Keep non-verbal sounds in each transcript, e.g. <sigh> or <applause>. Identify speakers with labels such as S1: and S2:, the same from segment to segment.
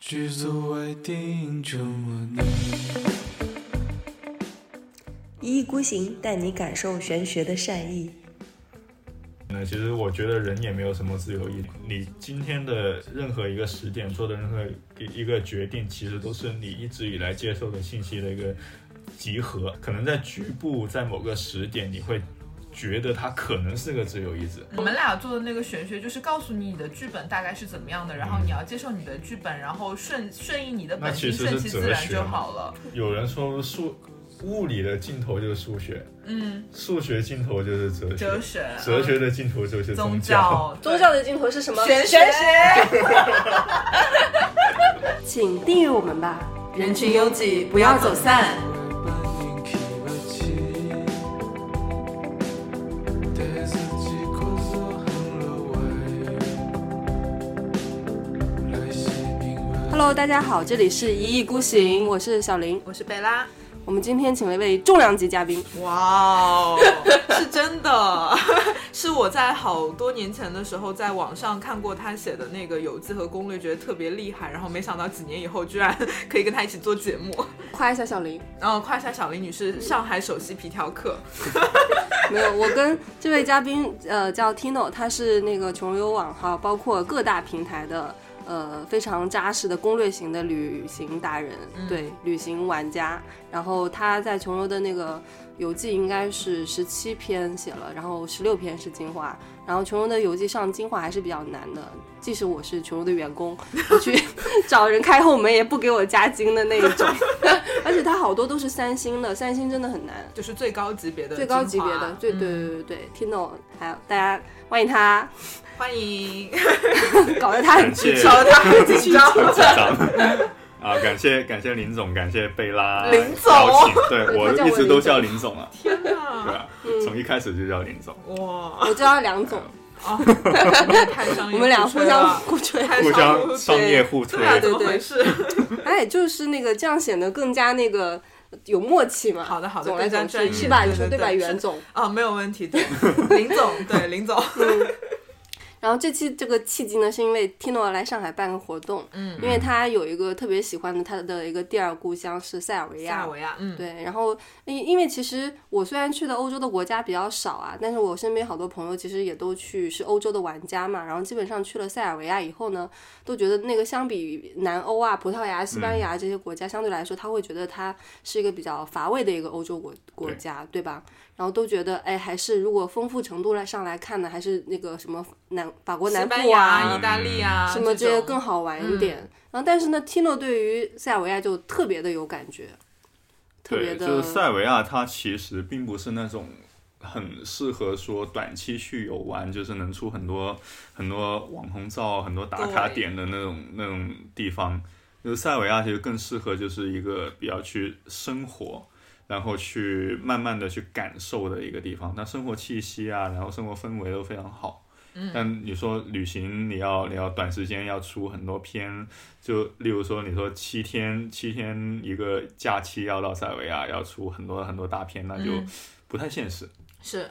S1: 剧组外电影这么难。
S2: 一意孤行带你感受玄学的善意。
S3: 那其实我觉得人也没有什么自由意志，你今天的任何一个时点做的任何一一个决定，其实都是你一直以来接受的信息的一个集合。可能在局部，在某个时点，你会觉得它可能是个自由意志。
S4: 我们俩做的那个玄学就是告诉你你的剧本大概是怎么样
S3: 嗯
S4: 的，然后你要接受你的剧本，然后顺顺应你的
S3: 那
S4: 本
S3: 其
S4: 性，
S3: 实
S4: 顺
S3: 是
S4: 其自
S3: 哲
S4: 然
S3: 学
S4: 就
S3: 嘛
S4: 好了。
S3: 有人说数物理的尽头就是数学，
S4: 嗯，
S3: 数学尽头就是哲学，
S4: 哲学，
S3: 哲学
S4: 嗯
S3: 的尽头就是
S4: 宗
S3: 教。
S4: 教，
S5: 宗教的尽头是什么？
S4: 玄学
S5: 学。
S2: 请订阅我们吧。
S6: 人群拥挤，不要走散。
S5: Hello，大家好，这里是一意孤行，我是小林。
S6: 我是贝拉，
S5: 我们今天请了一位重量级嘉宾，
S4: 哇哦，
S6: <laughs> 是真的， <laughs> 是我在好多年前的时候在网上看过他写的那个游记和攻略，觉得特别厉害，然后没想到几年以后居然可以跟他一起做节目。 <laughs>
S5: 夸一下小林。
S6: 然后夸一下小林女士，上海首席皮条客，
S5: 没有，我跟这位嘉宾呃叫 Tino，他是那个穷游网哈，包括各大平台的呃非常扎实的攻略型的旅行达人，对，旅行玩家。然后他在穷游的那个游记应该是十七篇写了，然后十六篇是精华。然后穷游的游记上精华还是比较难的，即使我是穷游的员工，我去 <laughs> 找人开后门也不给我加精的那一种。 <laughs> 而且他好多都是三星的，三星真的很难。
S6: 就是最高级别的
S5: 最
S6: 精华，
S5: 高级别的，对
S6: 嗯
S5: 对对对对，听懂？还有大家欢迎他，
S6: 欢迎，
S5: 搞得他很
S3: 感谢
S5: 激
S6: 搞得他很紧
S5: <laughs>
S6: 张。
S3: 啊，感谢感谢林总，感谢贝拉
S6: 林总
S3: 邀请，对
S5: 对
S3: 我
S5: 他叫我
S3: 一直都
S5: 林总
S3: 叫林总啊，
S6: 天
S3: 对
S6: 哪，嗯
S3: 啊，从一开始就叫林总，
S6: 哇，
S5: 我叫他梁总，
S6: 太商业
S5: 我们俩
S6: 互
S5: 互
S6: 吹啊了
S5: 相互吹，
S6: 太 <laughs>
S3: 互
S6: 商业
S3: 相商业互推
S6: 对，啊，怎么
S5: 对
S6: 回事？
S5: 哎，就是那个这样显得更加那个有默契嘛。
S6: 好的好的
S5: 总来
S6: 更加
S5: 总
S6: 专
S5: 去
S6: 业
S5: 是吧？
S6: 对
S5: 你说
S6: 对
S5: 对吧，
S6: 对
S5: 袁
S6: 是
S5: 总？
S6: 啊，没有问题，
S3: <laughs>
S6: 对，林总，
S5: <laughs>
S6: 对林总，
S5: 然后这期这个契机呢，是因为 Tino 来上海办个活动，
S6: 嗯，
S5: 因为他有一个特别喜欢的他的一个第二故乡是塞尔维
S6: 塞
S5: 亚
S6: 尔，维亚，嗯，
S5: 对，然后因因为其实我虽然去的欧洲的国家比较少啊，但是我身边好多朋友其实也都去是欧洲的玩家嘛，然后基本上去了塞尔维亚以后呢，都觉得那个相比南欧啊、葡萄牙、西班
S6: 嗯
S5: 牙这些国家，相对来说他会觉得它是一个比较乏味的一个欧洲国国
S3: 对
S5: 家，对吧？然后都觉得哎，还是如果丰富程度来上来看呢，还是那个什么南法国南
S6: 西班
S5: 部
S6: 牙、
S5: 啊
S6: 意。大利啊，
S3: 嗯
S5: 什么这
S6: 这
S5: 些
S6: 种嗯
S5: 更好玩一点，然后但是呢，Tino 对于塞尔维亚就特别的有感觉，特别
S3: 对，
S5: 的
S3: 就是塞尔维亚，它其实并不是那种很适合说短期去游玩，就是能出很多很多网红照、很多打卡
S6: 对
S3: 点的那种那种地方。就是塞尔维亚其实更适合就是一个比较去生活，然后去慢慢的去感受的一个地方。它生活气息啊，然后生活氛围都非常好。嗯，但你说旅行，你要你要短时间要出很多篇，就例如说你说七天七天一个假期要到塞尔维亚要出很多很多大片，那就
S6: 嗯
S3: 不太现实。
S6: 是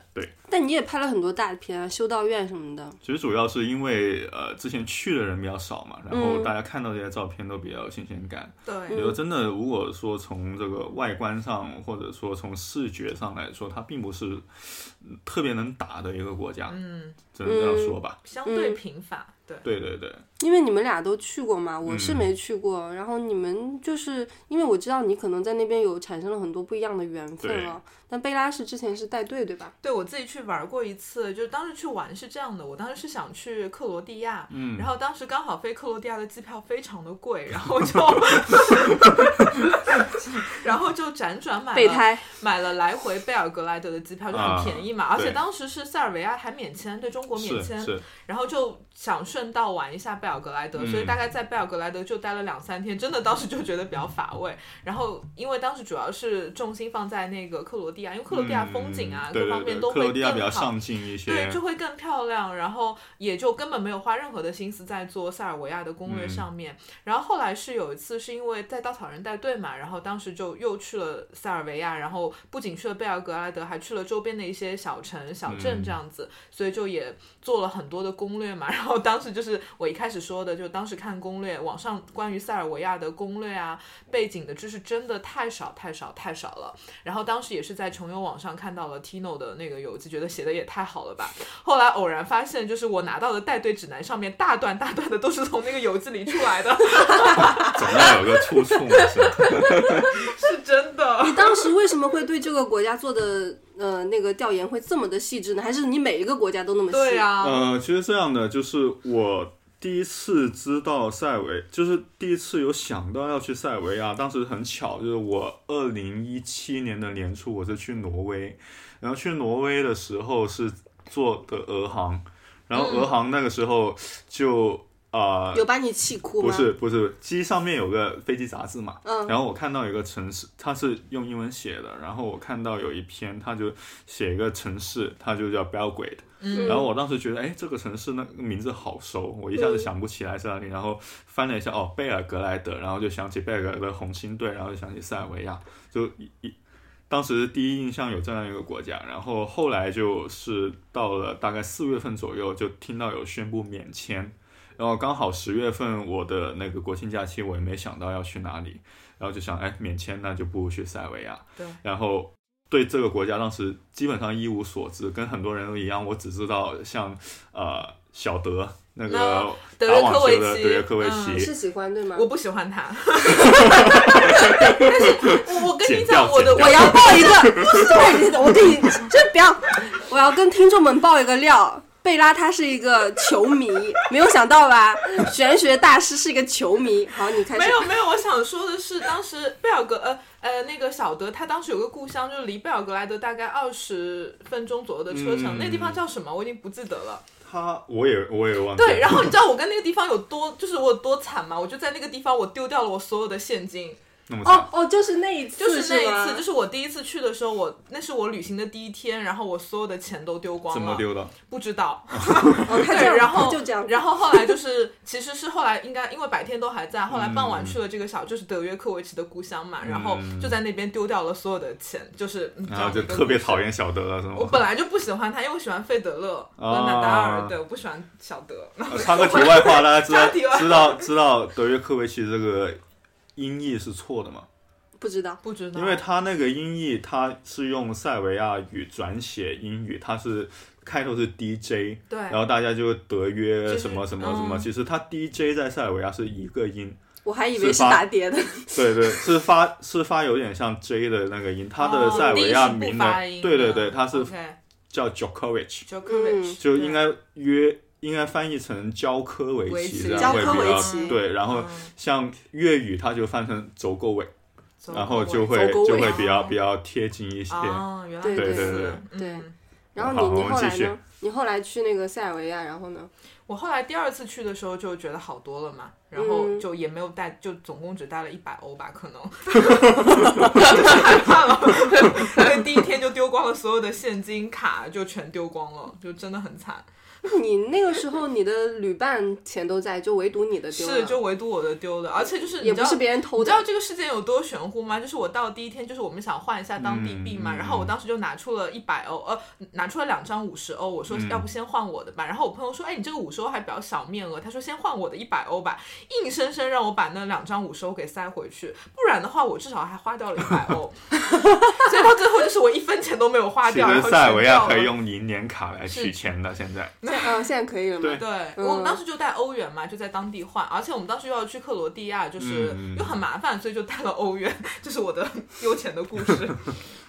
S5: 但你也拍了很多大片啊，修道院什么的。
S3: 其实主要是因为呃之前去的人比较少嘛，然后
S5: 嗯
S3: 大家看到这些照片都比较有新鲜感。比
S6: 对，
S3: 如真的，如果说从这个外观上，或者说从视觉上来说，它并不是嗯特别能打的一个国家，
S6: 嗯，
S3: 只能这样说吧。
S6: 相对
S5: 嗯
S6: 贫乏，对，
S3: 对对对，
S5: 因为你们俩都去过嘛，我是
S3: 嗯
S5: 没去过。然后你们就是因为我知道你可能在那边有产生了很多不一样的缘分啊。但贝拉是之前是带队对吧？
S6: 对我自己去玩过一次，就是当时去玩是这样的，我当时是想去克罗地亚，嗯，然后当时刚好飞克罗地亚的机票非常的贵，然后就，
S3: <laughs>
S6: <laughs> 然后就辗转买
S5: 备
S6: 了
S5: 胎
S6: 买了来回贝尔格莱德的机票，就
S3: 啊
S6: 很便宜嘛，而且
S3: 对
S6: 当时是塞尔维亚还免签，对中国免
S3: 是
S6: 签，
S3: 是，
S6: 然后就想顺道玩一下贝尔格莱德，
S3: 嗯
S6: 所以大概在贝尔格莱德就待了两三天，真的当时就觉得比较乏味。然后因为当时主要是重心放在那个克罗地亚，因为克罗地亚风景啊、
S3: 嗯对
S6: 各
S3: 对
S6: 方
S3: 对
S6: 面都
S3: 克
S6: 会
S3: 罗地亚比较
S6: 更好。
S3: 上进一些，
S6: 对，就会更漂亮，然后也就根本没有花任何的心思在做塞尔维亚的攻略上面。然后后来是有一次是因为在稻草人带队嘛，然后当时就又去了塞尔维亚，然后不仅去了贝尔格莱德，还去了周边的一些小城、小镇这样子，所以就也做了很多的攻略嘛。然后当时 <laughs> 时就是我一开始说的，就当时看攻略，网上关于塞尔维亚的攻略啊、背景的知识真的太少太少太少了。然后当时也是在穷游网上看到了 Tino 的那个游记，觉得写的也太好了吧。后来偶然发现，就是我拿到的带队指南上面大段大段的都是从那个游记里出来的，
S3: 总要有个出处嘛，是吧？
S6: 是真的。
S5: 你当时为什么会对这个国家做的呃那个调研会这么的细致呢？还是你每一个国家都那么细？
S6: 对啊呀、
S5: 啊
S3: 呃，其实这样的就是我第一次知道塞维，就是第一次有想到要去塞维亚。当时很巧，就是我二零一七年的年初我是去挪威，然后去挪威的时候是坐的俄航，然后俄航那个时候就啊、呃
S5: 嗯有把你气哭
S3: 不
S5: 吗？
S3: 是不是，机上面有个飞机杂志嘛，
S5: 嗯
S3: 然后我看到有个城市，它是用英文写的，然后我看到有一篇，它就写一个城市，它就叫 Belgrade，、
S5: 嗯
S3: 然后我当时觉得，哎，这个城市那个名字好熟，我一下子想不起来在哪里，然后翻了一下，哦，贝尔格莱德，然后就想起贝尔格莱德红星队，然后就想起塞尔维亚，就一一。当时第一印象有这样一个国家，然后后来就是到了大概四月份左右，就听到有宣布免签，然后刚好十月份我的那个国庆假期，我也没想到要去哪里，然后就想，哎，免签那就不如去塞维亚。
S6: 对，
S3: 然后对这个国家当时基本上一无所知，跟很多人都一样，我只知道像呃小德那个
S6: 那德
S3: 打
S6: 约
S3: 网
S6: 科
S3: 球
S6: 维
S3: 的
S6: 奇
S3: 德约科维
S6: 嗯
S3: 奇
S5: 你是，喜欢对吗？
S6: 我不喜
S3: <laughs>
S6: 欢他，但是我我跟你
S3: 剪掉
S6: 讲，我的
S3: 剪
S5: 我要爆一个，不是对你的，我跟你真不要，我要跟听众们爆一个料。贝拉他是一个球迷，没有想到吧？玄学大师是一个球迷。好，你开始。
S6: 没有没有，我想说的是，当时贝尔格呃呃那个小德，他当时有个故乡，就是离贝尔格莱德大概二十分钟左右的车
S3: 嗯
S6: 程，那地方叫什么？我已经不记得了。
S3: 他我也我也忘记了。
S6: 对，然后你知道我跟那个地方有多，就是我有多惨吗？我就在那个地方，我丢掉了我所有的现金。
S3: 那么
S5: 哦
S3: 惨，
S5: 哦，就是那一次，
S6: 就是那一
S5: 吗
S6: 次，就是我第一次去的时候，我那是我旅行的第一天，然后我所有的钱都丢光了，
S3: 怎么丢的？
S6: 不知道。
S5: 哦，他这样，
S6: 对，然后
S5: 就这样，
S6: 然后后来就是，其实是后来应该因为白天都还在，后来
S3: 嗯
S6: 傍晚去了这个小，就是德约科维奇的故乡嘛，然后就在那边丢掉了所有的钱，就是你知
S3: 然
S6: 道
S3: 后就
S6: 这个
S3: 特别
S6: 故事
S3: 讨。厌小德啊了，是吗？
S6: 我本来就不喜欢他，因为我喜欢费德勒和
S3: 啊
S6: 纳达尔，对，我不喜欢小德。 <laughs>
S3: 呃 <laughs> 插个题外话，大家知
S6: 插
S3: 道
S6: 题外话
S3: 知道知道德约科维奇这个音译是错的吗？
S5: 不知道。
S6: 不知道，
S3: 因为它那个音译，它是用塞维亚语转写英语，它是开头是 DJ，
S6: 对
S3: 然后大家就德约
S6: 哎就是
S3: 什么什么什么，
S6: 嗯
S3: 其实它 DJ 在塞尔维亚是一个音，
S5: 我还以为是
S3: 是吧
S5: 打碟的，
S3: 对对，是发是发有点像 J 的那个音，它的
S6: 哦
S3: 塞尔维亚
S6: 第一是
S3: 名
S6: 不
S3: 呢
S6: 发，音哦
S3: 对对
S6: 嗯
S3: 对，它是
S6: OK，
S3: 叫 Djokovic，
S5: 嗯
S6: Djokovic，
S3: 就应该约应该翻译成焦科维
S6: 维
S3: 奇
S6: 奇
S3: 这样会
S5: 焦科
S3: 比
S5: 维
S3: 较
S5: 奇
S3: 对，然后
S6: 嗯
S3: 像粤语它就翻成走狗尾，
S6: 嗯走
S3: 然后
S6: 过
S3: 就
S6: 位
S3: 会
S5: 走狗
S3: 就
S5: 尾
S3: 会比较
S6: 哦
S3: 比较贴近一些。
S6: 哦，原来
S5: 对
S6: 如
S5: 对
S6: 此
S3: 对
S6: 嗯
S5: 对
S6: 嗯
S5: 然后
S3: 好
S5: 你你
S3: 我们
S5: 后来
S3: 继续
S5: 呢？你后来去那个塞尔维亚，然后呢？ <laughs>
S6: 我后来第二次去的时候就觉得好多了嘛，然后
S5: 嗯
S6: 就也没有带，就总共只带了一百欧吧，
S5: <laughs>
S6: 可能，就是害怕了，对，第一天就丢光了所有的现金卡，就全丢光了，就真的很惨。
S5: 你那个时候你的旅伴钱都在，就唯独你的丢了
S6: 是，就唯独我的丢的，而且就是
S5: 也
S6: 你知
S5: 不
S6: 道
S5: 是。别人偷
S6: 你知
S5: 的
S6: 道。这个事件有多玄乎吗？就是我到第一天，就是我们想换一下当地币嘛，
S3: 嗯嗯
S6: 然后我当时就拿出了一百欧，呃，拿出了两张五十欧，我说
S3: 嗯
S6: 要不先换我的吧。然后我朋友说，哎，你这个五十欧还比较小面额，他说先换我的一百欧吧，硬生生让我把那两张五十欧给塞回去，不然的话我至少还花掉了一百欧。 <laughs> 所以到最后就是我一分钱都没有花
S3: 其
S6: 掉，
S3: <laughs>
S6: 然
S3: 实
S6: 后
S3: 塞尔维亚
S6: 全掉了
S3: 可以用银联卡来取钱的，现在
S5: 嗯、现在可以了吗？
S3: 对
S6: 对，
S5: 嗯
S6: 我们当时就带欧元嘛，就在当地换，而且我们当时又要去克罗地亚，就是
S3: 嗯
S6: 又很麻烦，所以就带了欧元。 <laughs> 这是我的悠钱的故
S3: <laughs>
S6: 事。啊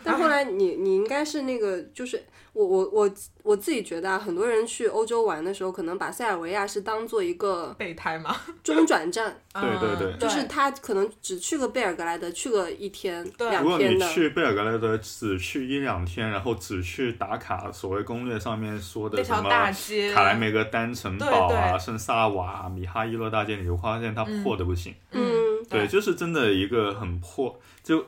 S5: 但后来你你应该是那个，就是我我我我自己觉得啊，很多人去欧洲玩的时候，可能把塞尔维亚是当做一
S6: <clears throat>
S5: 个
S6: 备胎嘛，
S5: 中转站，
S3: 对对对
S6: 嗯
S5: 就是他可能只去个贝尔格莱德，去个一天
S6: 对
S5: 两
S3: 如果
S5: 天
S3: 你
S5: 的。
S3: 去贝尔格莱德只去一两天，然后只去打卡所谓攻略上面说
S6: 那
S3: 的什
S6: 条
S3: 么
S6: 大街，
S3: 卡莱梅格丹城堡
S6: 对
S3: 啊、
S6: 对
S3: 圣萨瓦、米哈伊洛大街，你就发现它破的不行。
S5: 嗯，
S3: 对，就是真的一个很破，就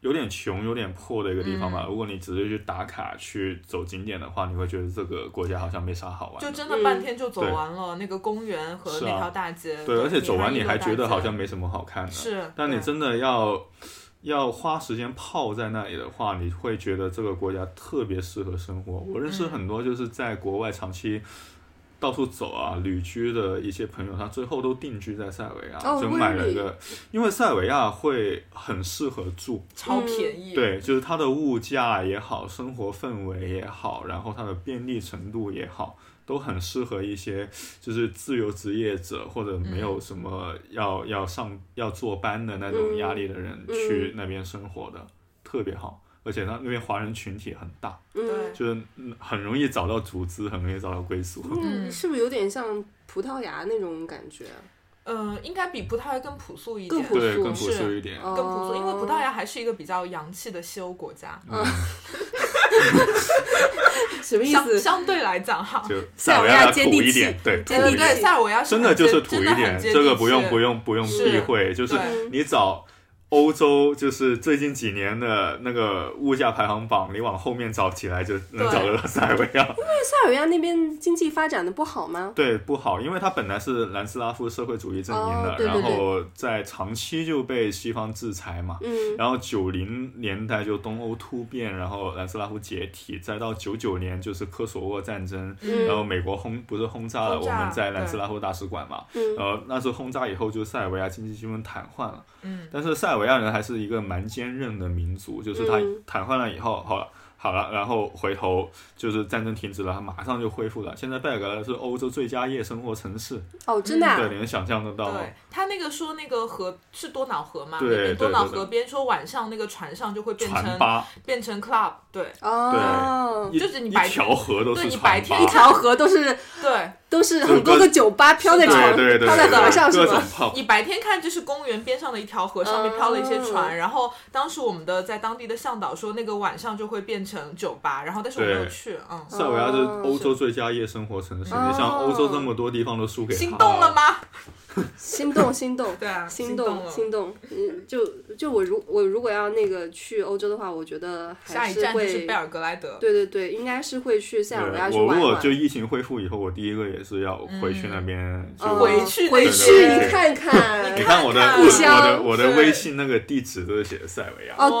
S3: 有点穷、有点破的一个地方吧。
S6: 嗯
S3: 如果你只是去打卡、去走景点的话，你会觉得这个国家好像没啥好玩的。
S6: 就真的半天就走完了那个公园和
S3: 是啊
S6: 那条大街。
S3: 对，而且走完
S6: 米
S3: 你
S6: 哈
S3: 还
S6: 伊
S3: 觉
S6: 洛大街
S3: 得好像没什么好看的。
S6: 是，
S3: 但你
S6: 对
S3: 真的要要花时间泡在那里的话，你会
S5: 嗯
S3: 觉得这个国家特别适合生活。我认识很多就是在国外长期到处走啊，旅居的一些朋友，他最后都定居在塞尔维亚，
S5: 哦
S3: 就买了一
S5: 为
S3: 个，因为塞尔维亚会很适合住，
S5: 嗯
S6: 超便宜，，
S3: 对，就是它的物价也好，生活氛围也好，然后它的便利程度也好，都很适合一些就是自由职业者或者没有什么要、要上要坐班的那种压力的人
S5: 嗯
S3: 去那边生活的，特别好。而且它那边华人群体很大，
S5: 嗯
S6: 对
S3: 就是嗯很容易找到组织，很容易找到归宿。
S5: 嗯，是不是有点像葡萄牙那种感觉？
S6: 嗯、应该比葡萄牙更朴素一点，
S5: 更朴素
S3: 对，更朴
S6: 是
S3: 素一点。
S5: 哦
S6: 更朴素，因为葡萄牙还是一个比较洋气的西欧国家，
S5: 嗯什么意
S6: 相
S5: 思？
S6: 相对来讲哈，
S3: 就
S5: 塞尔维
S3: 维
S5: 亚
S3: 亚
S5: 接
S3: 土
S5: 地
S3: 一
S5: 气
S3: 点，对，
S5: 接
S3: 土一
S5: 地气
S3: 点
S6: 对，塞尔 <laughs> 维亚是
S3: 真的就是
S6: 很
S3: 土
S6: 接
S3: 一点，这个不用不，用不用避讳，就是
S6: 对
S3: 你找欧洲，就是最近几年的那个物价排行榜，你往后面找起来就能
S6: 对
S3: 找得到塞尔维亚。
S5: 塞尔维亚那边经济发展的不好吗？
S3: 对，不好，因为它本来是南斯拉夫社会主义阵营的，
S5: 哦对对对
S3: 然后在长期就被西方制裁嘛。
S5: 嗯
S3: 然后九零年代就东欧突变，然后南斯拉夫解体，再到九九年就是科索沃战争，然后
S5: 嗯
S3: 美国轰不是轰炸了
S6: 轰
S3: 我
S6: 炸
S3: 们在南斯
S6: 对
S3: 拉夫大使馆嘛？
S5: 嗯
S3: 呃，那次轰炸以后，就塞尔维亚经济基本瘫痪了。
S6: 嗯，
S3: 但是塞尔维亚人还是一个蛮坚韧的民族，就是他
S5: 嗯
S3: 瘫痪了以后，好了好了，然后回头就是战争停止了，他马上就恢复了。现在贝尔格莱德是欧洲最佳夜生活城市，
S5: 哦，真的啊
S3: 对，你能想象得到吗？
S6: 对他那个说那个河是多瑙河嘛，
S3: 对
S6: 那边多瑙
S3: 对对对
S6: 河边说晚上那个船上就会变
S3: 船
S6: 成
S3: 吧，
S6: 变成 club，对
S5: 哦，
S3: 一
S6: 就是你
S3: 一
S6: 白
S3: 条河都是
S6: 对你
S3: 船
S6: 白
S3: 吧
S6: 天，
S5: 一条河都是
S6: 对，
S5: 都是很多个酒吧飘在
S6: 是
S5: 床
S3: 对对对，
S5: 飘在
S3: 对
S5: 河上是
S3: 各种
S5: 吗？
S3: 泡
S6: 你白天看就是公园边上的一条河，上面飘了一些船。
S5: 哦
S6: 然后当时我们的在当地的向导说，那个晚上就会变成酒吧，然后但是我没有
S3: 对
S6: 去，嗯，
S3: 塞尔维亚是欧洲最佳夜生活城市，你像欧洲这么多地方都输给他，
S6: 哦心动了？吗？
S5: 心动心动，
S6: 对啊，
S5: 心
S6: 动
S5: 动
S6: 了。
S5: 心动，嗯，就就我如我如果要那个去欧洲的话，我觉得
S6: 下
S5: 还
S6: 一
S5: 是
S6: 站就
S5: 会
S6: 是贝尔格莱德，
S5: 对对对，应该是会去塞尔维亚
S3: 对，
S5: 去
S3: 我
S5: 玩
S3: 如
S5: 一
S3: 果
S5: 玩
S3: 就。疫情恢复以后，我第一个也是要回去那边就
S5: 嗯
S6: 回去
S5: 回
S6: 那
S5: 去
S3: 边
S5: 你看
S3: 你
S5: 看，
S3: 看我的我
S6: 看
S5: 故
S3: 的我
S5: 乡
S3: 的我的
S6: 对
S3: 微信那个地址都是写的塞尔维亚，
S5: 哦，对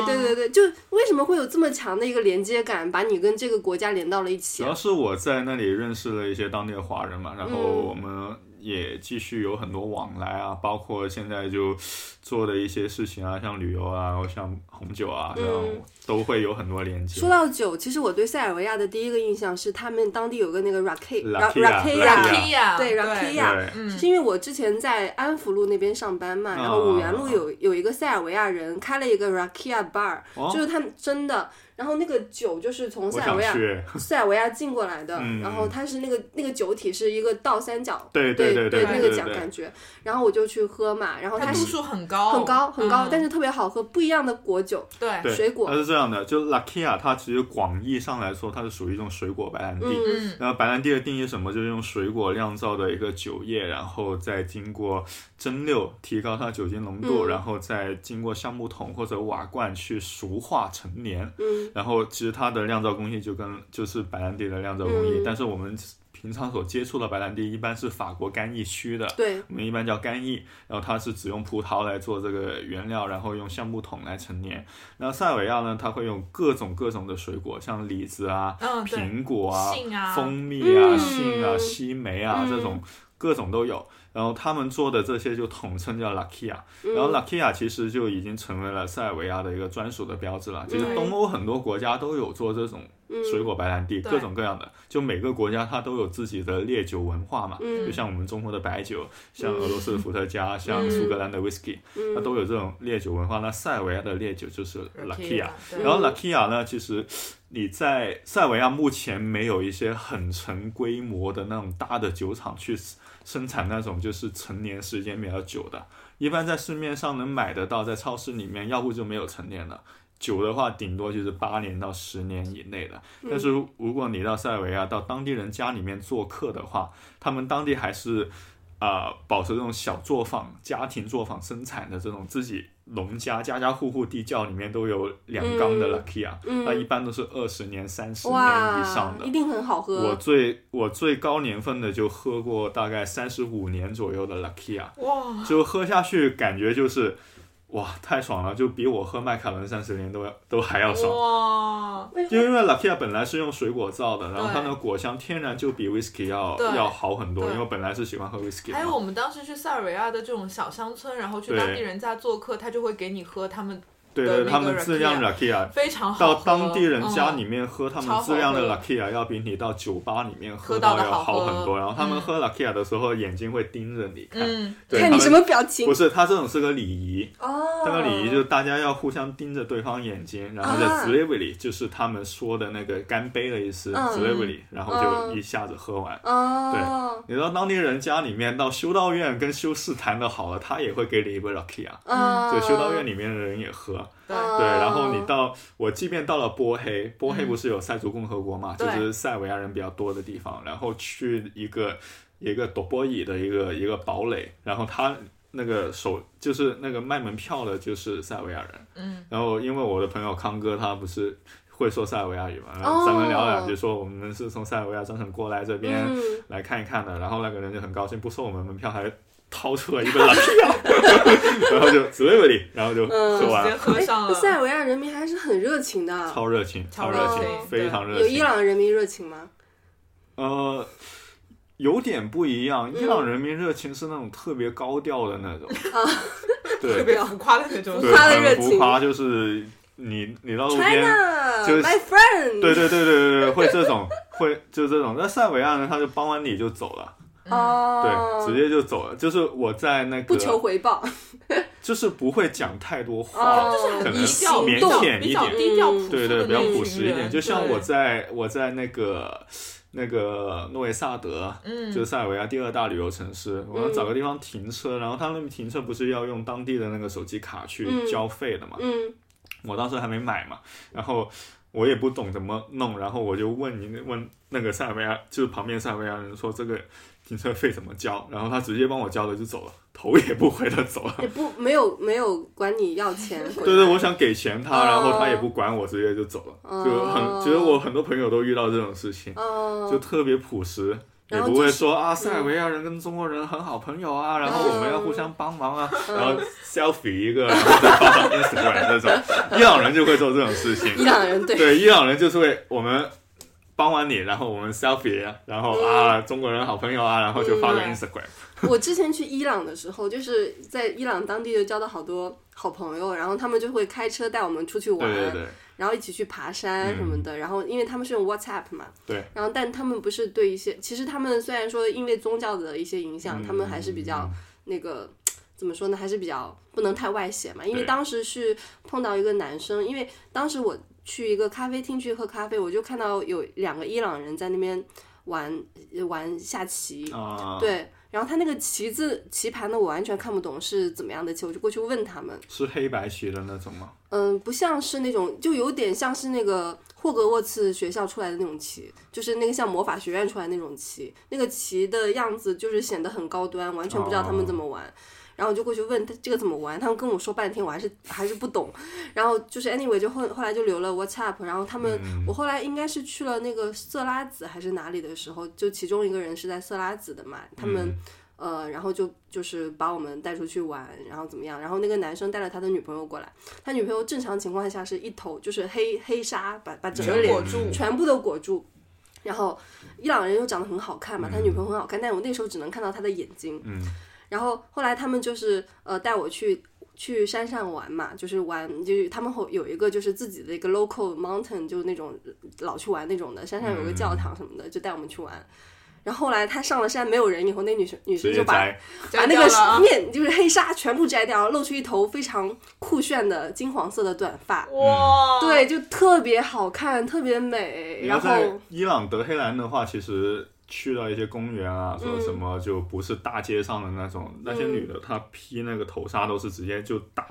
S6: 哇
S5: 对对对，就为什么会有这么强的一个连接感，把你跟这个国家连到了一起啊
S3: 主？要是我在那里认识了一些当地的华人嘛，然后
S5: 嗯
S3: 我们也继续有很多往来啊，包括现在就做的一些事情啊，像旅游啊，然后像红酒啊，
S5: 嗯
S3: 然后都会有很多连接
S5: 说。到酒，其实我对塞尔维亚的第一个印象是他们当地有个那个 r a k e
S3: Rakia，Rakia
S6: 拉
S5: Rakia，
S6: 提亚，
S5: 对
S6: 对嗯
S5: Rakia
S3: 对，
S5: 是因为我之前在安福路那边上班嘛，然
S3: 啊
S5: 后五元路有有一个塞尔维亚人开了一个 Rakia bar，
S3: 哦
S5: 就是他们真的，然后那个酒就是从
S3: 我
S5: 塞尔
S3: 想
S5: 维亚
S3: 去，
S5: <laughs>
S3: <laughs>
S5: 塞尔维亚进过来的，
S3: 嗯
S5: 然后它是那个那个酒体是一个倒三角，
S3: 对
S5: 对
S3: 对
S5: 那
S3: 对
S5: 个讲感觉，然后我就去喝嘛，然后
S6: 它
S5: 它
S6: 度
S5: 是
S6: 数很高，
S5: 很
S3: 哦
S5: 高很高，
S6: 嗯
S5: 但是特别好喝，不一样的果酒，
S6: 对，
S3: 对，
S5: 水果
S3: 它是这样的，就 Lakia 它其实广义上来说，它是属于一种水果白兰地。
S5: 嗯
S6: 嗯，
S3: 然后白兰地的定义是什么？就是用水果酿造的一个酒液，然后再经过蒸馏，提高它酒精浓度，
S5: 嗯
S3: 然后再经过橡木桶或者瓦罐去熟化陈年。
S5: 嗯，
S3: 然后其实它的酿造工艺就跟就是白兰地的酿造工艺，
S5: 嗯
S3: 但是我们平常所接触的白兰地一般是法国干邑区的，
S5: 对，
S3: 我们一般叫干邑，然后它是只用葡萄来做这个原料，然后用橡木桶来陈年。那塞尔维亚呢，它会用各种各种的水果，像李子啊、
S6: 嗯对
S3: 苹果啊、
S6: 杏啊
S3: 蜂蜜啊、
S5: 嗯
S3: 杏啊、西梅啊、
S6: 嗯
S3: 这种各种都有。然后他们做的这些就统称叫 Lakia，、
S5: 嗯
S3: 然后 Lakia 其实就已经成为了塞尔维亚的一个专属的标志了。其实
S5: 对
S3: 东欧很多国家都有做这种水果白兰地，
S6: 嗯对
S3: 各种各样的，就每个国家它都有自己的烈酒文化嘛。
S5: 嗯
S3: 就像我们中国的白酒，像俄罗斯的伏特加，像
S5: 嗯
S3: 苏格兰的 whisky，、
S5: 嗯
S3: 它都有这种烈酒文化。那塞尔维亚的烈酒就是 Lakia，
S6: 对
S3: 然后 Lakia 呢，其实你在塞尔维亚目前没有一些很成规模的那种大的酒厂去生产那种就是陈年时间比较久的，一般在市面上能买得到，在超市里面，要不就没有陈年的。酒的话，顶多就是八年到十年以内的。
S5: 嗯
S3: 但是如如果你到塞尔维亚，到当地人家里面做客的话，他们当地还是啊、呃保持这种小作坊、家庭作坊生产的这种自己农家，家家户户地窖里面都有两缸的 Lakia，、
S5: 嗯
S3: 那一般都是二十年、三十年以
S5: 哇
S3: 上，
S5: 一
S3: 的。
S5: 定很好
S3: 我
S5: 喝，
S3: 最我最高年份的就喝过大概三十五年左右的 Lakia，
S6: 哇，
S3: 就喝下去感觉就是哇，太爽了，就比我喝麦卡伦三十年都要都还要爽。
S6: 哇，
S5: 哎
S3: 就因为 Lakia 本来是用水果造的，然后
S6: 对
S3: 它那个果香天然就比 whisky 要
S6: 对
S3: 要好很多，
S6: 对
S3: 因为我本来是喜欢喝 whisky 的嘛。
S6: 还有我们当时去塞尔维亚的这种小乡村，然后去
S3: 对
S6: 当地人家做客，他就会给你喝他们
S3: 对
S6: 的
S3: 对，
S6: 那
S3: 他
S6: 个
S3: 们自酿 Lakia，
S6: 非常好
S3: 到
S6: 喝
S3: 当地人家
S6: 嗯
S3: 里面喝他
S6: 超
S3: 们
S6: 好
S3: 自酿的
S6: 喝
S3: Lakia，要比你到酒吧里面
S6: 喝到
S3: 到
S6: 的
S3: 要
S6: 好
S3: 好
S6: 喝
S3: 很多。然后他们
S6: 嗯
S3: 喝 Lakia 的时候，眼睛会盯着你看，
S6: 嗯，
S3: 对
S5: 看
S3: 他
S5: 你
S3: 们
S5: 什么表情
S3: 不是，他这种是个礼仪，
S5: 哦
S3: 这个礼仪就是大家要互相盯着对方眼睛，然后叫
S5: 啊
S3: z l i v l y 就是他们说的那个干杯的意思 z
S5: 嗯
S3: l i v l y 然后就
S5: 嗯
S3: 一下子喝完。
S5: 哦，
S3: 你到当地人家里面，到修道院跟修士谈的好了，他也会给你一杯 lucky 啊。
S5: 嗯，
S3: 对，修道院里面的人也喝。
S6: 对
S5: 嗯
S3: 对，然后你到我，即便到了波黑，波黑不是有塞族共和国嘛，就
S6: 对
S3: 是塞尔维亚人比较多的地方，然后去一个一个朵波伊的一个一个堡垒，然后他那个手就是那个卖门票的，就是塞尔维亚人，
S6: 嗯，
S3: 然后因为我的朋友康哥他不是。会说塞尔维亚语嘛？然后咱们聊两句，说我们是从塞尔维亚专程过来这边
S5: 嗯
S3: 来看一看的。然后那个人就很高兴，不收我们门票，还掏出了一个拉票，然后就 z l i v y 然后就
S5: 嗯
S3: 说完
S6: 直
S3: 了
S6: 接。喝上
S5: 那
S6: 了。
S5: 塞尔维亚人民还是很热情的，
S3: 超热情，超
S6: 超
S3: 热
S5: 啊热
S3: 情，
S6: 情
S3: 非常热情。
S5: 有伊朗人民热情吗？
S3: 呃，有点不一样，伊
S5: 嗯
S3: 朗人民热情是那种特别高调的那种，
S6: 特
S3: <laughs>
S5: <laughs>
S3: 对
S6: 别浮夸的那种，
S3: 对，
S5: 夸啊的热
S3: 很
S5: 情
S3: 浮夸，就是你你到路边。
S5: China,
S3: 就是
S5: my friend，
S3: 对对对对对对，会这种， <laughs> 会就这种。那塞尔维亚呢，他就帮完你就走了，
S5: 哦，
S3: 对，直接就走了。就是我在那
S5: 不求
S3: 个，
S5: 回报，
S3: 就是不会讲太多话，
S5: 哦，
S3: 可能
S6: 低调
S3: 腼
S6: 比较
S3: 腆一
S6: 比较
S3: 点
S6: 低调朴素
S3: 对对，
S6: 的
S3: 比较
S6: 那一
S3: 朴
S6: 群
S3: 实一点。
S6: 人
S3: 就像
S6: 对
S3: 我在我在那个那个诺维萨德，
S6: 嗯
S3: 就是塞尔维亚第二大旅游城市，我要找个地方停车，然后他们停车不是要用当地的那个手机卡去
S5: 嗯
S3: 交费的嘛？
S5: 嗯，
S3: 我当时还没买嘛，然后。我也不懂怎么弄，然后我就问你问那个塞尔维亚，就是旁边塞尔维亚人说这个停车费怎么交，然后他直接帮我交了就走了，头也不回的走了。
S5: 也不没有没有管你要钱，
S3: 对对，我想给钱他，然后他
S5: 哦
S3: 也不管我，直接就走了，
S5: 哦
S3: 就很觉得我很多朋友都遇到这种事情，
S5: 哦，
S3: 就特别朴实。也
S5: 然后
S3: 不
S5: 就
S3: 会
S5: 是嗯
S3: 说啊，塞尔维亚人跟中国人很好朋友啊，然后我们要互相帮忙啊，
S5: 嗯
S3: 然后 selfie 一个，然后再发到 Instagram 这种。伊朗人就会做这种事情，
S5: 伊朗人对，
S3: 对，伊朗人就是会我们帮完你，然后我们 selfie，然后啊，
S5: 嗯
S3: 中国人好朋友啊，然后就发个
S6: 嗯
S3: Instagram。
S5: 我之前去伊朗的时候，就是在伊朗当地就交到好多好朋友，然后他们就会开车带我们出去玩，
S3: 对对对，
S5: 然后一起去爬山什么的。然后因为他们是用 WhatsApp 嘛，
S3: 嗯对。
S5: 然后但他们不是对一些，其实他们虽然说因为宗教的一些影
S3: 嗯
S5: 响，他们还是比较那个。怎么说呢？还是比较不能太外显嘛，因为
S3: 对
S5: 当时是碰到一个男生，因为当时我去一个咖啡厅去喝咖啡，我就看到有两个伊朗人在那边玩玩下棋，
S3: 啊，，
S5: 对，然后他那个棋子棋盘呢，我完全看不懂是怎么样的棋，我就过去问他们，
S3: 是黑白棋的那种吗？
S5: 嗯，不像是那种，就有点像是那个霍格沃茨学校出来的那种棋，就是那个像魔法学院出来那种棋，那个棋的样子就是显得很高端，完全不知道他们怎么玩。然后我就过去问他这个怎么玩，他们跟我说半天，我还是还是不懂。然后就是 anyway，就后后来就留了 WhatsApp，然后他们、
S3: 嗯
S5: 我后来应该是去了那个色拉子还是哪里的时候，就其中一个人是在色拉子的嘛，他们、
S3: 嗯
S5: 呃，然后就就是把我们带出去玩，然后怎么样？然后那个男生带了他的女朋友过来，他女朋友正常情况下是一头就是黑黑纱，把把整个
S3: 嗯
S6: 全
S5: 脸
S6: 裹住，
S5: 全部都裹住。然后伊朗人又长得很好看嘛，他女朋友很好看，但我那时候只能看到他的眼睛。
S3: 嗯，
S5: 然后后来他们就是呃带我去去山上玩嘛，就是玩就是他们后有一个就是自己的一个 local mountain，就是那种老去玩那种的，山上有个教堂什么
S3: 嗯
S5: 的，就带我们去玩。然后后来他上了山没有人以后，那女生女生
S3: 直
S5: 就
S3: 接
S5: 把
S3: 摘。
S5: 把
S6: 摘
S5: 那
S6: 掉了
S5: 个
S6: 啊
S5: 面就是黑纱全部摘掉，露出一头非常酷炫的金黄色的短发，
S6: 哇，
S5: 对，就特别好看，特别美。
S3: 你要
S5: 然
S3: 在
S5: 后
S3: 伊朗德黑兰的话，其实去到一些公园啊，
S5: 嗯
S3: 说什么就不是大街上的那种，那些女的她披那个头纱都是直接就搭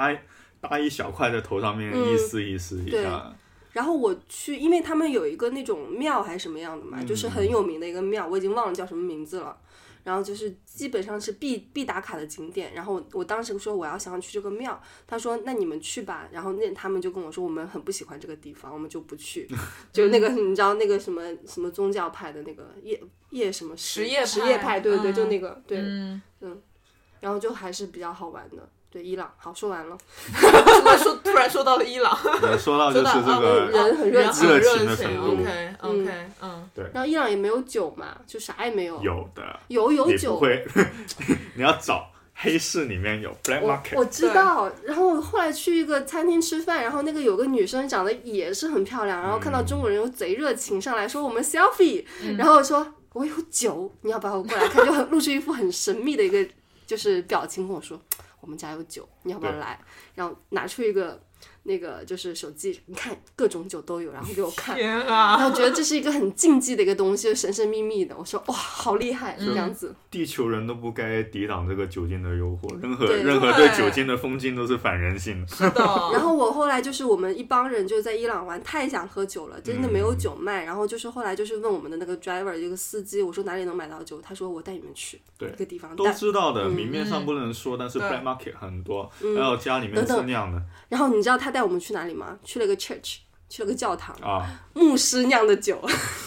S3: 搭一小块在头上面，
S5: 嗯
S3: 意思意思一下。
S5: 然后我去，因为他们有一个那种庙还是什么样的嘛，就是很有名的一个庙，我已经忘了叫什么名字了。然后就是基本上是必必打卡的景点。然后我我当时说我要想要去这个庙，他说那你们去吧。然后那他们就跟我说我们很不喜欢这个地方，我们就不去。就那个你知道那个什么什么宗教派的那个叶叶什么
S6: 什叶
S5: 什
S6: 派
S5: 叶派，对对对，
S6: 嗯
S5: 就那个对。
S6: 嗯，
S5: 然后就还是比较好玩的。对，伊朗，好，说完了。
S6: 突然说，突然说到了伊朗，
S3: 呃说到就是这
S5: <laughs>
S6: 说到
S3: 个，
S6: 啊
S5: 人很热
S6: 人
S5: 情
S6: 很
S3: 热情的
S6: 热
S3: 程
S6: 情。
S3: 度
S6: OK OK，嗯，
S5: <laughs> 然后伊朗也没有酒嘛，就啥也没有。
S3: 有的，
S5: 有啊有
S3: 你
S5: 酒
S3: 不，会， <laughs> 你要找黑市里面有 black
S5: 我
S3: market，
S5: 我知道。然后我后来去一个餐厅吃饭，然后那个有个女生长得也是很漂亮，然后看
S3: 嗯
S5: 到中国人又贼热情，上来说我们 selfie，、然
S6: 嗯
S5: 后我说我有酒，你要不要过来看？就很露出一副很神秘的一个就是表情跟我说我们家有酒，你要不要
S3: 对
S5: 来？然后拿出一个那个就是手机，你看各种酒都有，然后给我看。
S6: 天啊，
S5: 然后觉得这是一个很禁忌的一个东西，就神神秘秘的。我说哇，好厉害，这样子。
S3: 地球人都不该抵挡这个酒精的诱惑，任何
S5: 嗯对嗯
S3: 任何
S6: 对
S3: 对酒精的封禁都是反人性的。
S6: 是的。
S5: 然后我后来就是我们一帮人就在伊朗玩，太想喝酒了，真的没有
S3: 嗯
S5: 酒卖。然后就是后来就是问我们的那个 driver 一个司机，我说哪里能买到酒？他说我带你们去
S3: 对
S5: 一个地方。
S3: 都
S5: 带。
S3: 知道的，明面
S5: 嗯
S3: 上不能说，但是
S6: 对
S3: black market 很多，还有家里面
S5: 等嗯等
S3: 是酿的
S5: 然后你知道他带我们去哪里吗？去了个 church，去了个教堂，
S3: 啊。
S5: 牧师酿的酒， <laughs>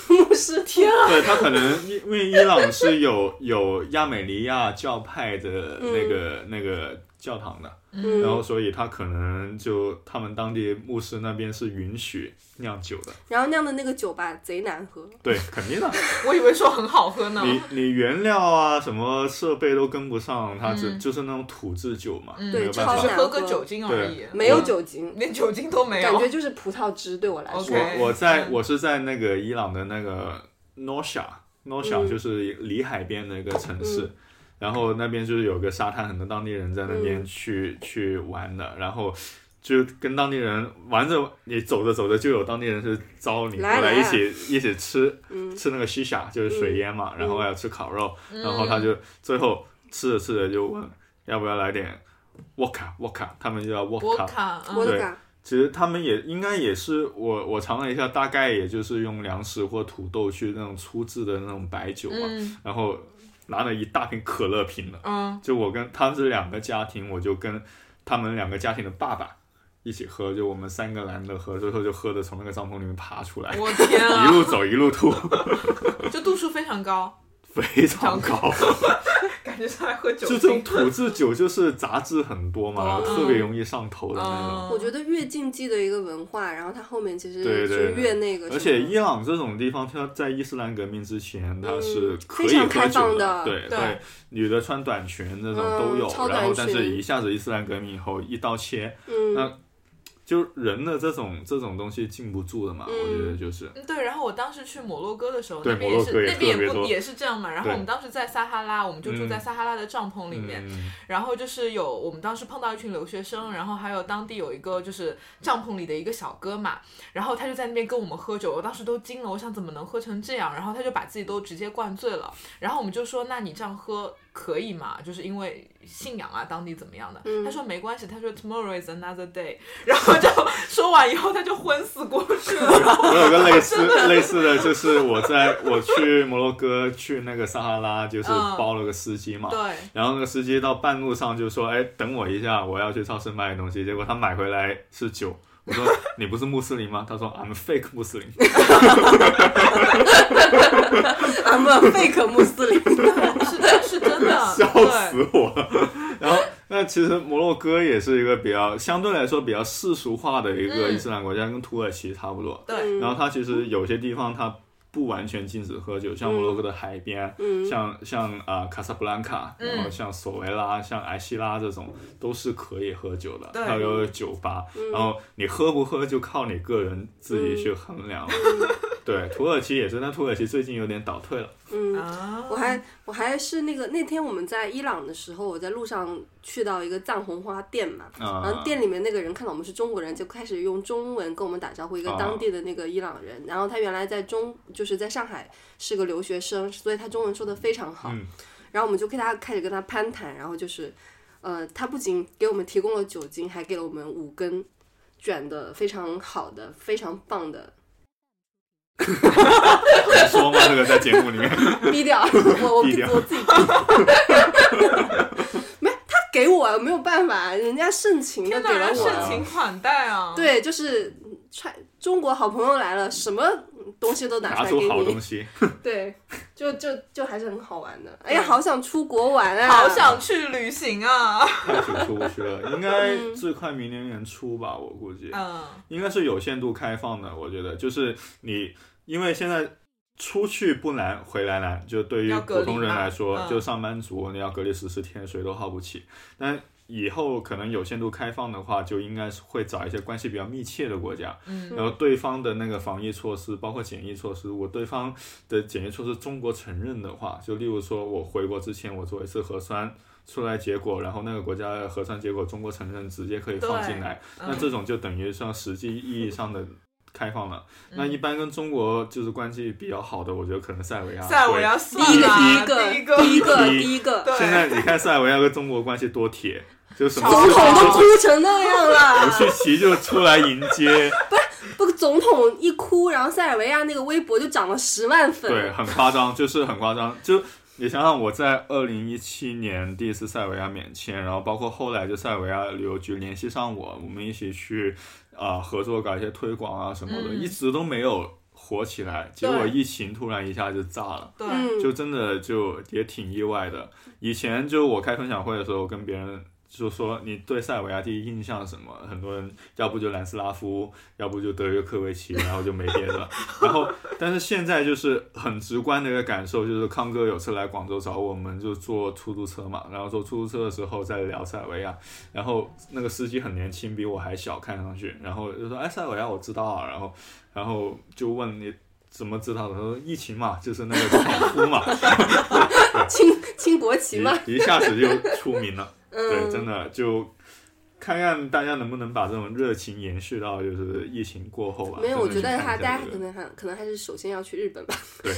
S5: 牧师天啊，
S3: 对他可能因为伊朗是有有亚美尼亚教派的那个、那个教堂的，然
S5: 嗯。
S3: 后所以他可能就他们当地牧师那边是允许酿酒
S5: <laughs>
S3: 的，
S5: 然后酿的那个酒吧贼难喝，
S3: 对，肯定的。
S5: 哦
S6: 我以为说很好喝呢。
S3: 你你原料啊，什么设备都跟不上，它只、就是那种土制酒嘛，没
S5: 嗯对
S3: 有办
S5: 超
S3: 法。
S6: 就是喝个酒精而已
S3: 对，
S5: 没有
S3: 我
S5: 酒精，
S6: 连酒精都没有
S5: 感。觉就是葡萄汁对我来说。
S6: OK
S3: 我我在
S6: 嗯
S3: 我是在那个伊朗的那个 Nosha Nosha、
S5: 嗯
S3: 就是离海边的一个城市，然后那边就是有个沙滩，很多当地人在那边去、去玩的，然后。就跟当地人玩着，你走着走着就有当地人是招你过
S5: 来
S3: 来
S5: 来
S3: 一起一起吃、
S5: 嗯
S3: 吃那个西夏，就是水烟嘛，然后还有吃烤肉，
S6: 嗯
S3: 然后
S5: 嗯
S3: 他就最后吃着吃着就问要不要来点沃卡沃卡，他们就叫沃
S6: 波
S3: 卡，
S6: 卡，嗯
S5: 我的
S3: 对
S5: 嘎，
S3: 其实他们也应该也是我我尝了一下，大概也就是用粮食或土豆去那种粗制的那种白酒嘛，
S6: 嗯
S3: 然后拿了一大瓶可乐瓶的，
S6: 嗯，
S3: 就我跟他们是两个家庭，我就跟他们两个家庭的爸爸一起喝，就我们三个男的喝，最后就喝的从那个帐篷里面爬出来，
S6: 我天
S3: 一
S6: 啊，
S3: 路走一路吐，
S6: 这度数非常高，
S3: 非常高。
S6: 感觉像在喝酒
S3: <laughs> 就这种
S6: 精。
S3: 土制酒就是杂质很多嘛，然后
S6: 嗯
S3: 特别容易上头的那种。
S6: 嗯，
S5: 我觉得越禁忌的一个文化，然后它后面其实
S3: 对对
S5: 就
S3: 对
S5: 越那个什么，嗯
S3: 而且伊朗这种地方，它在伊斯兰革命之前，它是可
S5: 非
S3: 以
S5: 常
S3: 喝
S5: 开放
S3: 酒
S5: 的
S3: 对
S6: 对
S3: 女的穿短裙那种
S5: 嗯
S3: 都有，
S5: 超短
S3: 然后但是
S5: 裙
S3: 一下子伊斯兰革命以后一刀切，
S5: 嗯，
S3: 那就人的这种这种东西禁不住的嘛，
S5: 嗯
S3: 我觉得就是
S6: 嗯对，然后我当时去摩洛哥的时候，
S3: 对
S6: 那边
S3: 摩
S6: 也
S3: 洛哥
S6: 是
S3: 也
S6: 那边
S3: 特别
S6: 也不
S3: 多
S6: 也是这样嘛。然后
S3: 对
S6: 我们当时在撒哈拉，我们就住在
S3: 嗯
S6: 撒哈拉的帐篷里面。
S3: 嗯， <laughs>
S6: 然后就是有我们当时碰到一群留学生，然后还有当地有一个就是帐篷里的一个小哥嘛，然后他就在那边跟我们喝酒，我当时都惊了，我想怎么能喝成这样，然后他就把自己都直接灌醉了，然后我们就说那你这样喝可以吗？就是因为信仰啊，当地怎么样的？
S5: 嗯
S6: 他说没关系，他说 tomorrow is another day，然后
S5: <laughs>
S6: 就说完以后他就昏死过去了，
S3: 我有个类似类似的就是我在我去摩洛哥去那个撒哈拉，就是
S6: 嗯
S3: 包了个司机嘛，
S6: 对。
S3: 然后那个司机到半路上就说：“哎，等我一下，我要去超市买东西。”结果他买回来是酒。我说：“你不是穆斯林吗？” <laughs> 他说：“I'm fake 穆斯林。
S5: 俺们 fake 穆斯林，
S6: 是真是真的
S3: <laughs> ，”笑
S6: 对，
S3: 死我了。然后，那其实摩洛哥也是一个比较相对来说比较世俗化的一个
S6: 嗯
S3: 伊斯兰国家，跟土耳其差不多。
S5: 嗯
S6: 对，
S3: 然后它其实有些地方它不完全禁止喝酒，像
S5: 嗯
S3: 摩洛哥的海边，像像啊卡萨布兰卡，
S5: 嗯
S3: 然后像索维拉、像埃希拉这种都是可以喝酒的，
S6: 对
S3: 还有酒吧。
S5: 嗯
S3: 然后你喝不喝就靠你个人自己去衡量了。
S5: 嗯
S3: <laughs> 对，土耳其也是，但土耳其最近有点倒退了。
S5: 嗯
S6: 啊，
S5: 我
S3: 嗯
S5: 还我还是那个那天我们在伊朗的时候，我在路上去到一个藏红花店嘛，
S3: 啊
S5: 然后店里面那个人看到我们是中国人，就开始用中文跟我们打招呼，一个
S3: 啊
S5: 当地的那个伊朗人，然后他原来在中就是在上海是个留学生，所以他中文说的非常好，
S3: 嗯
S5: 然后我们就跟他开始跟他攀谈，然后就是。呃，他不仅给我们提供了酒精，还给了我们五根卷的非常好的、非常棒的
S3: 你说吗？这个在节目
S5: <laughs>
S3: 里面，
S5: 逼掉，
S3: <laughs>
S5: 我我
S3: 逼掉
S5: 我自己逼。没，他给我没有办法，人家盛情的
S6: 天
S5: 给
S6: 哪，
S5: 了
S6: 人家
S5: 我。
S6: 盛情款待啊，
S5: 对，就是揣中国好朋友来了，什么东西都拿
S3: 拿
S5: 出来给
S3: 出好
S5: 你
S3: 东，西，
S5: 对，就就就还是很好玩的。哎呀，好想出国玩啊！
S6: 好想去旅行
S5: <laughs>
S6: 啊！
S3: 太久出去了，应该
S5: 嗯
S3: 最快明年年初吧，我估计。
S6: 嗯，
S3: 应该是有限度开放的，我觉得就是你，因为现在出去不难，回来难，就对于
S6: 要隔离
S3: 普通人
S6: 嘛
S3: 来说，
S6: 嗯
S3: 就上班族你要隔离十四天，谁都耗不起。但以后可能有限度开放的话，就应该是会找一些关系比较密切的国家，
S6: 嗯
S3: 然后对方的那个防疫措施，包括检疫措施，如果对方的检疫措施中国承认的话，就例如说我回国之前我做一次核酸。出来结果，然后那个国家的核酸结果中国承认，直接可以放进
S6: 对
S3: 来。
S6: 嗯
S3: 那这种就等于像实际意义上的开放了。
S6: 嗯
S3: 那一般跟中国就是关系比较好的，我觉得可能塞尔维亚。
S6: 塞尔维亚。算
S5: 第一个
S6: 啦
S5: 第一个
S6: 啊第一
S5: 第一
S3: 第
S6: 个，
S5: 个
S3: 一
S5: 第一个，
S6: 对
S3: 现在你看塞尔维亚跟中国关系多铁，就什么
S5: 总
S3: 事
S5: 统都
S3: 情
S5: 哭成那
S3: <laughs>
S5: 样
S3: 刘
S5: 了，
S3: 秀奇就出来迎接，
S5: 不，总统一哭，然后塞尔维亚那个微博就涨了十万粉。
S3: 对，很夸张，就是很夸张。就你想想，我在二零一七年第一次塞尔维亚免签，然后包括后来就塞尔维亚旅游局联系上我，我们一起去啊、合作搞一些推广啊什么的，
S6: 嗯
S3: 一直都没有火起来，结果疫情突然一下就炸了。
S6: 对，
S5: 嗯，
S3: 就真的就也挺意外的。以前就我开分享会的时候，我跟别人就说你对塞尔维亚第一印象是什么？很多人要不就兰斯拉夫，要不就德约科维奇，然后就没别的。然后，但是现在就是很直观的一个感受，就是康哥有次来广州找我我们，就坐出租车嘛，然后坐出租车的时候在聊塞尔维亚，然后那个司机很年轻，比我还小，看上去，然后就说哎塞尔维亚我知道啊，然后然后就问你。怎么知道的？他说疫情嘛， <laughs> 就是那个狂夫
S5: <laughs>
S3: 嘛，
S5: 轻轻国旗嘛，
S3: 一一下子就出名了。对，
S5: <laughs> 嗯，
S3: 真的就看看大家能不能把这种热情延续到就是疫情过后啊吧。
S5: 没有，我觉
S3: 真的
S5: 得
S3: 去
S5: 他
S3: 看一
S5: 大
S3: 下
S5: 家
S3: 这
S5: 可
S3: 个
S5: 能还可能还是首先要去日本吧，
S3: <laughs> 对，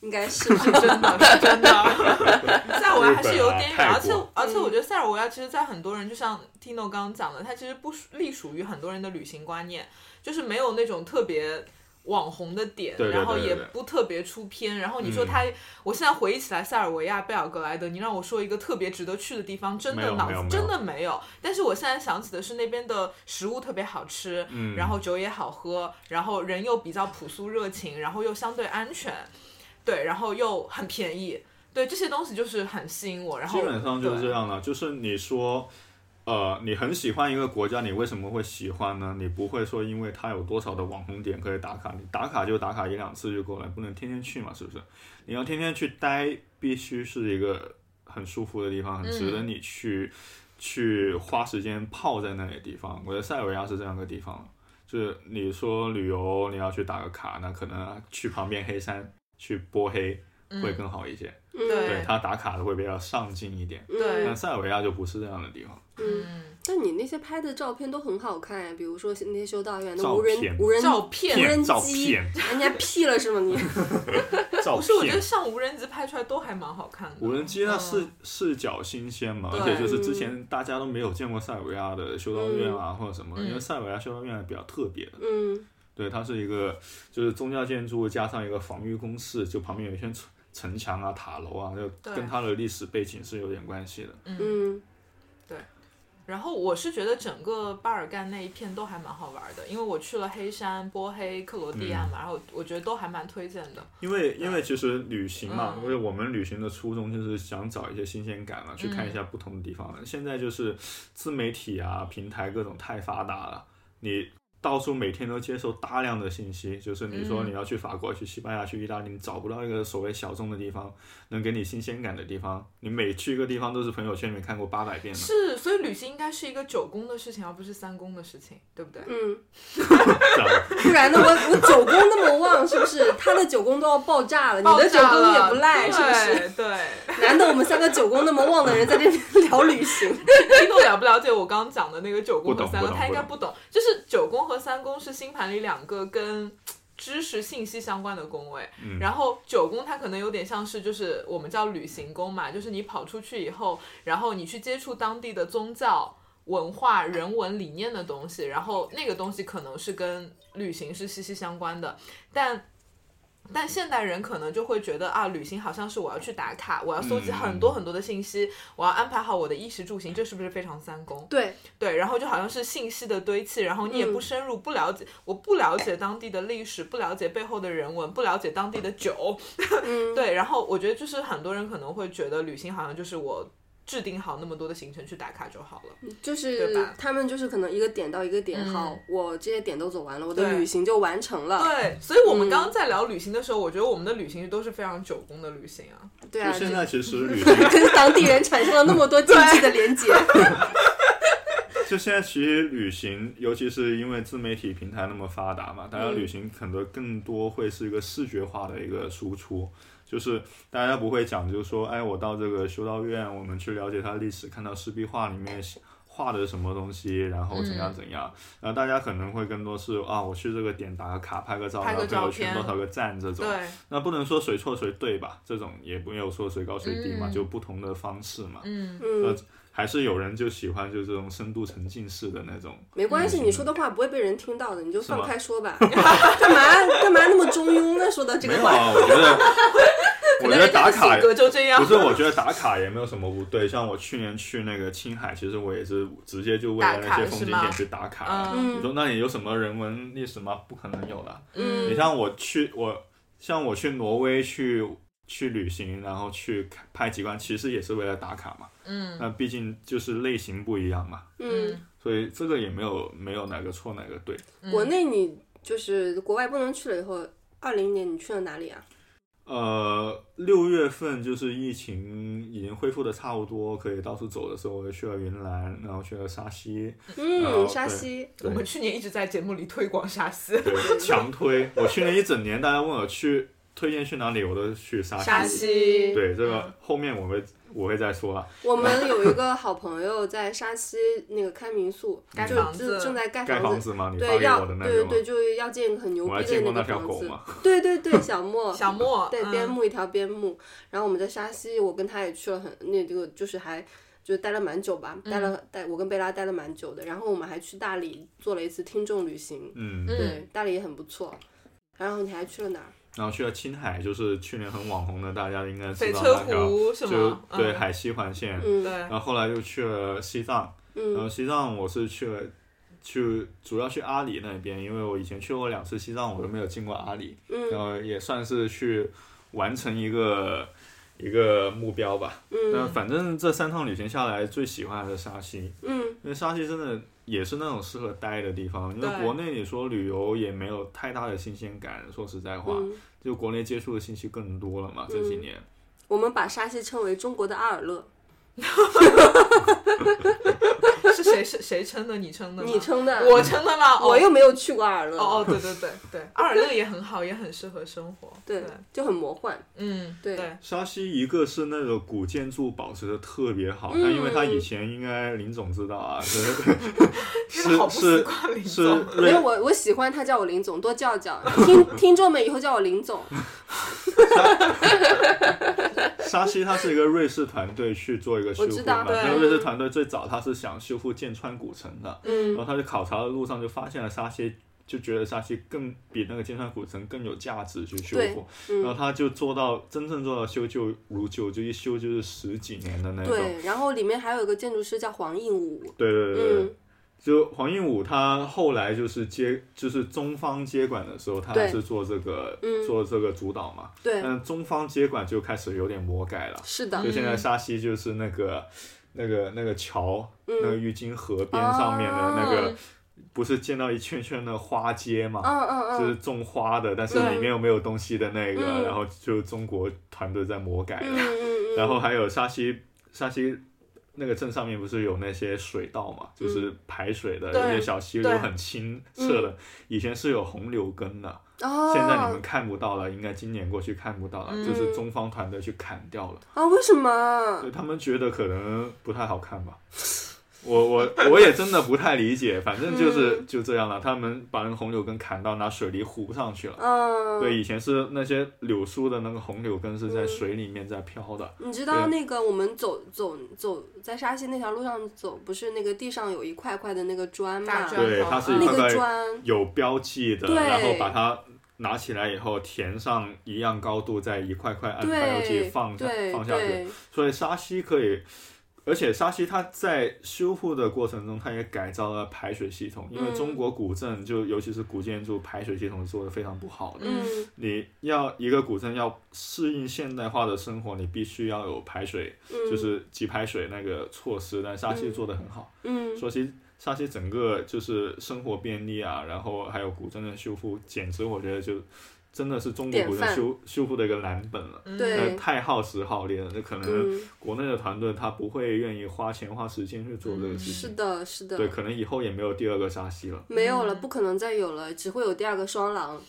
S5: 应该
S3: <laughs>
S5: 是吧。
S6: 是真的，是真的。塞尔维亚还是有点
S3: 日
S6: 远，
S3: 本啊
S6: 而且
S3: 泰国
S6: 而且我觉得塞尔维亚其实，在很多人就像 Tino 刚刚讲的，它其实不属隶属于很多人的旅行观念，就是没有那种特别。网红的点，
S3: 对对对
S6: 然后
S3: 对
S6: 也
S3: 对
S6: 不特别出片，然后你说
S3: 嗯
S6: 他，我现在回忆起来塞尔维亚、贝尔格莱德，你让我说一个特别值得去的地方，真
S3: 没
S6: 的
S3: 有
S6: 脑
S3: 没有
S6: 子
S3: 没有
S6: 真的没有。但是我现在想起的是那边的食物特别好吃，
S3: 嗯
S6: 然后酒也好喝，然后人又比较朴素热情，然后又相对安全，对，然后又很便宜，对这些东西就是很吸引我。然后
S3: 基本上就是这
S6: 对
S3: 样了。就是你说，呃，你很喜欢一个国家，你为什么会喜欢呢？你不会说因为它有多少的网红点可以打卡，你打卡就打卡一两次就够了，不能天天去嘛，是不是？你要天天去待，必须是一个很舒服的地方，很值
S6: 嗯
S3: 得你去、去花时间泡在那里的地方。我觉得塞尔维亚是这样一个地方。就是你说旅游，你要去打个卡，那可能去旁边黑山去波黑会更好一些。
S5: 嗯
S6: 对
S3: 对他打卡的会比较上进一点。
S6: 对
S3: 但塞尔维亚就不是这样的地方，
S5: 嗯，
S6: 嗯，
S5: 但你那些拍的照片都很好看呀，比如说那些修道院的
S3: 照
S5: 无人
S3: 片
S5: 无人
S6: 照
S5: 无
S6: 片。
S5: 人
S3: 照
S5: 机，
S3: 片
S5: 人家 P 了是吗？你
S3: 照
S6: <laughs> 不是，我觉得
S3: 片。
S6: 像无人机拍出来都还蛮好看的。
S3: 无人机那视
S6: 嗯
S3: 视角新鲜嘛，
S6: 对
S3: 而且就是之前大家都没有见过塞尔维亚的修道院啊或者什么的，
S6: 嗯
S3: 因为塞尔维亚修道院比较特别的，
S5: 嗯
S3: 对，它是一个就是宗教建筑加上一个防御工事，就旁边有一圈城城墙啊、塔楼啊，就
S6: 对
S3: 跟它的历史背景是有点关系的。
S5: 嗯
S6: 然后我是觉得整个巴尔干那一片都还蛮好玩的，因为我去了黑山、波黑、克罗地
S3: 嗯
S6: 亚嘛，然后我觉得都还蛮推荐的。
S3: 因为因为其实旅行嘛，
S6: 嗯
S3: 因为我们旅行的初衷就是想找一些新鲜感嘛，去看
S6: 嗯
S3: 一下不同的地方。现在就是自媒体啊，平台各种太发达了，你到处每天都接受大量的信息，就是你说
S6: 嗯
S3: 你要去法国、去西班牙、去意大利，你找不到一个所谓小众的地方，能给你新鲜感的地方。你每去一个地方都是朋友圈里面看过八百遍的。
S6: 是，啊所以旅行应该是一个九宫的事情，而不是三宫的事情，对不对？
S3: <laughs>
S5: 嗯，
S3: 这样
S5: 不然呢，我我九宫那么旺，是不是？他的九宫都要爆炸了，你的九宫也不赖，是不是？
S6: 是？对。
S5: 难得我们三个九宫那么旺的人在这边聊旅行， <laughs>
S6: 听众了不了解我刚刚讲的那个九宫和
S3: 不懂
S6: 三
S3: 不
S6: 宫？
S3: 懂
S6: 他应该不懂。就是九宫和三宫是星盘里两个跟知识信息相关的宫位，
S3: 嗯
S6: 然后九宫它可能有点像是就是我们叫旅行宫嘛，就是你跑出去以后，然后你去接触当地的宗教。文化、人文理念的东西，然后那个东西可能是跟旅行是息息相关的，但但现代人可能就会觉得啊，旅行好像是我要去打卡，我要搜
S3: 嗯
S6: 集很多很多的信息，我要安排好我的衣食住行，这是不是非常三公？
S5: 对，
S6: 对，然后就好像是信息的堆砌，然后你也
S5: 嗯
S6: 不深入，不了解，我不了解当地的历史，不了解背后的人文，不了解当地的酒， <laughs>
S5: 嗯，
S6: 对，然后我觉得就是很多人可能会觉得旅行好像就是我制定好那么多的行程去打卡就好了，
S5: 就是
S6: 对吧
S5: 他们就是可能一个点到一个点，
S4: 嗯
S5: 好，我这些点都走完了，我的
S6: 对
S5: 旅行就完成了。
S6: 对，所以我们
S5: 嗯
S6: 刚刚在聊旅行的时候，我觉得我们的旅行都是非常九宫的旅行啊，
S5: 对啊，
S3: 现
S5: 这，
S3: 在其实
S6: <laughs>
S3: 旅行
S5: <laughs> 跟当地人产生了那么多经济的连接。
S3: <laughs> 就现在其实旅行，尤其是因为自媒体平台那么发达
S6: 嗯
S3: 嘛，大家旅行可能更多会是一个视觉化的一个输出，就是大家不会讲究说，哎，我到这个修道院，我们去了解它的历史，看到石壁画里面画的什么东西，然后怎样怎样。
S6: 嗯
S3: 然后大家可能会更多是啊，我去这个点打个卡，拍个照，
S6: 拍
S3: 然
S6: 个
S3: 后朋友
S6: 照片
S3: 圈多少个赞这种。
S6: 对，
S3: 那不能说谁错谁对吧？这种也没有说谁高谁低嘛，
S4: 嗯
S3: 就不同的方式嘛。呃
S6: 嗯，
S5: 嗯，
S3: 还是有人就喜欢就这种深度沉浸式的那种。
S5: 没关系，
S3: 嗯
S5: 你说的话不会被人听到的，你就是
S3: 吗
S5: 放开说
S6: <laughs>
S5: 吧。干嘛干嘛那么中庸呢？说到这
S3: 没
S5: 个
S3: 有
S5: 话，
S3: 啊，我觉
S6: <laughs>
S3: 得，我觉得打卡
S6: 性格就这样
S3: 不，是，我觉得打卡也没有什么不对。像我去年去那个青海，其实我也是直接就为了那些风景
S6: 打卡是吗
S3: 点去打卡呀。
S6: 嗯
S3: 你
S5: 嗯
S3: 说那里有什么人文历史吗？不可能有的。
S5: 嗯
S3: 你像我去我像我去挪威去去旅行，然后去看拍极光，其实也是为了打卡嘛。
S6: 嗯
S3: 那毕竟就是类型不一样嘛，
S5: <laughs> 嗯，
S3: 所以这个也没有没有哪个错哪个对。
S6: 嗯
S5: 国内你就是国外不能去了以后，二零年你去了哪里啊？
S3: 呃，六月份就是疫情已经恢复的差不多，可以到处走的时候，我就去了云南，然后去了沙溪，
S5: 嗯，
S3: 哦
S5: 沙溪。
S6: 我
S3: 对
S6: 们去年一直在节目里推广沙溪，
S3: 对，强推。我去年一整年，大家问我去推荐去哪里，我都去沙溪。
S5: 沙溪嗯
S3: 对，这个后面我会我会再说了。啊
S5: 我们有一个好朋友在沙溪那个开民宿，
S6: 盖
S5: 就
S6: 房
S5: 正
S6: 子
S5: 正在盖
S3: 盖
S5: 房
S3: 房
S5: 子，
S3: 子嘛，你发
S5: 嗯对，
S3: 给
S5: 要
S3: 我的那
S5: 对
S3: 个
S5: 对
S3: 嘛，
S5: 对，就是要建一个很牛
S3: 我还
S5: 逼
S3: 见
S5: 的
S3: 过
S5: 那
S3: 那
S5: 个
S3: 条
S5: 房
S3: 狗
S5: 子。 <laughs>
S3: 嘛。
S5: 对对对，小
S6: <laughs>
S5: 莫，
S6: 小莫，
S5: 对，
S6: 嗯
S5: 边牧一条边牧。然后我们在沙溪，我跟他也去了很那这个就是还。就待了蛮久吧，待了
S6: 嗯
S5: 待我跟贝拉待了蛮久的，然后我们还去大理做了一次听众旅行，
S3: 嗯，
S5: 对，大理也很不错。然后你还去了哪儿？
S3: 然后去了青海，就是去年很网红的，大家应该知
S6: 翡
S3: 道
S6: 翠
S3: 那条，
S6: 湖什
S3: 就
S6: 么，
S3: 对
S6: 嗯
S3: 海西环线。
S5: 嗯
S6: 对，
S5: <laughs>
S3: 然后后来又去了西藏，然后
S5: 嗯
S3: 西藏我是去了，去主要去阿里那边，因为我以前去过两次西藏，我都没有进过阿里，然
S5: 嗯
S3: 后呃也算是去完成一个一个目标吧。那
S5: 嗯
S3: 反正这三趟旅行下来，最喜欢还是沙溪，
S5: 嗯
S3: 因为沙溪真的也是那种适合待的地方，因为
S6: 对
S3: 国内你说旅游也没有太大的新鲜感，说实在话，
S5: 嗯，
S3: 就国内接触的信息更多了嘛，这几
S5: 嗯
S3: 年。
S5: 我们把沙溪称为中国的阿尔勒，
S6: 是谁是谁称的？你称的吗？
S5: 你称的，
S6: 嗯我称的吗？
S5: 我
S6: 哦
S5: 又没有去过阿尔勒，
S6: 哦哦，对对对
S5: <laughs>
S6: 对，阿尔勒也很好，也很适合生活。
S5: 对，就很魔幻，
S6: 嗯，
S5: 对
S6: 对，
S3: 沙溪一个是那个古建筑保持的特别好，
S5: 嗯
S3: 但因为它以前应该林总知道
S5: <laughs>
S3: 啊，是
S6: 真的好不习
S3: 是
S6: 惯林
S3: 是
S6: 总。
S5: 没
S3: 瑞
S5: 有我，我喜欢他叫我林总，多叫叫听 <laughs> 听众们以后叫我林总。
S3: 嗯沙溪，它是一个瑞士团队去做一个修
S5: 我知
S3: 复
S5: 道
S3: 嘛。
S6: 对
S3: 那个瑞士团队最早他是想修复剑川古城的，然
S5: 嗯
S3: 后他就考察的路上就发现了沙溪，就觉得沙溪更比那个剑川古城更有价值去修
S5: 对
S3: 复，然后
S5: 嗯，
S3: 他就做到真正做到修旧如旧，就一修就是十几年的那种。
S5: 对。然后里面还有一个建筑师叫黄应武，
S3: 对对对对对
S5: 嗯，
S3: 就黄应武他后来就是接就是中方接管的时候，他
S5: 对
S3: 还是做这个、
S5: 嗯
S3: 做这个主导嘛，
S5: 对，
S3: 但中方接管就开始有点魔改了，
S5: 是的
S3: 就，现在沙溪就是那个。那个那个桥，那个
S5: 嗯哦
S3: 郁金河边上面的那个，不是见到一圈圈的花街嘛？
S5: 嗯嗯
S3: 就是
S5: 嗯，
S3: 种花的，但是
S5: 对
S3: 里面又没有东西的那个，
S5: 嗯
S3: 然后就中国团队在魔改
S5: 嗯
S3: 了。 <laughs>
S5: 嗯嗯，
S3: 然后还有沙溪，沙溪那个镇上面不是有那些水道嘛，
S5: 嗯
S3: 就是排水的，
S6: 对
S3: 有些小溪流
S6: 对
S3: 很清澈的。以前是有红柳根的，
S5: 哦，
S3: 现在你们看不到了，应该今年过去看不到了，
S6: 嗯
S3: 就是中方团队去砍掉了，
S5: 啊，为什么
S3: 对？他们觉得可能不太好看吧。我我我也真的不太理解， <laughs> 反正就是、
S5: 嗯
S3: 就这样了。他们把那个红柳根砍到，拿水泥糊上去了。
S5: 嗯，
S3: 对，，以前是那些柳树的那个红柳根是在水里面在飘的，
S5: 你知道
S3: 对
S5: 那个我们走走走在沙溪那条路上走，不是那个地上有一块块的那个砖
S6: 大
S5: 嘛？
S6: 砖
S3: 对，它是一
S5: 那
S3: 块块
S5: 个砖，
S3: 有标记的，
S5: 对
S3: 然后把它拿起来以后填上一样高度，再一块块按白油
S5: 对
S3: 剂放下
S5: 对
S3: 放下去。
S5: 对
S3: 所以沙溪可以，而且沙溪它在修复的过程中，它也改造了排水系统，因为
S5: 嗯
S3: 中国古镇就尤其是古建筑排水系统是做的非常不好的。
S5: 嗯
S3: 你要一个古镇要适应现代化的生活，你必须要有排水，
S5: 嗯
S3: 就是集排水那个措施。但沙溪做的很好，
S5: 嗯
S3: 说其实沙溪整个就是生活便利啊，然后还有古镇的修复，简直我觉得就真的是中国
S5: 典
S3: 古镇
S5: 范
S3: 修修复的一个蓝本了。
S6: 嗯
S5: 对
S3: 呃，太耗时耗力了，那可能
S5: 嗯，
S3: 国内的团队他不会愿意花钱花时间去做这个事
S5: 嗯是
S3: 情，
S5: 的，是的，
S3: 对，可能以后也没有第二个沙溪
S5: <laughs>
S3: 了。
S5: 没有
S6: 嗯
S5: 了，不可能再有了，只会有第二个双狼。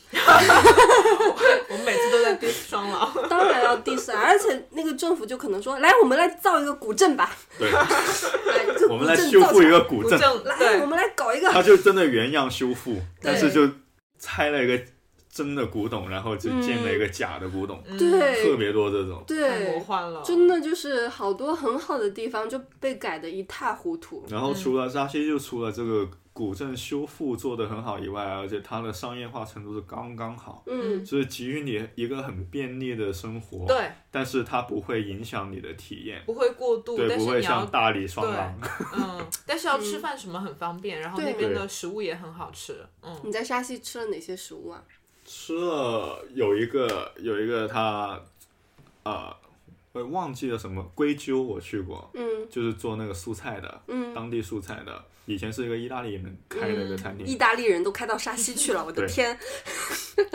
S6: 我们每次都在 diss 双
S3: <laughs>
S6: 狼，
S5: <laughs> 当然要 diss，啊而且那个政府就可能说，来，我们来造一个古镇吧，
S3: 对，
S5: 来一个
S3: 哎我
S5: 古
S3: 们来
S5: 镇
S3: 修
S5: 造
S3: 复
S5: 起
S3: 一个
S5: 来，
S3: 古
S6: 不
S3: 镇，
S6: 正
S5: 来，我
S6: 对。
S5: 们来搞一个，
S3: 他就真的原样修复， <laughs> 但是就拆了一个真的古董，然后就建了一个假的古董，特
S5: 嗯对
S3: 别多这种。
S6: 太魔
S5: 对，
S6: 幻了，
S5: 真的就是好多很好的地方就被改得一塌糊涂。
S3: 然后除了沙溪，就除了这个古镇修复做得很好以外，而且它的商业化程度是刚刚好，
S5: 嗯，
S3: 就是给予你一个很便利的生活，
S6: 对，
S3: 但是它不会影响你的体验。
S6: 不会过度，
S3: 对，
S6: 但
S3: 不
S6: 是
S3: 会
S6: 你要
S3: 像大理双廊，
S6: 嗯，但是要吃饭什么很方便，然后
S5: 对
S6: 那边
S3: 对
S6: 的食物也很好吃，嗯，
S5: <laughs> 你在沙溪吃了哪些食物啊？
S3: 嗯吃了有一个有一个它，呃，我忘记了什么龟鸠，我去过，
S5: 嗯
S3: 就是做那个蔬菜的，
S5: 嗯，
S3: 当地蔬菜的，以前是一个意大利人开的一个
S6: 嗯
S3: 餐
S5: 意
S3: 厅，
S5: 大利人都开到沙溪去了，我的
S3: 对。
S5: 天！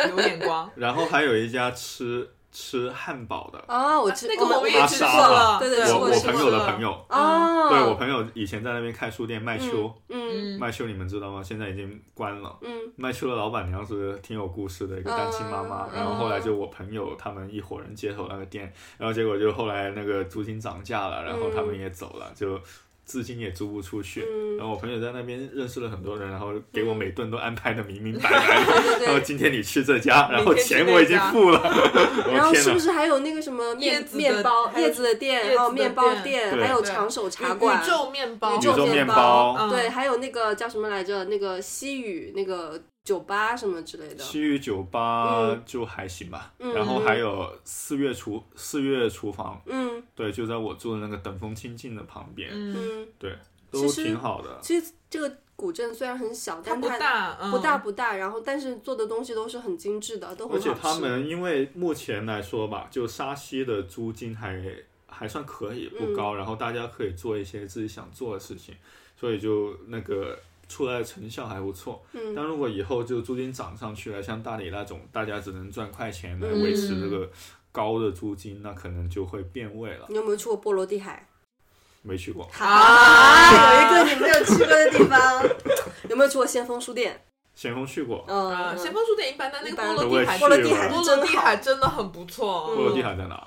S6: 有眼光
S3: 然后还有一家吃吃汉堡的，
S5: 啊，我吃
S6: 那个
S5: 们
S6: 我们
S3: 阿
S6: 哦也吃
S3: 莎
S6: 过
S3: 吧
S6: 了，嗯
S5: 对对吃
S3: 我
S5: 过
S3: 我
S5: 吃
S3: 朋
S5: 过
S3: 友的朋友，
S5: 哦，
S3: 对我朋友以前在那边开书店卖秋，
S5: 嗯
S3: 卖秋你们知道吗？现在已经关了。
S5: 嗯
S3: 卖秋的老板娘是挺有故事的一个单亲妈妈，
S5: 嗯
S3: 然后后来就我朋友他们一伙人接手那个店，然后结果就后来那个租金涨价
S5: 嗯
S3: 了，然后他们也走了，就至今也租不出去。
S5: 嗯
S3: 然，后我朋友在那边认识了很多人，然后给我每顿都安排的明明白白 <laughs> 的。
S5: 嗯对
S3: 然后
S5: 对。
S3: 今天你去这家，然后
S6: 明天
S3: 钱
S6: 去那
S3: 我已经
S6: 家
S3: 付
S5: <laughs>
S3: 了。
S5: 然
S3: 我
S5: 后
S3: 天
S5: 是不
S3: 哪！
S5: 是还有那个什么
S6: 叶
S5: 面
S6: 子的
S5: 面包
S6: 还有
S5: 叶子的
S6: 叶
S5: 店，还有
S6: 子的
S5: 面包
S6: 店
S5: 店，
S3: 对
S5: 还有
S6: 对
S5: 长手茶馆
S6: 宇，宙面包，
S5: 宇宙面
S3: 面
S5: 包
S3: 包、
S6: 哦嗯
S5: 对，还有那个叫什么来着？那个西语那个酒吧什么之类的。
S3: 西域酒吧
S5: 嗯
S3: 就还行吧，
S5: 嗯
S3: 然后还有四月厨四月厨房，
S5: 嗯
S3: 对，就在我住的那个等风清静的旁边，
S6: 嗯，
S5: 嗯，
S3: 对，
S5: 其
S3: 都
S5: 实
S3: 挺好的。
S5: 其实这个古镇虽然很小，
S6: 它
S5: 但
S6: 不大，嗯
S5: 不大，不大，然后但是做的东西都是很精致的，都
S3: 而
S5: 很
S3: 且
S5: 好
S3: 他
S5: 吃。
S3: 们因为目前来说吧，就沙溪的租金还还算可以，
S5: 嗯
S3: 不高，然后大家可以做一些自己想做的事情，所以就那个出来的成效还不错。
S5: 嗯
S3: 但如果以后就租金涨上去了，像大理那种，大家只能赚快钱来
S5: 嗯
S3: 维持这个高的租金，那可能就会变味了。
S5: 你有没有去过波罗的海？
S3: 没去过
S5: 啊，有一个你没有去过的地方。有没有去过先锋书店？
S3: 咸丰去过，
S6: 啊，
S5: 嗯，
S6: 先锋书店一般，但那
S5: 一
S6: 个
S5: 般
S6: 波罗的海，
S3: 我
S5: 波
S3: 也
S5: 罗
S3: 去嗯
S5: 的海
S6: 波罗
S5: 是真
S6: 的
S5: 好嗯
S6: 海，真的很不错，
S3: 波罗的海在哪？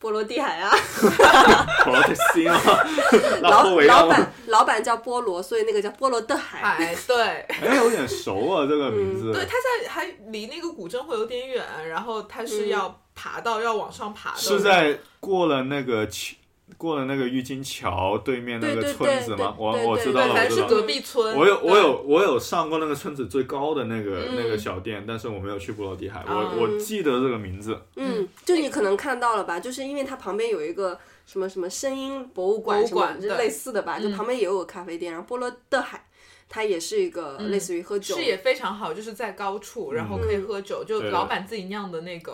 S5: 波罗的海啊，
S3: 波罗的西吗？ <laughs> 拉
S5: 老
S3: 脱维亚
S5: 老
S3: 吗？
S5: 板老板叫波罗，所以那个叫波罗的海。
S6: 海对。
S3: 哎，有点熟啊，这个名
S5: 嗯
S3: 字。
S6: 对，它在还离那个古镇会有点远，然后它
S5: 嗯
S6: 是要爬到、要往上爬的，
S3: 是在过了那个桥，过了那个郁金桥对面那个
S5: 对对
S3: 村子吗？
S5: 对
S3: 我
S5: 对对
S3: 我知道
S6: 对，
S3: 了，
S6: 反
S3: 我
S6: 正
S3: 知
S6: 是
S3: 道了。
S6: 隔壁村。
S3: 我有
S6: 对
S3: 我有我有上过那个村子最高的那个、
S5: 嗯哦
S3: 那个小店，但是我没有去布罗迪海。
S6: 嗯
S3: 我我记得这个名字，
S5: 嗯，就你可能看到了吧，就是因为它旁边有一个什么什么声音博物馆
S6: 博物
S5: 什么
S6: 馆
S5: 就
S6: 对
S5: 类似的吧，就
S6: 嗯
S5: 旁边也有个咖啡店，然后波罗的海，它也是一个类似于喝酒
S6: 视，野嗯非常好，就是在高处，然后可以喝酒，就
S3: 对
S6: 老板自己酿的那个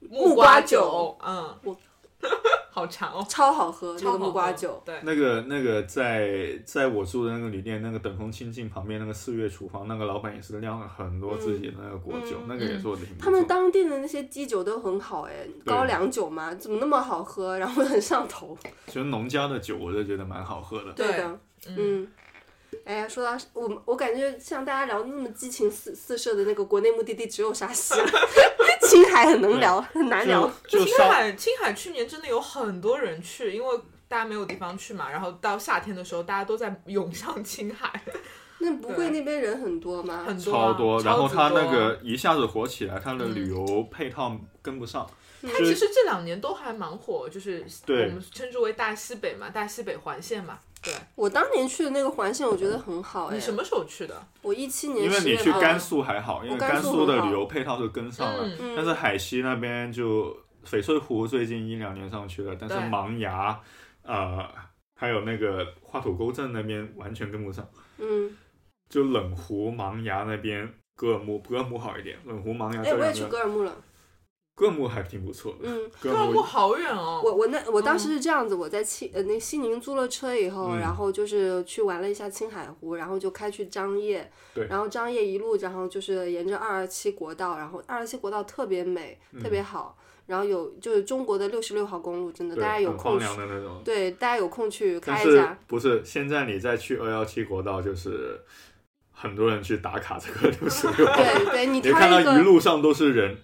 S5: 嗯木瓜
S6: 瓜
S5: 酒，
S6: 嗯，
S5: 我
S6: <laughs> 好长哦，
S5: 超好喝那
S6: 超
S5: 个
S6: 好
S5: 木瓜
S6: 喝
S5: 酒，
S6: 对，
S3: 那个那个在在我住的那个旅店，那个等风清静旁边那个四月厨房，那个老板也是酿了很多自己的那个果酒，那个也做的挺不
S5: 嗯他
S3: 错。
S5: 们当地的那些基酒都很好哎，高粱酒嘛，怎么那么好喝，然后很上头。
S3: 其实农家的酒我就觉得蛮好喝的。
S6: 对
S5: 的，嗯。哎呀，说到我们，我感觉像大家聊得那么激情四四射的那个国内目的地，只有沙溪了， <laughs> 青海很能聊，很难聊。
S3: 就就
S6: 青
S3: 上
S6: 海，青海去年真的有很多人去，因为大家没有地方去嘛，然后到夏天的时候，大家都在涌向青海，
S5: 那不会那边人很多吗？
S6: 很多、
S3: 超
S6: 啊、
S3: 多，
S6: 级
S3: 然后它那个一下子火起来，它的旅
S5: 嗯
S3: 游配套跟不上，
S6: 它
S3: 就
S6: 其
S3: 是
S6: 实这两年都还蛮火，就是我
S3: 对
S6: 们称之为大西北嘛，大西北环线嘛，对
S5: 我当年去的那个环线，我觉得很好哎。
S6: 你什么时候去的？
S5: 我一七年
S3: 因为
S5: 十
S3: 你
S5: 月
S3: 去
S5: 份
S3: 甘肃还好，因为
S5: 啊我甘
S3: 甘
S5: 肃
S3: 肃
S5: 很
S3: 的
S5: 好
S3: 旅游配套就跟上了，
S5: 嗯
S3: 但是海西那边就翡翠湖最近一两年上去了，但是
S6: 对
S3: 芒崖，呃，还有那个画土沟镇那边完全跟不上，
S5: 嗯，
S3: 就冷湖、芒崖那边。格尔木，格尔木好一点。冷湖、芒崖
S5: 哎，
S3: 这
S5: 我也
S3: 啊两
S5: 去
S3: 个，
S5: 格尔木了。
S3: 格尔木还挺不错的。
S5: 嗯，
S3: 格
S6: 哥
S3: 尔
S6: 尔木
S3: 木
S6: 好远哦。
S5: 我我那我当时是这样子，我在西呃那西宁租了车以后，
S3: 嗯
S5: 然后就是去玩了一下青海湖，然后就开去张掖，
S3: 对
S5: 然后张掖一路，然后就是沿着二二七国道，然后二二七国道特别美，特别好，然后有就是中国的六十六号公路，真的
S3: 嗯对
S5: 大家有
S3: 很荒
S5: 空去，
S3: 凉的那种，
S5: 对，大家有空去
S3: 但
S5: 开一
S3: 是
S5: 下。
S3: 不是现在你再去二幺七国道，就是很多人去打卡这个六十六。
S5: 对 <laughs> 对，你
S3: 你就看
S5: 开
S3: 到
S5: 一
S3: 一
S5: 个
S3: 路上都是人，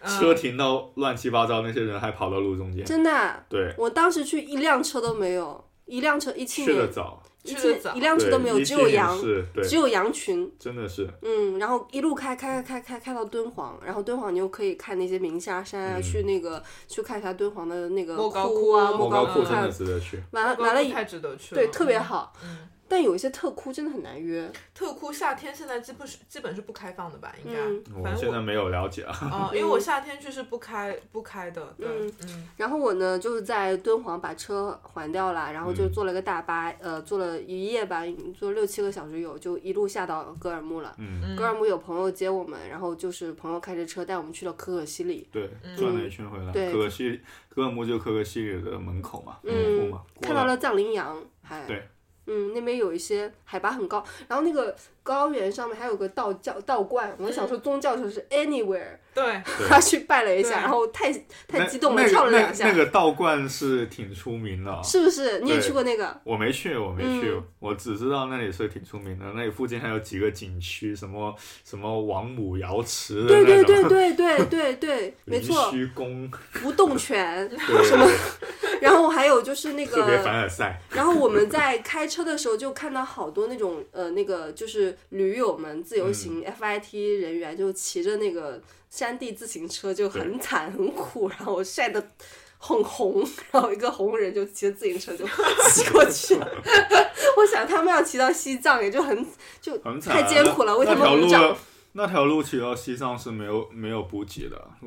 S6: 嗯
S3: 车停到乱七八糟，那些人还跑到路中间。
S5: 真的啊，
S3: 对，
S5: 我当时去一辆车都没有，一辆车一七
S3: 去的
S5: 年
S3: 早，
S5: 一
S6: 去
S5: 七
S6: 得早
S5: 一辆车
S3: 对
S5: 都没有，
S3: 一
S5: 只
S3: 七
S5: 有
S3: 年
S5: 羊，
S3: 是，对，
S5: 只有羊群。
S3: 真的是，
S5: 嗯，然后一路开开开开开到敦煌，然后敦煌你又可以看那些鸣沙山啊，
S3: 嗯
S5: 去那个去看一下敦煌的那个
S6: 莫高
S5: 窟啊，
S6: 窟
S5: 莫
S3: 莫
S6: 高
S3: 高
S5: 窟
S3: 窟真
S5: 看
S3: 的，值得去。
S5: 完了
S6: 哥
S5: 完
S6: 尔
S5: 呃了
S6: 木
S5: 以，
S6: 太值得去了，
S5: 对，特别
S6: 嗯。
S5: 好。
S6: 嗯
S5: 但有一些特窟真的很难约，
S6: 特窟夏天现在基本是基本是不开放的吧？应该，
S5: 嗯
S3: 我
S6: 反
S3: 现
S6: 正
S3: 在
S6: 我
S3: 没有了解啊， <laughs>
S6: 啊、因为我夏天去是不开不开的。对，
S5: 嗯
S6: 嗯，
S5: 然后我呢，就是在敦煌把车还掉了，然后就
S3: 嗯
S5: 坐了个大巴，呃，坐了一夜吧，坐六七个小时有，就一路下到格尔木了。
S3: 嗯，
S5: 格尔木有朋友接我们，然后就是朋友开着车带我们去了可可西里，
S3: 对，转了一圈回来，
S5: 嗯对
S3: 可可西里，格尔木就可可西里的门口嘛，
S5: 嗯
S3: 门户嘛，过
S5: 看到了藏羚羊，还
S3: 对，
S5: 嗯，那边有一些海拔很高，然后那个高原上面还有个道教道观，我们小时候宗教就是 anywhere，
S6: 对，
S3: 对
S5: 他去拜了一
S6: 对
S5: 下，然后太
S3: 那
S5: 太激动了，
S3: 那个
S5: 跳了
S3: 那
S5: 两下
S3: 那，个道观是挺出名的啊，
S5: 是不是？你也
S3: 对
S5: 去过那个？
S3: 我没去，我没去，
S5: 嗯
S3: 我只知道那里是挺出名的，那里附近还有几个景区，什么什么王母瑶池的
S5: 对
S3: 那
S5: 对
S3: 种，
S5: 对
S3: <laughs>
S5: 对对对对，没
S3: 灵，
S5: 错
S3: 虚
S5: <laughs>
S3: 宫，
S5: 不动拳。
S3: 对什么
S5: 然后还有就是那
S3: 特别凡
S5: 个，
S3: 尔赛，
S5: 然后我们在开车的时候就看到好多那种呃，那个就是驴友们自由
S3: 嗯
S5: 行 FIT 人员就骑着那个山地自行车，就很惨很苦，然后晒得很红，然后一个红人就骑着自行
S3: <laughs>
S5: 车就骑过去了。 <laughs> 我想他们要骑到西藏也就很就
S3: 很惨啊
S5: 太艰苦了，为
S3: 那
S5: 他们鼓
S3: 那条
S5: 掌
S3: 路。那条路骑到西藏是没有没有补给的，路上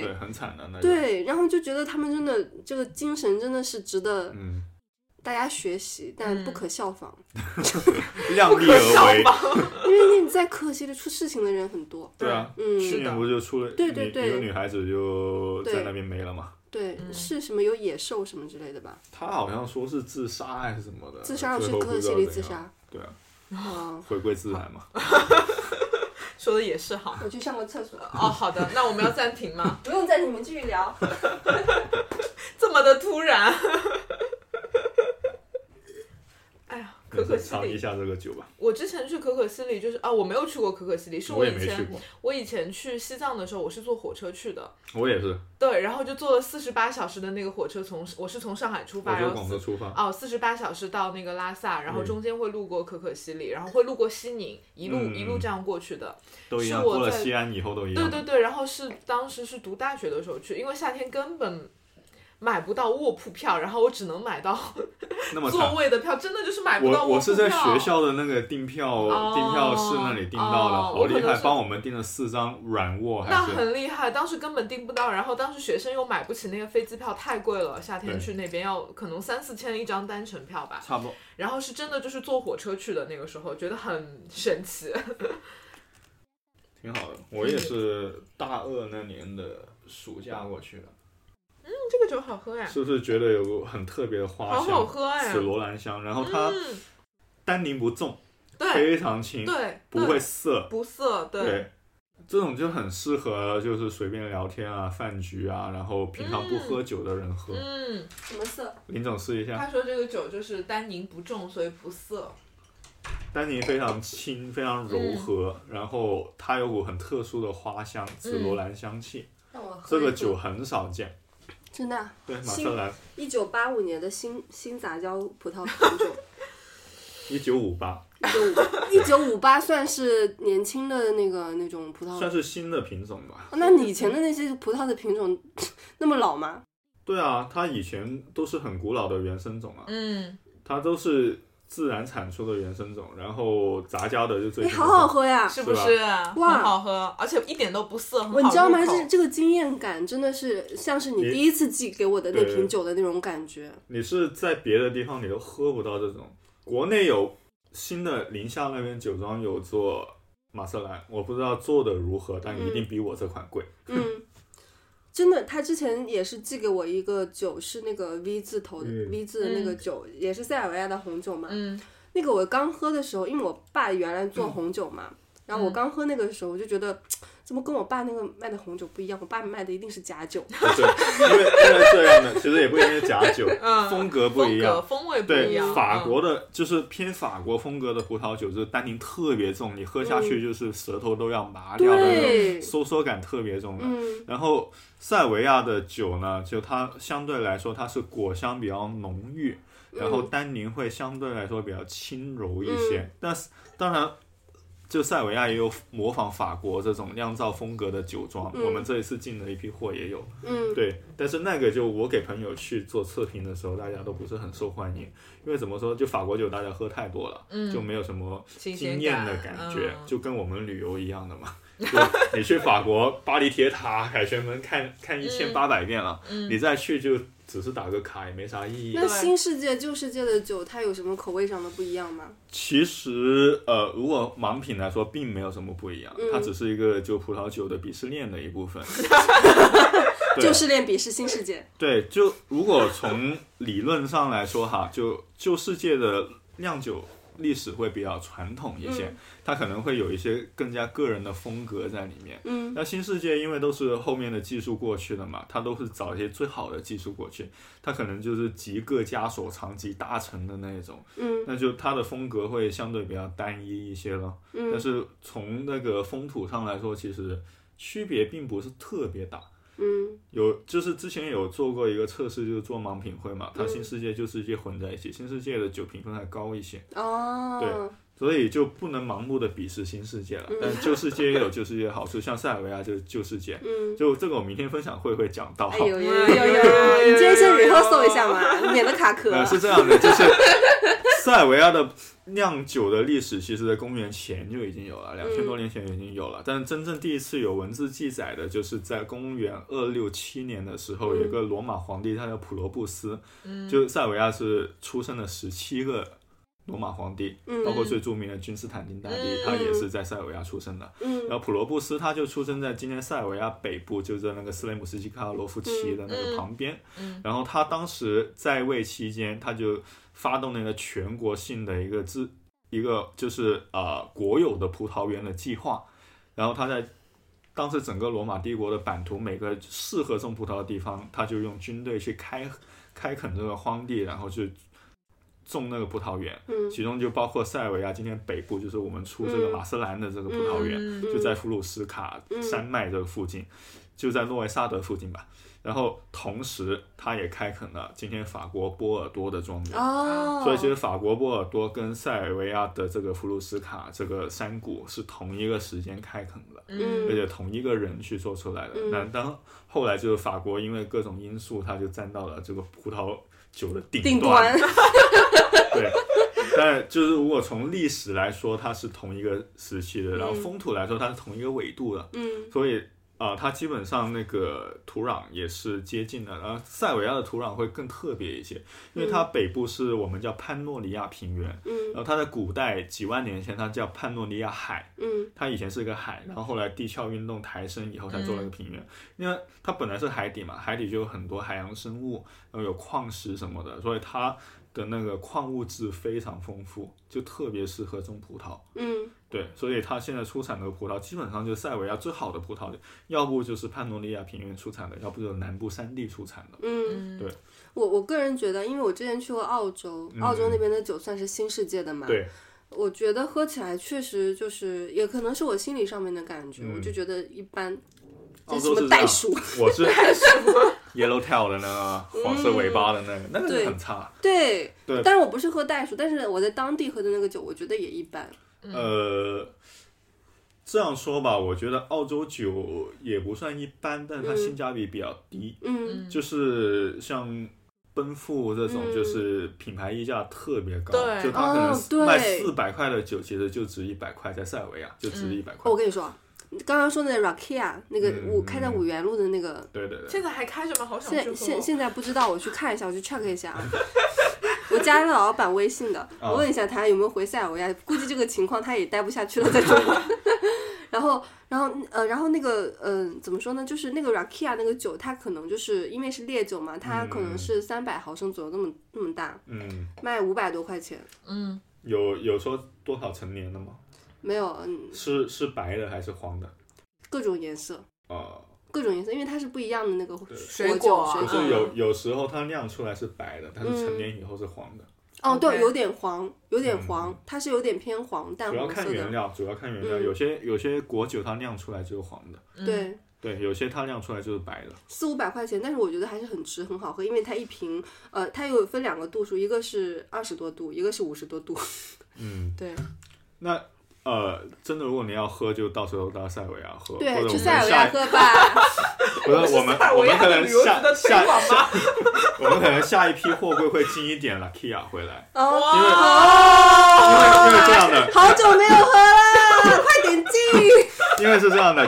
S3: 嗯对，很惨的那个，，
S5: 对，然后就觉得他们真的这个精神真的是值得
S3: 嗯，
S5: 大家学习，但不可效仿。
S3: 量力
S6: <laughs>
S3: 而为，
S5: 因为你在可惜的出事情的人很多。
S3: 对
S5: <laughs>
S3: 啊，
S5: 嗯，
S3: 去年不就出了
S5: 对对
S3: 女
S5: 对
S3: 一个女孩子就
S5: 对
S3: 在那边没了嘛。
S5: 对，是什么有野兽什么之类的吧？
S3: 她好像说是自杀还是什么的，
S5: 自杀了
S3: 呃最
S5: 去
S3: 后
S5: 可
S3: 不
S5: 可
S3: 知
S5: 西
S3: 道
S5: 里
S3: 怎
S5: 自
S3: 样，
S5: 杀。
S3: 对啊，
S5: 啊，
S3: 回归自然嘛。
S6: 说的也是好。
S5: 我去上个厕所，
S6: <laughs> 哦，好的，那我们要暂停吗？ <laughs>
S5: 不用再你们继续聊。
S6: 这么的突然。 <laughs> 哎呀，可可西
S3: 尝一
S6: 里，
S3: 下这个酒吧，
S6: 我之前去可可西里就是啊，我没有去过可可西里，是
S3: 我也
S6: 以
S3: 没去
S6: 前
S3: 过，
S6: 我以前去西藏的时候，我是坐火车去的，
S3: 我也是，
S6: 对，然后就坐了四十八小时的那个火车从，我是从上海出
S3: 我
S6: 发，然
S3: 从
S6: 后
S3: 广
S6: 四
S3: 州出发，
S6: 哦，四十八小时到那个拉萨，然后
S3: 嗯
S6: 中间会路过可可西里，然后会路过西宁，一路、
S3: 嗯
S6: 一路这样过去的。
S3: 都一样，
S6: 是我
S3: 过了
S6: 在
S3: 西安以后都一
S6: 对
S3: 样。
S6: 对对，然后是当时是读大学的时候去，因为夏天根本买不到卧铺票，然后我只能
S3: <laughs>
S6: 买到
S3: 那么
S6: 座
S3: 惨。
S6: 位的票，真的就是买不到
S3: 我
S6: 卧
S3: 我
S6: 铺票。
S3: 是在学校的那个订票、订票室那里订到的，
S6: 哦
S3: 好厉
S6: 我可能
S3: 害，
S6: 是
S3: 帮我们订了四张软卧还
S6: 那
S3: 是
S6: 很厉害，当时根本订不到，然后当时学生又买不起那个飞机票，太贵了，夏天
S3: 对
S6: 去那边要可能三四千一张单程票吧，
S3: 差不多。
S6: 然后是真的就是坐火车去的，那个时候觉得很神奇。嗯
S3: 挺好的，我也是大二那年的暑假过去的，
S6: 这个酒好喝呀，
S3: 是不是觉得有个很特别的花
S6: 嗯好
S3: 香，
S6: 好喝哎
S3: 紫罗啊兰香，然后它
S6: 嗯，
S3: 单宁不重，
S6: 对
S3: 非常轻，
S6: 对，
S3: 不会
S6: 对
S3: 涩，
S6: 不涩，对，
S3: 对，这种就很适合就是随便聊天啊、饭局啊，然后平常不喝酒的人喝。
S6: 嗯，
S5: 什么 <laughs> 色？
S3: 林总试一下，
S6: 他说这个酒就是单宁不重，所以不涩。
S3: 丹宁非常轻，非常柔和，
S6: 嗯
S3: 然后它有股很特殊的花香，紫罗兰香气，
S5: 让我喝
S3: 这
S5: 一口
S3: 个酒很少见。
S5: 真的，啊
S3: 对，马
S5: 新
S3: 特兰
S5: 一九八五年的新新杂交葡萄品 <laughs> 种，
S3: 一九五八，
S5: 一九五八算是年轻的那个那种葡
S6: 嗯
S5: 萄。哦
S3: 算是新的品种吧。
S5: 那你以前的那些葡萄的品种 <laughs> 那么老吗？
S3: 对啊，它以前都是很古老的原生种啊，
S6: 嗯，
S3: 它都是自然产出的原生种，然后杂交的就最
S5: 哎，
S3: 近
S5: 好好
S3: 的
S5: 喝呀！
S6: 是不是？啊
S5: 哇
S6: 很好喝，而且一点都不涩，很好
S5: 我你知道吗？
S6: 入口
S5: 这这个惊艳感真的是像是你
S3: 你
S5: 第一次寄给我的那
S3: 对
S5: 瓶酒的那种
S6: <laughs>
S5: 感觉。
S3: 你是在别的地方你都喝不到这种。国内有新的宁夏那边酒庄有做马瑟兰，我不知道做的如何，但一定比我这款贵。
S5: 嗯，真的，他之前也是寄给我一个酒，是那个 V 字头的、
S3: 嗯
S5: V 字的那个酒，也是塞尔维亚的红酒嘛。
S6: 嗯
S5: 那个我刚喝的时候，因为我爸原来做红酒嘛，
S6: 嗯
S5: 然后我刚喝那个时候，我就觉得怎么跟我爸那个卖的红酒不一样？我爸卖的一定是假酒。
S3: <laughs> 对，因为因为这样的，其实也不一定是假酒，<laughs>
S6: 嗯，
S3: 风格不一
S6: 风格
S3: 样。
S6: 风味不一
S3: 对
S6: 样，，
S3: 法
S6: 嗯
S3: 国的就是偏法国风格的葡萄酒，就是单宁特别重，你喝下去就是舌头都要麻掉的那种，
S5: 对，
S3: 收缩感特别重的。
S5: 嗯
S3: 然后塞维亚的酒呢，就它相对来说它是果香比较浓郁，然后单宁会相对来说比较轻柔一些。
S5: 嗯
S3: 但是当然，就塞维亚也有模仿法国这种酿造风格的酒庄，
S5: 嗯
S3: 我们这一次进的一批货也有。
S5: 嗯，
S3: 对，但是那个就我给朋友去做测评的时候，大家都不是很受欢迎，因为怎么说，就法国酒大家喝太多了，
S6: 嗯
S3: 就没有什么
S6: 新鲜
S3: 惊艳的感
S6: 感
S3: 觉，
S6: 嗯
S3: 就跟我们旅游一样的嘛。 <laughs> 就你去法国巴黎铁塔、凯旋门看看一千八百遍了，
S6: 嗯
S3: 你再去就只是打个卡，也没啥意义。
S5: 那新世界旧世界的酒，它有什么口味上的不一样吗？
S3: 其实，呃，如果盲品来说，并没有什么不一样，
S6: 嗯
S3: 它只是一个就葡萄酒的鄙视链的一部分。对
S5: 旧世恋鄙视新世界。
S3: 对，就如果从理论上来说哈，就旧世界的酿酒历史会比较传统一些，
S5: 嗯
S3: 它可能会有一些更加个人的风格在里面。
S5: 嗯，
S3: 那新世界因为都是后面的技术过去的嘛，它都是找一些最好的技术过去，它可能就是集各家所长、集大成的那一种，
S5: 嗯
S3: 那就它的风格会相对比较单一一些咯。但
S5: 嗯
S3: 是从那个风土上来说，其实区别并不是特别大。
S5: 嗯
S3: 有就是之前有做过一个测试，就是做盲品会嘛，
S5: 嗯
S3: 它新世界旧世界混在一起，新世界的酒评分还高一些，
S5: 哦，
S3: 所以就不能盲目的鄙视新世界了。
S5: 嗯
S3: 但旧世界也有旧世界的好处，像塞尔维亚就是旧世界，
S5: 嗯，
S3: 就这个我明天分享会会讲到。
S5: 哎呦呦呦呦呦！你今天先 rehearsal 一下嘛，免得卡壳。
S3: 呃，是这样的，就是 <laughs> 塞尔维亚的酿酒的历史，其实在公元前就已经有了，两千多年前已经有了。但真正第一次有文字记载的，就是在公元二六七年的时候，有一个罗马皇帝，他叫普罗布斯，就塞尔维亚是出生了十七个罗马皇帝，
S5: 嗯
S3: 包括最著名的君士坦丁大帝，他也是在塞尔维亚出生的。
S5: 嗯
S3: 然后普罗布斯他就出生在今天塞尔维亚北部，就在那个斯雷姆斯基卡罗夫奇
S6: 嗯
S3: 的那个旁边。然后他当时在位期间，他就发动了一个全国性的一个自一个就是呃国有的葡萄园的计划。然后他在当时整个罗马帝国的版图，每个适合种葡萄的地方，他就用军队去开开垦这个荒地，然后去种那个葡萄园。
S5: 嗯
S3: 其中就包括塞尔维亚今天北部，就是我们出这个马斯兰的这个葡萄园，
S6: 嗯
S3: 就在普鲁斯卡山脉这个附近，就在诺维萨德附近吧。然后同时，它也开垦了今天法国波尔多的庄园。
S5: 哦，
S3: 所以其实法国波尔多跟塞尔维亚的这个普鲁斯卡这个山谷是同一个时间开垦的，而
S5: 嗯
S3: 且同一个人去做出来的。
S5: 嗯
S3: 那当后来就是法国因为各种因素，它就站到了这个葡萄酒的
S5: 顶端，
S3: 对，但就是如果从历史来说，它是同一个时期的，然后风土来说，它是同一个纬度的，
S5: 嗯
S3: 所以啊、呃它基本上那个土壤也是接近的。然后塞维亚的土壤会更特别一些，因为它北部是我们叫潘诺尼亚平原，然
S5: 嗯
S3: 后它在古代几万年前它叫潘诺尼亚海，
S5: 嗯
S3: 它以前是个海，然后后来地壳运动抬升以后才做了个平原，因为它本来是海底嘛，海底就有很多海洋生物，然后有矿石什么的，所以它的那个矿物质非常丰富，就特别适合种葡萄。
S5: 嗯
S3: 对，所以它现在出产的葡萄基本上就是塞维亚最好的葡萄，要不就是潘诺利亚平原出产的，要不就是南部山地出产的。
S5: 嗯，我我个人觉得，因为我之前去过澳洲，澳洲那边的酒算是新世界的嘛，
S3: 对，
S5: 我觉得喝起来确实就是，也可能是我心理上面的感觉，
S3: 嗯
S5: 我就觉得一般。
S3: 澳
S5: 这
S3: 洲是
S5: 什么
S3: 这样
S5: 袋鼠？
S3: 我
S5: <laughs>
S3: 是 yellow tail 的那个黄色尾巴的那个，那个
S5: 嗯对
S3: 就很差。
S5: 对，
S3: 对
S5: 但是我不是喝袋鼠，但是我在当地喝的那个酒，我觉得也一般。
S3: 呃，这样说吧，我觉得澳洲酒也不算一般，但是它性价比比较低。
S5: 嗯
S3: 就是像奔赴这种
S5: 嗯
S3: 就是品牌溢价特别高，
S6: 对
S3: 就它可
S5: 哦
S3: 能
S5: 对
S3: 卖四百块的酒，其实就值一百块，在塞尔维亚就值一百块。
S5: 哦，我跟你说，你刚刚说那 Rakia 那个
S3: 嗯
S5: 五、开在五元路的那个，
S3: 对对对，
S6: 现在还开着吗？好想去
S5: 现现
S6: 喝。哦
S5: 现在不知道，我去看一下，我去 check 一下啊。 <laughs> 我加了老板微信的，
S3: 啊
S5: 我问一下他有没有回塞尔维亚，估计这个情况他也待不下去了，在中国。 <laughs> 然后，然后，呃，然后那个，嗯、怎么说呢？就是那个 Rakia 那个酒，它可能就是因为是烈酒嘛，它可能是三百毫升左右那么那么大，
S3: 嗯，
S5: 卖五百多块钱。
S6: 嗯，
S3: 有有说多少成年的吗？
S5: 没有，嗯，
S3: 是是白的还是黄的？
S5: 各种颜色，
S3: 呃，
S5: 各种颜色，因为它是不一样的那个
S3: 对
S5: 水
S6: 水
S5: 果
S6: 果啊
S5: 水
S3: 就
S5: 果
S3: 是有有时候它酿出来是白的，但是成
S5: 嗯
S3: 年以后是黄的，
S5: 哦，对，
S6: OK
S5: 有点黄，有点黄，
S3: 嗯
S5: 它是有点偏黄，淡
S3: 主要
S5: 黄
S3: 看
S5: 色
S3: 原
S5: 嗯的。
S3: 料，主要看原料。
S5: 嗯
S3: 有些有些果酒它酿出来就是黄的，
S6: 嗯，
S5: 对，
S3: 对，有些它酿出来就是白的。
S5: 四五百块钱，但是我觉得还是很值，很好喝，因为它一瓶，呃，它有分两个度数，一个是二十多度，一个是五十多度。
S3: 嗯，
S5: 对，
S3: 那呃，真的，如果你要喝，就到时候到塞尔维亚喝，或者
S5: 对，
S3: 我
S5: 去
S3: 们
S5: 塞尔维
S3: 下
S5: 亚
S3: 一， <laughs>
S5: 喝吧。
S3: 不是我们我们可能
S6: 旅游局
S3: 下
S6: 的推
S3: 下
S6: 广吗？
S3: 我们可能下一批货柜会进一点 l Kia 回来，
S5: 哦，
S3: 因为因为因为这样的，
S5: 好久没有喝了，快点进，
S3: 因为是这样的，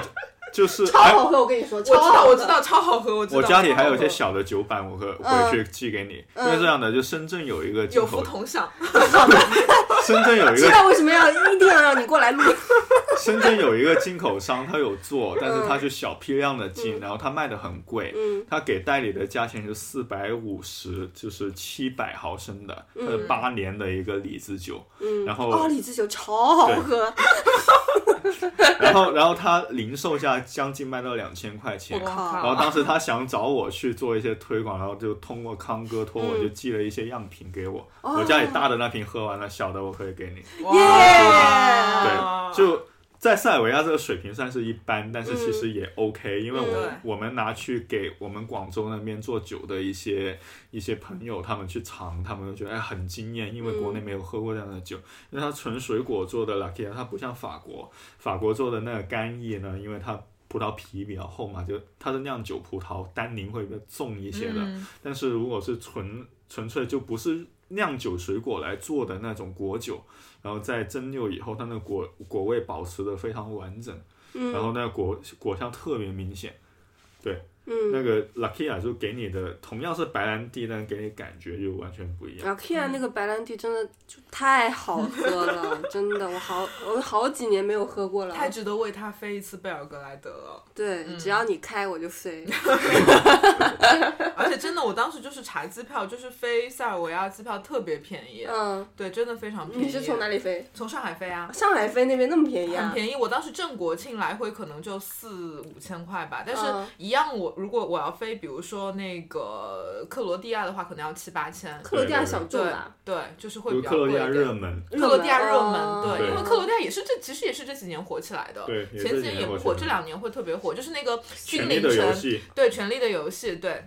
S3: 就是
S5: 超
S3: 哎
S5: <laughs> 好喝，我跟你说，
S6: 我知
S5: 超
S6: 道，
S5: 好
S6: 我
S5: 喝
S6: 知。道，超好喝，我知道。嗯
S3: 我家里还有一
S6: 超好
S3: 些
S6: 喝
S3: 小的酒版，我可回去寄给你。因为这样的，就深圳有一个进
S6: 嗯有福
S3: 口，
S6: 同享，
S3: <laughs> 深圳有一
S5: 知
S6: <laughs>
S3: 个
S5: 道为什么要一定要让你过来录？
S3: 深圳有一个进口商，他有做，但
S6: 嗯
S3: 是他就小批量的进，然后他卖的很贵。
S5: 嗯
S3: 他给代理的价钱是四百五十，就是七百毫升的，
S6: 嗯
S3: 它是八年的一个李子酒，
S5: 嗯，
S3: 然后
S5: 哦，李子酒超好喝，
S3: 然后然后他零售价将近卖到两千块钱，
S5: 我靠
S6: 啊
S3: 然后当时他想找我去做一些推广，然后就通过康哥托我就寄了一些样品给我，
S5: 哦
S3: 我家里大的那瓶喝完了，小的我可以给你。
S6: 哇哦
S3: 对，就在塞尔维亚这个水平算是一般，但是其实也 OK，、因为我、
S6: 嗯
S3: 我们拿去给我们广州那边做酒的一些一些朋友，他们去尝，他们都觉得哎很惊艳，因为国内没有喝过这样的酒，因为它纯水果做的 l a k i a 它不像法国，法国做的那个干邑呢，因为它。葡萄皮比较厚嘛，就它的酿酒葡萄单宁会比较重一些的，
S6: 嗯
S3: 但是如果是纯纯粹就不是酿酒水果来做的那种果酒，然后在蒸馏以后，它那个果果味保持的非常完整，然后
S5: 嗯
S3: 那个果果香特别明显。那
S5: 嗯。
S3: 个 Lakia 就给你的同样是白兰地，但给你感觉就完全不一样。
S5: 然后啊 Kia 那个白兰地真的就太好喝了，真的，我好我好几年没有喝过了，
S6: 太值得为他飞一次贝尔格莱德了。
S5: 对，只要你开我就 <laughs> 飞。
S6: 而且真的，我当时就是查机票，就是飞塞尔维亚机票特别便宜，
S5: 嗯，
S6: 对，真的非常便宜。
S5: 你是从哪里飞？
S6: 从上海飞啊？
S5: 嗯上海飞那边那么便宜
S6: 很
S5: 啊？
S6: 便宜，我当时正国庆来回可能就四五千块吧，但
S5: 嗯
S6: 是一样我如果我要飞，比如说那个克罗地亚的话，可能要七八千。
S5: 克罗地亚小众
S6: 对
S5: 吧，
S6: 对，就是会
S3: 就
S6: 比较
S3: 克罗
S6: 贵一
S3: 地亚
S6: 点。
S3: 热门，
S6: 克罗地亚热门，
S5: 哦
S6: 对，因为
S3: 对
S6: 克罗地亚也是这，其实也是这几年火起来的，
S3: 对也是
S6: 前几
S3: 这几
S6: 年
S3: 年
S6: 不
S3: 火起
S6: 火，
S3: 来
S6: 这
S3: 的
S6: 两年会特别火，就是那个君
S3: 权
S6: 临
S3: 力的游
S6: 城，
S3: 戏
S6: 对，《权力的游戏》，对，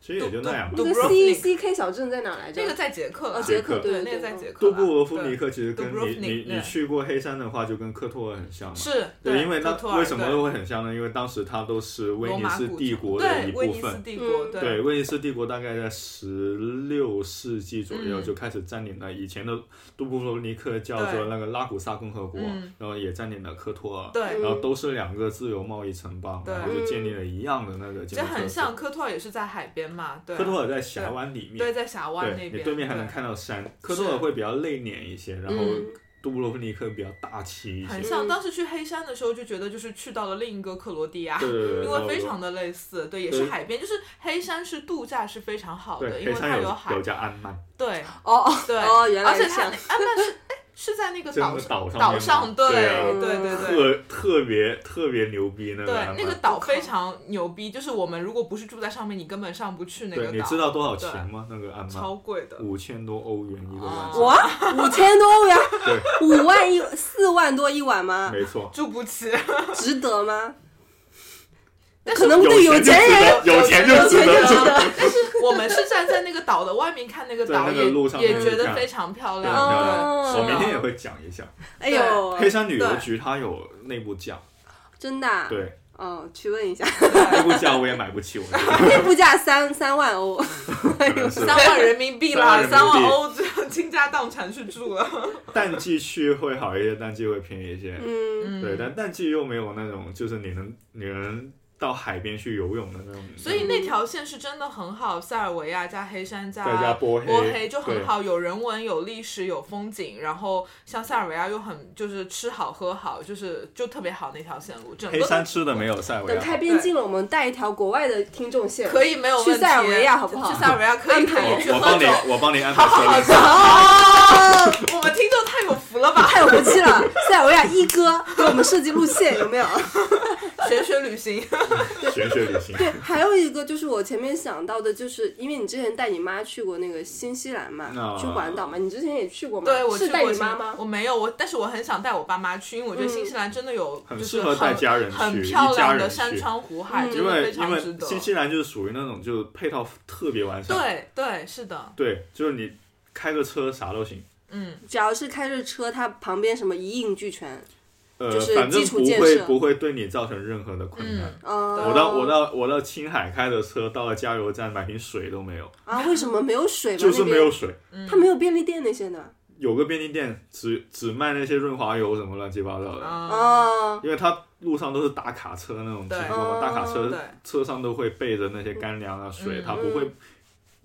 S3: 其实也就那样吧
S5: 那
S6: 都。
S5: 个
S6: 不是
S5: C C K 小镇在哪来着？
S6: 那个在捷克
S5: 哦，
S6: 啦，
S5: 捷
S3: 捷
S5: 克
S3: 克
S5: 对
S6: 那
S5: 对
S6: 个在
S5: 对
S6: 捷克
S3: 杜
S6: 啦，
S3: 布罗夫尼克其实
S6: 杜布
S3: 跟
S6: 罗夫
S3: 你
S6: 尼
S3: 你
S6: 对
S3: 你去过黑山的话，就跟科托尔很像嘛。
S6: 是，
S3: 对，因为
S6: 科
S3: 那
S6: 托尔
S3: 为什
S6: 对
S3: 么会很像呢？因为当时它都是威
S6: 罗
S3: 尼
S6: 马
S3: 斯
S6: 古
S3: 帝
S6: 城
S3: 国的
S6: 对
S3: 一
S6: 威
S3: 部
S6: 尼斯
S3: 分。
S6: 帝
S5: 嗯
S6: 国，
S3: 对，威尼斯帝国大概在十六世纪左右
S6: 嗯
S3: 就开始占领了以前的杜布罗尼克，叫做
S6: 对
S3: 那个拉古萨共和国
S6: 嗯，
S3: 然后也占领了科托尔，
S6: 对
S5: 嗯
S3: 然后都是两个自由贸易城邦，
S6: 对
S3: 然后就建立了一样的那个
S6: 其
S3: 建
S6: 实
S3: 筑特
S6: 很
S3: 色
S6: 像。科托尔也是在海边嘛，对，
S3: 科托尔在峡湾里面，
S6: 对，在峡湾那
S3: 对你
S6: 边，
S3: 对面还能看到山。科托尔会比较内敛一些，然后
S6: 嗯
S3: 杜布罗夫尼克比较大气一
S6: 很
S3: 些。
S5: 嗯
S6: 像。当时去黑山的时候就觉得，就是去到了另一个克罗地亚，
S3: 对对对，然
S6: 因为
S3: 后
S6: 非常的类似，对，也是
S3: 对
S6: 海边，就是黑山是度假是非常好的，
S3: 对
S6: 因
S3: 黑
S6: 为它
S3: 山有
S6: 海，
S3: 家安曼，
S6: 对
S5: 哦哦
S6: 对，
S5: 哦，原来
S6: 而且
S5: 是
S6: 它那安曼是哎是在那个
S3: 就那
S6: 岛
S3: 个岛上
S6: 岛
S3: 面
S6: 上，
S3: 嘛
S6: 对
S3: 对啊
S6: 对对对，
S3: 特特别特别牛逼那个安
S6: 对，
S3: 曼。
S6: 那个岛非常牛逼，就是我们如果不是住在上面，你根本上不去那个
S3: 对，你
S6: 岛。
S3: 知道多少
S6: 对
S3: 钱吗？那个安曼
S6: 超贵的，哦
S3: 五千多欧元一个晚上，
S5: 哇，五千多欧元，
S3: 对，
S5: 五万一四万多一晚吗？
S3: 没
S6: <laughs>
S3: 错。
S6: 住不起。
S5: 值得吗？
S6: 但是
S5: 可能对
S3: 有
S5: 钱
S6: <laughs>
S5: 人
S3: 有钱就
S5: 有
S3: 值
S5: 钱
S3: 得
S5: 就值
S3: 就
S5: 得。
S6: 但是我们是站在那个岛的外面看那个
S3: 对
S6: 岛，
S3: 那个
S6: 也
S3: 路上
S6: 也
S3: 面
S6: 觉得
S3: 看
S6: 非常漂
S3: 对
S6: 亮。
S5: 很漂
S6: 对
S5: 亮哦
S3: 我明天也会讲一下
S5: 哎呦，
S6: 哦
S3: 黑山旅游局，它有内部讲，
S5: 真的啊？
S3: 对，
S5: 嗯，去问一下， <laughs>
S3: 那部价我也买不起，我觉得
S5: 内部价三三万欧，
S3: 可能
S5: <laughs>
S3: 是
S6: 三万人民币啦，
S3: 三
S6: 三
S3: 万人
S6: 万
S3: 民币
S6: 欧，这样倾家荡产去住了。
S3: <laughs> 淡季去会好一些，淡季会便宜一些。
S5: 嗯，
S3: 对，但淡季又没有那种就是你能你能到海边去游泳的那种，
S6: 所以那条线是真的很好，塞尔维亚加黑山加
S3: 再加波黑
S6: 波黑就很好，有人文、有历史、有风景，然后像塞尔维亚又很就是吃好喝好，就是就特别好那条线路，整个
S3: 黑
S6: 都
S3: 山吃的没有塞尔维
S5: 等
S3: 亚好
S5: 开边境了，我们带一条国外的听众线，
S6: 可以没有问题。
S5: 去塞尔维亚好不好
S6: 去塞尔维亚可以
S5: 安
S6: 可
S5: 排
S6: 以去
S3: 我我
S6: 喝
S3: 帮
S6: 酒。
S3: 你我帮你安排车
S6: 好
S3: 辆。
S6: 的，我们听众太有福了吧！
S5: 太有福气了，塞尔维亚一哥给我们设计路线有没 <laughs> 有？
S6: 玄 <laughs> 学旅行，
S3: <laughs> 玄学旅行，
S5: 对，还有一个就是我前面想到的，就是因为你之前带你妈去过那个新西兰嘛，
S3: 啊
S5: 去环岛嘛，你之前也去过嘛，
S6: 对我
S5: 是
S6: 去
S5: 带
S6: 过
S5: 你
S6: 新
S5: 妈吗？
S6: 我没有我，但是我很想带我爸妈去，因为我觉得
S5: 嗯
S6: 新西兰真的有
S3: 很
S6: 就是
S3: 适合带家人去
S6: 很
S3: 一
S6: 漂
S3: 家
S6: 亮的
S3: 人
S6: 山
S3: 去
S6: 川湖海，
S5: 嗯
S6: 真
S3: 因
S6: 的
S3: 为
S6: 非
S3: 因
S6: 常值
S3: 为新
S6: 得。
S3: 西兰就是属于那种就是配套特别完善，
S6: 对对，是的，
S3: 对，就是你开个车啥都行，
S6: 嗯，
S5: 只要是开着车，它旁边什么一应俱全。
S3: 呃，
S5: 就是
S3: 反正
S5: 基础
S3: 不
S5: 建
S3: 会
S5: 设
S3: 不会对你造成任何的困难。
S5: 嗯，
S3: 我到我到我到青海开的车，到了加油站买瓶水都没有，
S5: 啊，为什么没有水吗？
S3: <laughs> 就是没有水。
S6: 嗯
S5: 那边，它没有便利店那些的。
S3: 有个便利店只只卖那些润滑油什么乱七八糟的，
S6: 啊，
S5: 哦，
S3: 因为它路上都是大卡车那种情况嘛，
S5: 对
S3: 大卡车
S6: 嗯对，
S3: 车上都会备着那些干粮啊水，
S6: 嗯
S3: 它不会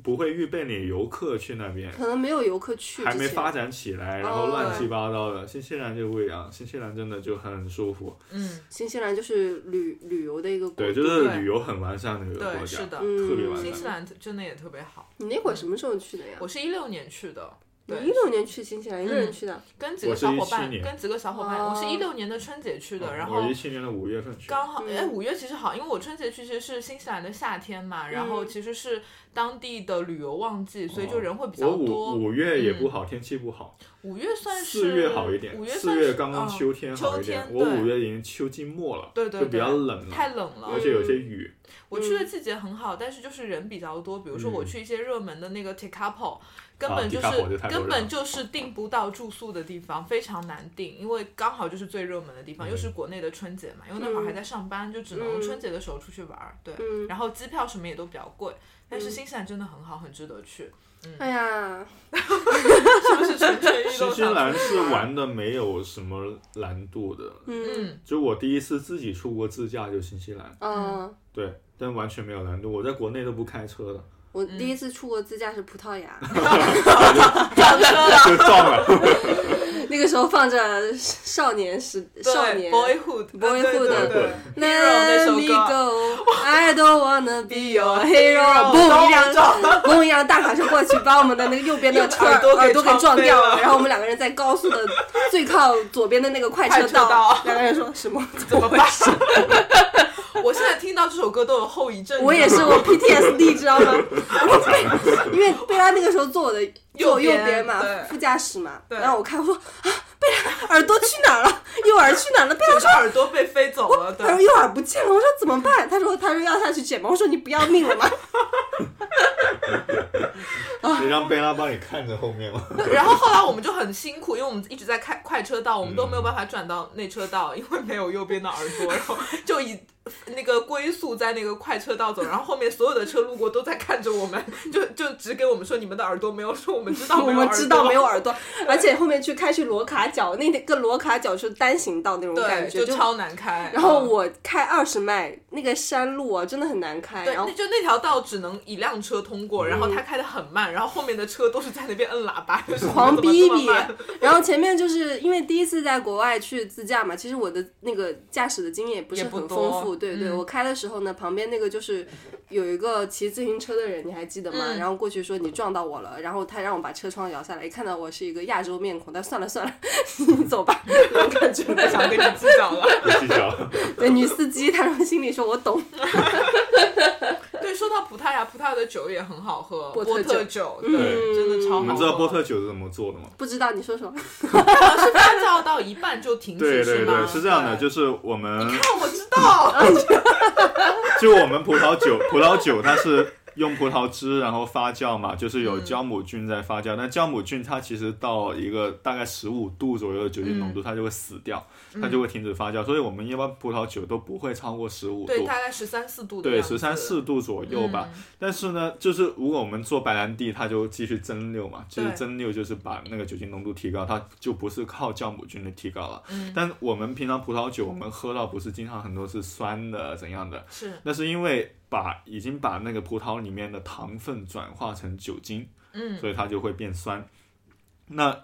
S3: 不会预备你游客去那边，
S5: 可能没有游客去，
S3: 还没发。展起来，然后
S5: 哦
S3: 乱七八糟的。新西兰就不一样，新西兰真的就很舒服，
S6: 嗯，
S5: 新西兰就是旅旅游的一个国
S3: 对，
S5: 度。
S3: 就是
S6: 对
S3: 旅游很完善的一个国
S6: 对，
S3: 家
S6: 是，的，
S5: 嗯
S3: 特别完
S6: 新
S3: 善
S6: 西。兰真的也特别好。
S5: 你那会儿什么时候去的呀？
S6: 我是一六年去的，
S5: 你
S6: 对
S5: 一，六年去新西兰，一个人去的。
S6: 跟几个
S3: 我是
S6: 小伙
S3: 17
S6: 伴，
S3: 年嗯
S6: 跟几个小伙伴，
S5: 哦
S6: 我是一六年的春节去的，然后
S3: 我一七年的五月份去，
S6: 刚好，
S5: 嗯
S6: 哎，五月其实好，因为我春节去其实是新西兰的夏天嘛，然
S5: 嗯
S6: 后其实是当地的旅游旺季，所以就人会比较
S3: 哦我
S6: 多。嗯
S3: 五五月也不好，天气不好，
S6: 五月算是
S3: 四月好一点
S6: 五，月
S3: 四
S6: 算
S3: 月
S6: 是
S3: 刚刚
S6: 嗯
S3: 秋天好一点
S6: 秋，天
S3: 我
S6: 对
S3: 五月已经秋季末了，
S6: 对对
S3: 就
S6: 对，
S3: 比较冷
S6: 太
S3: 了，
S6: 冷嗯了
S3: 而。且有些雨，
S6: 我去的季节很好，但是就是人比较多，比如说
S3: 嗯
S6: 我去一些热门的那个 t e k a p o 根本就
S3: Tekapo 就是太多人了
S6: 根本就是订不到住宿的地方，非常难订，因为刚好就是最热门的地方，
S3: 嗯
S6: 又是国内的春节嘛，因为那会儿还在上班，就只能
S5: 嗯
S6: 春节的时候出去玩儿，对。
S5: 嗯，
S6: 然后机票什么也都比较贵，但
S3: 嗯
S6: 是新西兰真的很好，很值得去，
S5: 哎呀，
S6: 是不是蠢蠢欲动？
S3: 新西兰是，玩的没有什么难度的，
S5: 嗯
S6: 嗯嗯，
S3: 就我第一次自己出国自驾就新西兰，
S5: 嗯，
S3: 对，但完全没有难度，我在国内都不开车
S6: <laughs>
S3: 的，
S5: 我
S6: 嗯
S5: 第一次出国自驾是葡萄牙， <laughs>
S6: 撞车了，
S3: 就撞了，
S5: 那个时候放着少年时少
S6: 对
S5: 年。
S6: ，boyhood 啊
S5: Boyhood
S6: 对对对
S5: Let
S6: Hero
S5: me
S6: 那 <laughs>
S5: go, I don't wanna be your hero。
S6: 咚
S5: <laughs> 嘣一辆，嘣一辆大卡车过去，把我们的那个右
S6: <laughs>
S5: 边的车
S6: 耳朵给
S5: 耳朵给撞
S6: 撞飞
S5: 掉
S6: 了
S5: 然后我们两个人在高速的最靠左边的那个
S6: <laughs>
S5: 快
S6: 快
S5: 车
S6: 车道
S5: 两个人说什么？
S6: 怎么办？
S5: <laughs>
S6: 我现在听到这首歌都有后遗症。
S5: <laughs> 我也是，我 PTSD 知道吗？ <laughs> 我被因为贝拉那个时候坐我的坐我右
S6: 右
S5: 边
S6: 边
S5: 嘛
S6: 对，
S5: 副驾驶嘛，
S6: 对
S5: 然后我看我说啊，贝拉耳朵去哪儿了？右耳去哪儿了？贝拉
S6: 就
S5: 说哎
S6: 是耳朵被飞走了，
S5: 他说
S6: 哦对。
S5: 右耳不见了，我说怎么办？他说他说要下去捡吗？我说你不要
S6: <laughs>
S5: 命了吗？
S3: 你让贝拉帮你看着后面吗？ <laughs>
S6: 然后后来我们就很辛苦，因为我们一直在开快车道，我们都没有办法转到内车道，因为没有右边的耳朵，然后就以那个龟速在那个快车道走，然后后面所有的车路过都在看着
S5: <laughs>
S6: 我们，就就只给我们说你们的耳朵没有，说我们知道
S5: 我
S6: 啊没有耳
S5: 们
S6: 朵，
S5: 知道没有耳朵，而且后面去开去罗卡角，那个罗卡角是单行道那种感
S6: 对，
S5: 觉，
S6: 就
S5: 就
S6: 超难开。
S5: 然后
S6: 嗯
S5: 我开二十迈，那个山路啊真的很难开，
S6: 对，
S5: 然后嗯
S6: 那就那条道只能一辆车通过，然后他开的很慢，然后后面的车都是在那边摁喇叭，就是
S5: 狂
S6: 怎么
S5: 逼
S6: 这么 <laughs>
S5: 逼 <laughs>
S6: 慢，
S5: 然后前面就是因为第一次在国外去自驾嘛，其实我的那个驾驶的经验也不是
S6: 也不
S5: 很
S6: 多
S5: 丰富。对对，
S6: 嗯
S5: 我开的时候呢，旁边那个就是有一个骑自行车的人，你还记得吗？
S6: 嗯
S5: 然后过去说你撞到我了，然后他让我把车窗摇下来，一看到我是一个亚洲面孔，但算了算了， <laughs> 你走
S6: <laughs>
S5: 吧，那种感觉。
S6: 不想跟你计较了。 <laughs>
S3: 不计较，
S5: 对，女司机，她说心里说我懂，
S6: 对，说到葡萄牙，葡萄牙的酒也很好喝，
S5: 波
S6: 波
S5: 特酒嗯
S6: 酒，对，真的超好喝。
S3: 你们知道波特酒是怎么做的吗？
S5: 不知道你说什么。
S6: 好像是发酵到一半就停止，
S3: 对对
S6: 是吗？
S3: 对，是这样的，
S6: 对
S3: 就是我们
S5: <laughs> 嗯
S6: 看我知道，
S3: 就我们葡萄酒，葡萄酒它是用葡萄汁然后发酵嘛，就是有
S6: 嗯
S3: 酵母菌在发酵。那、酵母菌它其实到一个大概十五度左右的酒精
S6: 嗯
S3: 浓度，它就会死掉，它就会停止发酵。所以我们一般葡萄酒都不会超过十五度，
S6: 对，大概十三四度的
S3: 对，
S6: 样子嗯
S3: 十三四度左右吧。但是呢，就是如果我们做白兰地，它就继续蒸馏嘛，就是
S6: 对
S3: 蒸馏就是把那个酒精浓度提高，它就不是靠酵母菌的提高了。
S6: 嗯
S3: 但我们平常葡萄酒，我们喝到不是经常很多是酸的怎样的，
S6: 是，
S3: 那是因为把已经把那个葡萄里面的糖分转化成酒精，
S6: 嗯，
S3: 所以它就会变酸。那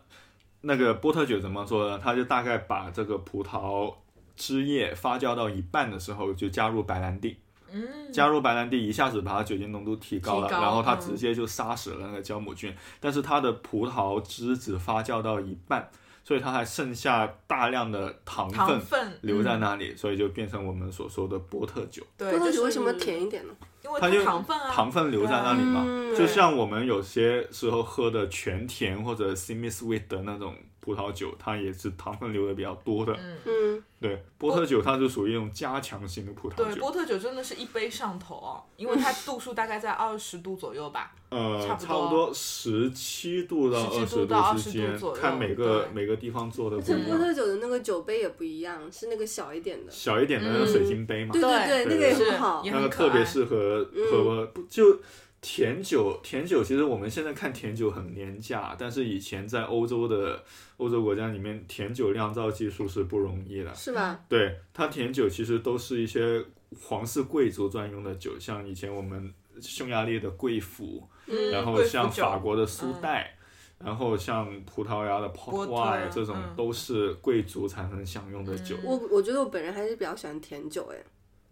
S3: 那个波特酒怎么做呢？它就大概把这个葡萄汁液发酵到一半的时候，就加入白兰地。嗯，加入白兰地一下子把它酒精浓度提高了，
S6: 提高
S3: 然后它
S6: 嗯
S3: 直接就杀死了那个酵母菌，但是它的葡萄汁只发酵到一半，所以它还剩下大量的糖
S6: 糖
S3: 分
S6: 分
S3: 留在
S6: 嗯
S3: 那里，所以就变成我们所说的波特酒。
S6: 对，
S5: 葡萄
S6: 就
S5: 酒为
S6: 是
S5: 什么？甜一点呢？
S6: 因为
S3: 它就
S6: 糖分啊，
S3: 糖分留在那里嘛。
S5: 嗯
S3: 就像我们有些时候喝的全甜或者 semi sweet 的那种葡萄酒，它也是糖分留的比较多的。
S5: 嗯，
S3: 对，波特酒它就属于一种加强型的葡萄
S6: 对，
S3: 酒，
S6: 波特酒真的是一杯上头哦，因为它度数大概在二十度左右吧。
S3: 呃，
S6: 差不多
S3: 差不多十七度到二
S6: 17
S3: 十
S6: 度到
S3: 之
S6: 20度
S3: 间
S6: 左，右
S3: 看每个
S6: 对
S3: 每个地方做的
S5: 而
S3: 不
S6: 嗯
S5: 且
S3: 一
S5: 波
S3: 样。
S5: 特酒的那个酒杯也不一样，是那个小一点的。
S3: 小一点的
S6: 嗯
S3: 那个水晶杯嘛，
S5: 对
S3: 对
S5: 对，那个也
S3: 是
S5: 很好
S6: 也。
S3: 那个
S6: 很
S3: 呃特
S6: 可
S3: 别
S6: 爱。嗯
S3: 适合喝、不就甜酒，甜酒其实我们现在看甜酒很廉价，但是以前在欧洲的欧洲国家里面，甜酒酿造技术是不容易的。
S5: 是吧？
S3: 对，它甜酒其实都是一些皇室贵族专用的酒，像以前我们匈牙利的贵腐，
S6: 嗯
S3: 然后
S6: 贵腐
S3: 像
S6: 酒嗯
S3: 法国的苏代。然后像葡萄牙的 port
S6: 波特
S3: wine 这种
S6: 嗯
S3: 都是贵族才能享用的酒，
S5: 我我觉得我本人还是比较喜欢甜酒，哎，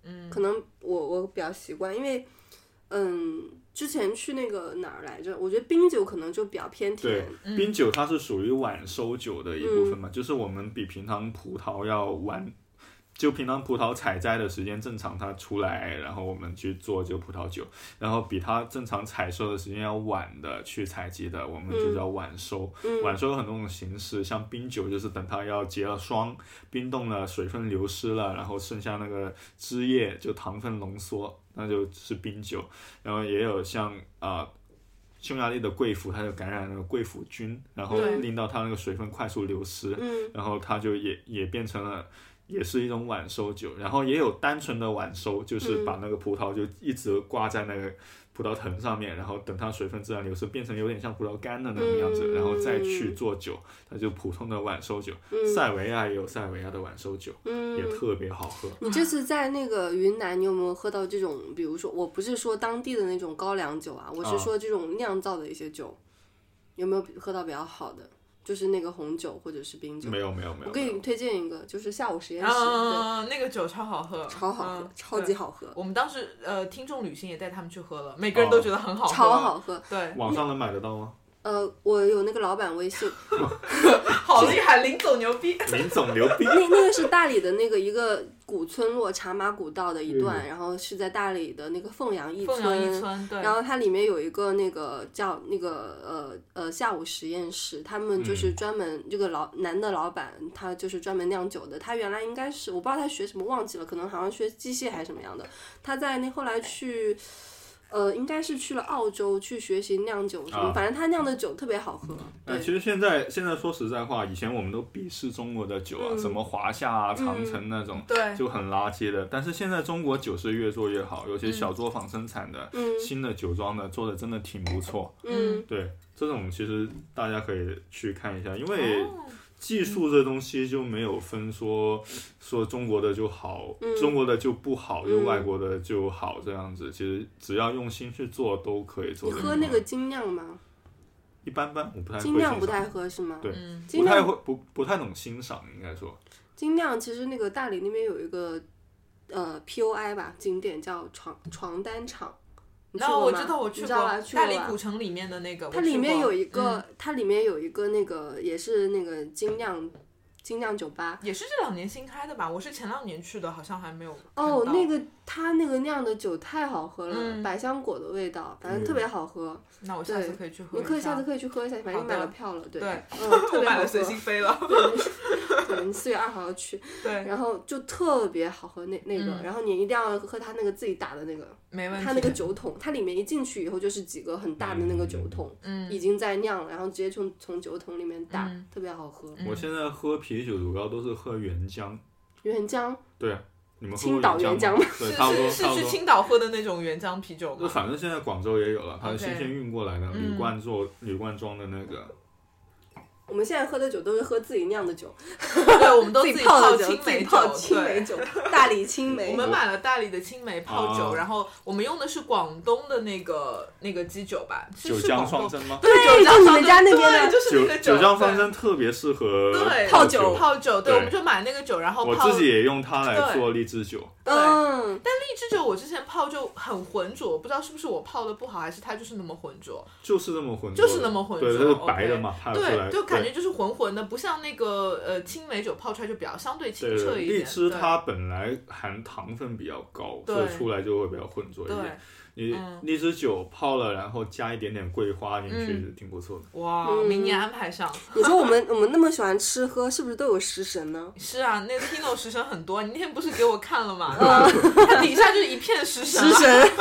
S5: 嗯，可能我我比较习惯，因为，嗯，之前去那个哪儿来着？我觉得冰酒可能就比较偏
S3: 对
S5: 甜，，
S6: 嗯
S3: 冰酒它是属于晚收酒的一部分嘛，就是我们比平常葡萄要晚，就平常葡萄采摘的时间正常它出来，然后我们去做这个葡萄酒，然后比它正常采收的时间要晚的去采集的，我们就叫晚收。晚收有很多种形式，像冰酒就是等它要结了霜，冰冻了，水分流失了，然后剩下那个汁液就糖分浓缩，那就是冰酒。然后也有像啊、匈牙利的贵妇，她就感染那个贵妇菌，然后
S6: 对
S3: 令到它那个水分快速流失，
S5: 嗯
S3: 然后它就也也变成了。也是一种晚收酒，然后也有单纯的晚收，
S5: 嗯
S3: 就是把那个葡萄就一直挂在那个葡萄藤上面，然后等它水分自然流失，变成有点像葡萄干的那种样子，
S5: 嗯
S3: 然后再去做酒，它就普通的晚收酒。
S5: 嗯
S3: 塞维亚也有塞维亚的晚收酒，也特别好喝。
S5: 你这次在那个云南，你有没有喝到这种？比如说，我不是说当地的那种高粱酒啊，我
S3: 啊
S5: 是说这种酿造的一些酒，有没有喝到比较好的？就是那个红酒或者是冰酒。
S3: 没有没有没有，
S5: 我给
S3: 没
S5: 你
S3: 有
S5: 推荐一个，就是下午实验室，对，
S6: 嗯，那个酒超好喝，
S5: 超好喝
S6: 嗯，
S5: 超级。好喝
S6: 对，我们当时呃，听众旅行也带他们去喝了，每个
S3: 哦
S6: 人都觉得很好喝，
S5: 超好。喝。
S6: 对，
S3: 网上能买得到
S5: <laughs>
S3: 吗？
S5: 呃，我有那个老板微信，
S6: 好厉害，林总牛
S5: <laughs>
S6: 逼。
S3: 林总牛逼，
S5: 那那个是大理的那个一个古村落茶马古道的一段，然后是在大理的那个凤阳驿
S6: 凤阳一村，对，
S5: 然后它里面有一个那个叫那个呃呃下午实验室，他们就是专门、这个老男的老板，他就是专门酿酒的。他原来应该是我不知道他学什么忘记了，可能好像学机械还是什么样的。他在那后来去。呃，应该是去了澳洲去学习酿酒什么，
S3: 啊
S5: 反正他酿的酒特别好喝。对，
S3: 呃，其实现在现在说实在话，以前我们都鄙视中国的酒啊，
S5: 嗯
S3: 什么华夏啊、长城那种，
S6: 对
S3: 就很垃圾的。但是现在中国酒是越做越好，有些
S5: 嗯
S3: 小作坊生产的、新的酒庄的做的真的挺不错。
S5: 嗯，
S3: 对，这种其实大家可以去看一下，因
S5: 哦
S3: 为技术这东西就没有分说说中国的就好，
S5: 嗯
S3: 中国的就不好，就外国的就好这样子。其实只要用心去做，都可以做
S5: 你
S3: 得
S5: 喝
S3: 很
S5: 那
S3: 好
S5: 个精酿吗？
S3: 一般般，我不太会
S5: 精酿
S3: 欣
S5: 不
S3: 赏
S5: 太喝是吗？
S3: 对
S6: 嗯
S5: 精
S3: 不太
S5: 酿
S3: 会不不太懂欣赏，应该说
S5: 精酿其实那个大理那边有一个呃 POI 吧，景点叫床床单厂。你去
S6: 然后啊
S5: 过
S6: 我
S5: 吗
S6: 知道我去
S5: 你
S6: 过
S5: 知道吧？去过
S6: 大理
S5: 吧
S6: 古城里面的那个，
S5: 它
S6: 我去
S5: 里面
S6: 过
S5: 有一个，
S6: 嗯
S5: 它里面有一个那个也是那个精酿精酿酒吧。
S6: 也是这两年新开的吧？我是前两年去的，好像还没有
S5: 哦，
S6: 看到
S5: 那个它那个酿的酒太好喝了，
S6: 嗯
S5: 百香果的味道，反
S3: 嗯
S5: 正特别好喝。
S6: 那我下
S5: 对
S6: 次嗯可以去喝一
S5: 你
S6: 下。
S5: 可以下次可以去喝一下，反正你买
S6: 好
S5: 了
S6: 的
S5: 票了，对，
S6: 对
S5: 嗯，特
S6: <laughs> 我
S5: 别
S6: 买
S5: 好喝
S6: 了随心飞了。
S5: 对，你四月二号要去，
S6: 对，
S5: 然后就特别好喝那那个，
S6: 嗯
S5: 然后你一定要喝它那个自己打的那个，
S6: 没问题。
S5: 它那个酒桶，它里面一进去以后就是几个很大的那个酒桶，
S6: 嗯
S5: 已经在酿了，然后直接从从酒桶里面打，
S6: 嗯
S5: 特别好喝。
S3: 我现在喝啤酒主要都是喝原浆，
S5: 原浆
S3: 对啊，你们喝
S5: 青岛
S3: 过原
S5: 原
S3: 浆
S5: 浆
S3: 吗
S5: 吗？
S3: 对，
S6: 是
S3: 差不多，
S6: 是
S3: 差
S6: 是
S3: 不
S6: 去
S3: 多。
S6: 青岛喝的那种原浆啤酒
S3: 就
S6: 吗？
S3: 反正现在广州也有了，它是
S6: OK
S3: 新鲜运过来的，
S6: 嗯
S3: 铝罐做铝罐装的那个，
S5: 我们现在喝的酒都是喝自己酿的酒，
S6: <laughs> 对，我们都
S5: 自己
S6: 己
S5: 泡的酒，
S6: 青
S5: 自己
S6: 梅
S5: 泡青梅
S6: 对。
S5: 酒，大理青
S6: <laughs>
S5: 梅。
S6: 我们买了大理的青梅泡酒，
S3: 啊
S6: 然后我们用的是广东的那个那个基酒吧，是
S3: 九
S6: 是
S3: 江
S6: 广
S3: 双
S6: 东
S3: 蒸
S6: <laughs>
S3: 吗？
S6: 对，
S5: 就
S6: 江
S5: 你
S6: 双
S5: 们家那边的
S6: 对就是
S3: 九
S6: 那个
S3: 九江双
S6: 对
S3: 蒸特别适合
S6: 对
S5: 泡酒
S3: 酒，
S6: 泡酒，对，
S3: 对
S6: 我们就买那个酒，然后
S3: 我
S6: 泡
S3: 自己也用它来
S6: 对
S3: 做荔枝酒。
S6: 对
S5: 嗯，
S6: 荔枝酒，我之前泡就很浑浊，不知道是不是我泡的不好，还是它就是那么浑浊，
S3: 就是那么浑浊
S6: 就
S3: 的，
S6: 是那么浑浊，
S3: 对，它是白的嘛，看
S6: OK。
S3: 得出来，
S6: 对，就感觉
S3: 对
S6: 就是浑浑的，不像那个呃青梅酒泡出来就比较相对清
S3: 对
S6: 澈
S3: 对
S6: 一点。
S3: 荔枝
S6: 对
S3: 它本来含糖分比较高，
S6: 对
S3: 所以出来就会比较浑浊一
S6: 对
S3: 点。你
S6: 嗯
S3: 荔枝酒泡了，然后加一点点桂花进去，
S6: 嗯
S3: 挺不错的。
S6: 哇，
S5: 嗯
S6: 明年安排上。
S5: 你说我们 <laughs> 我们那么喜欢吃喝，是不是都有食神呢？
S6: 是啊，那个 Tino 食神很多，你那天不是给我看了 <laughs> 吗？它底下就是一片食神
S5: 食
S6: 啊。
S5: 神、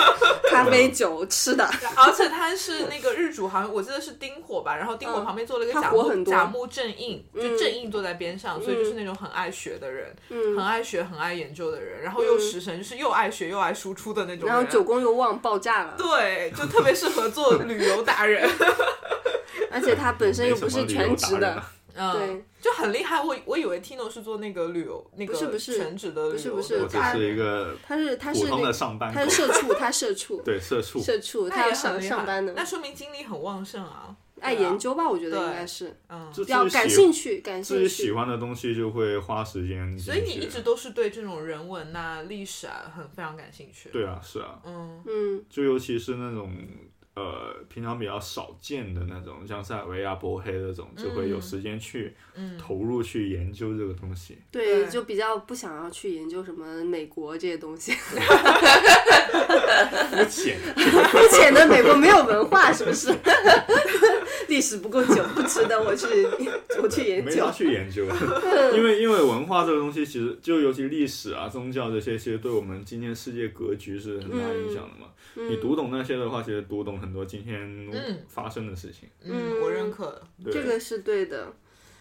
S5: <laughs> 咖啡、酒、吃的，
S6: 而且它是那个日主，好像我记得是丁火吧，然后丁火
S5: 嗯
S6: 旁边做了一个
S5: 它
S6: 甲
S5: 火
S6: 木
S5: 很多
S6: 甲木正印，就
S5: 嗯
S6: 正印坐在边上，所以就是那种很爱学的人，很
S5: 嗯，
S6: 爱学、很爱研究的人，然后又食神，就是又爱学又爱输出的那种人。
S5: 然后九宫又旺爆炸了，
S6: 对，就特别适合做旅游达
S5: <laughs>
S6: 人，
S5: 而且他本身又不
S3: 没什么旅
S5: 是
S3: 游
S5: 全
S3: 达
S5: 职
S3: 人
S5: 的，
S3: 啊
S6: 嗯，
S5: 对，
S6: 就很厉害。我我以为 Tino 是做那个旅游那个
S5: 不是不是
S6: 全职的旅游
S5: 不是不
S3: 我
S5: 是
S3: 只
S5: 他
S3: 是一个
S5: 他是他
S3: 普
S5: 是
S3: 通
S5: 那
S3: 的上班
S5: 他
S3: 狗
S5: 是，社畜，他社畜，
S3: <laughs> 对社畜。
S5: 社畜，
S6: 那
S5: 他
S6: 也
S5: 要
S6: 很
S5: 上
S6: 厉害
S5: 上班的
S6: 那，说明精力很旺盛啊，
S5: 爱
S6: 对啊
S5: 研究吧，我觉得
S6: 对
S5: 应该是
S6: 嗯。
S3: 就
S5: 比较
S3: 自己
S5: 感
S3: 喜
S5: 兴趣，感
S3: 自己
S5: 兴
S3: 喜
S5: 趣。
S3: 欢的东西就会花时间进去。啊
S6: 所以你一直都是对这种人文呐、历史啊，很非常感兴趣。，
S3: 对啊，是啊，
S6: 嗯
S5: 嗯，
S3: 就尤其是那种呃平常比较少见的那种，像塞尔维亚波黑那种，就会有
S6: 嗯
S3: 时间去
S6: 嗯，
S3: 投入去研究这个东西。
S5: 对，
S6: 对
S5: 就比较不想要去研究什么美国这些东西， <laughs>
S3: 肤浅，
S5: 肤浅的美国没有文化，是不是？ <laughs> 历史不够久，不值得我去 <laughs> 我去研
S3: 没
S5: 究
S3: 啥。去研
S6: <laughs>
S3: 究，因为因为文化这个东西，其实就尤其历史啊、宗教这些，其实对我们今天世界格局是很大影响的嘛。你读懂那些的话，其实读懂很多今天
S6: 嗯
S3: 发生的事情。
S6: 嗯，
S5: 嗯
S6: 我认
S5: <laughs>
S6: 可。
S3: 对
S5: 这个是对的。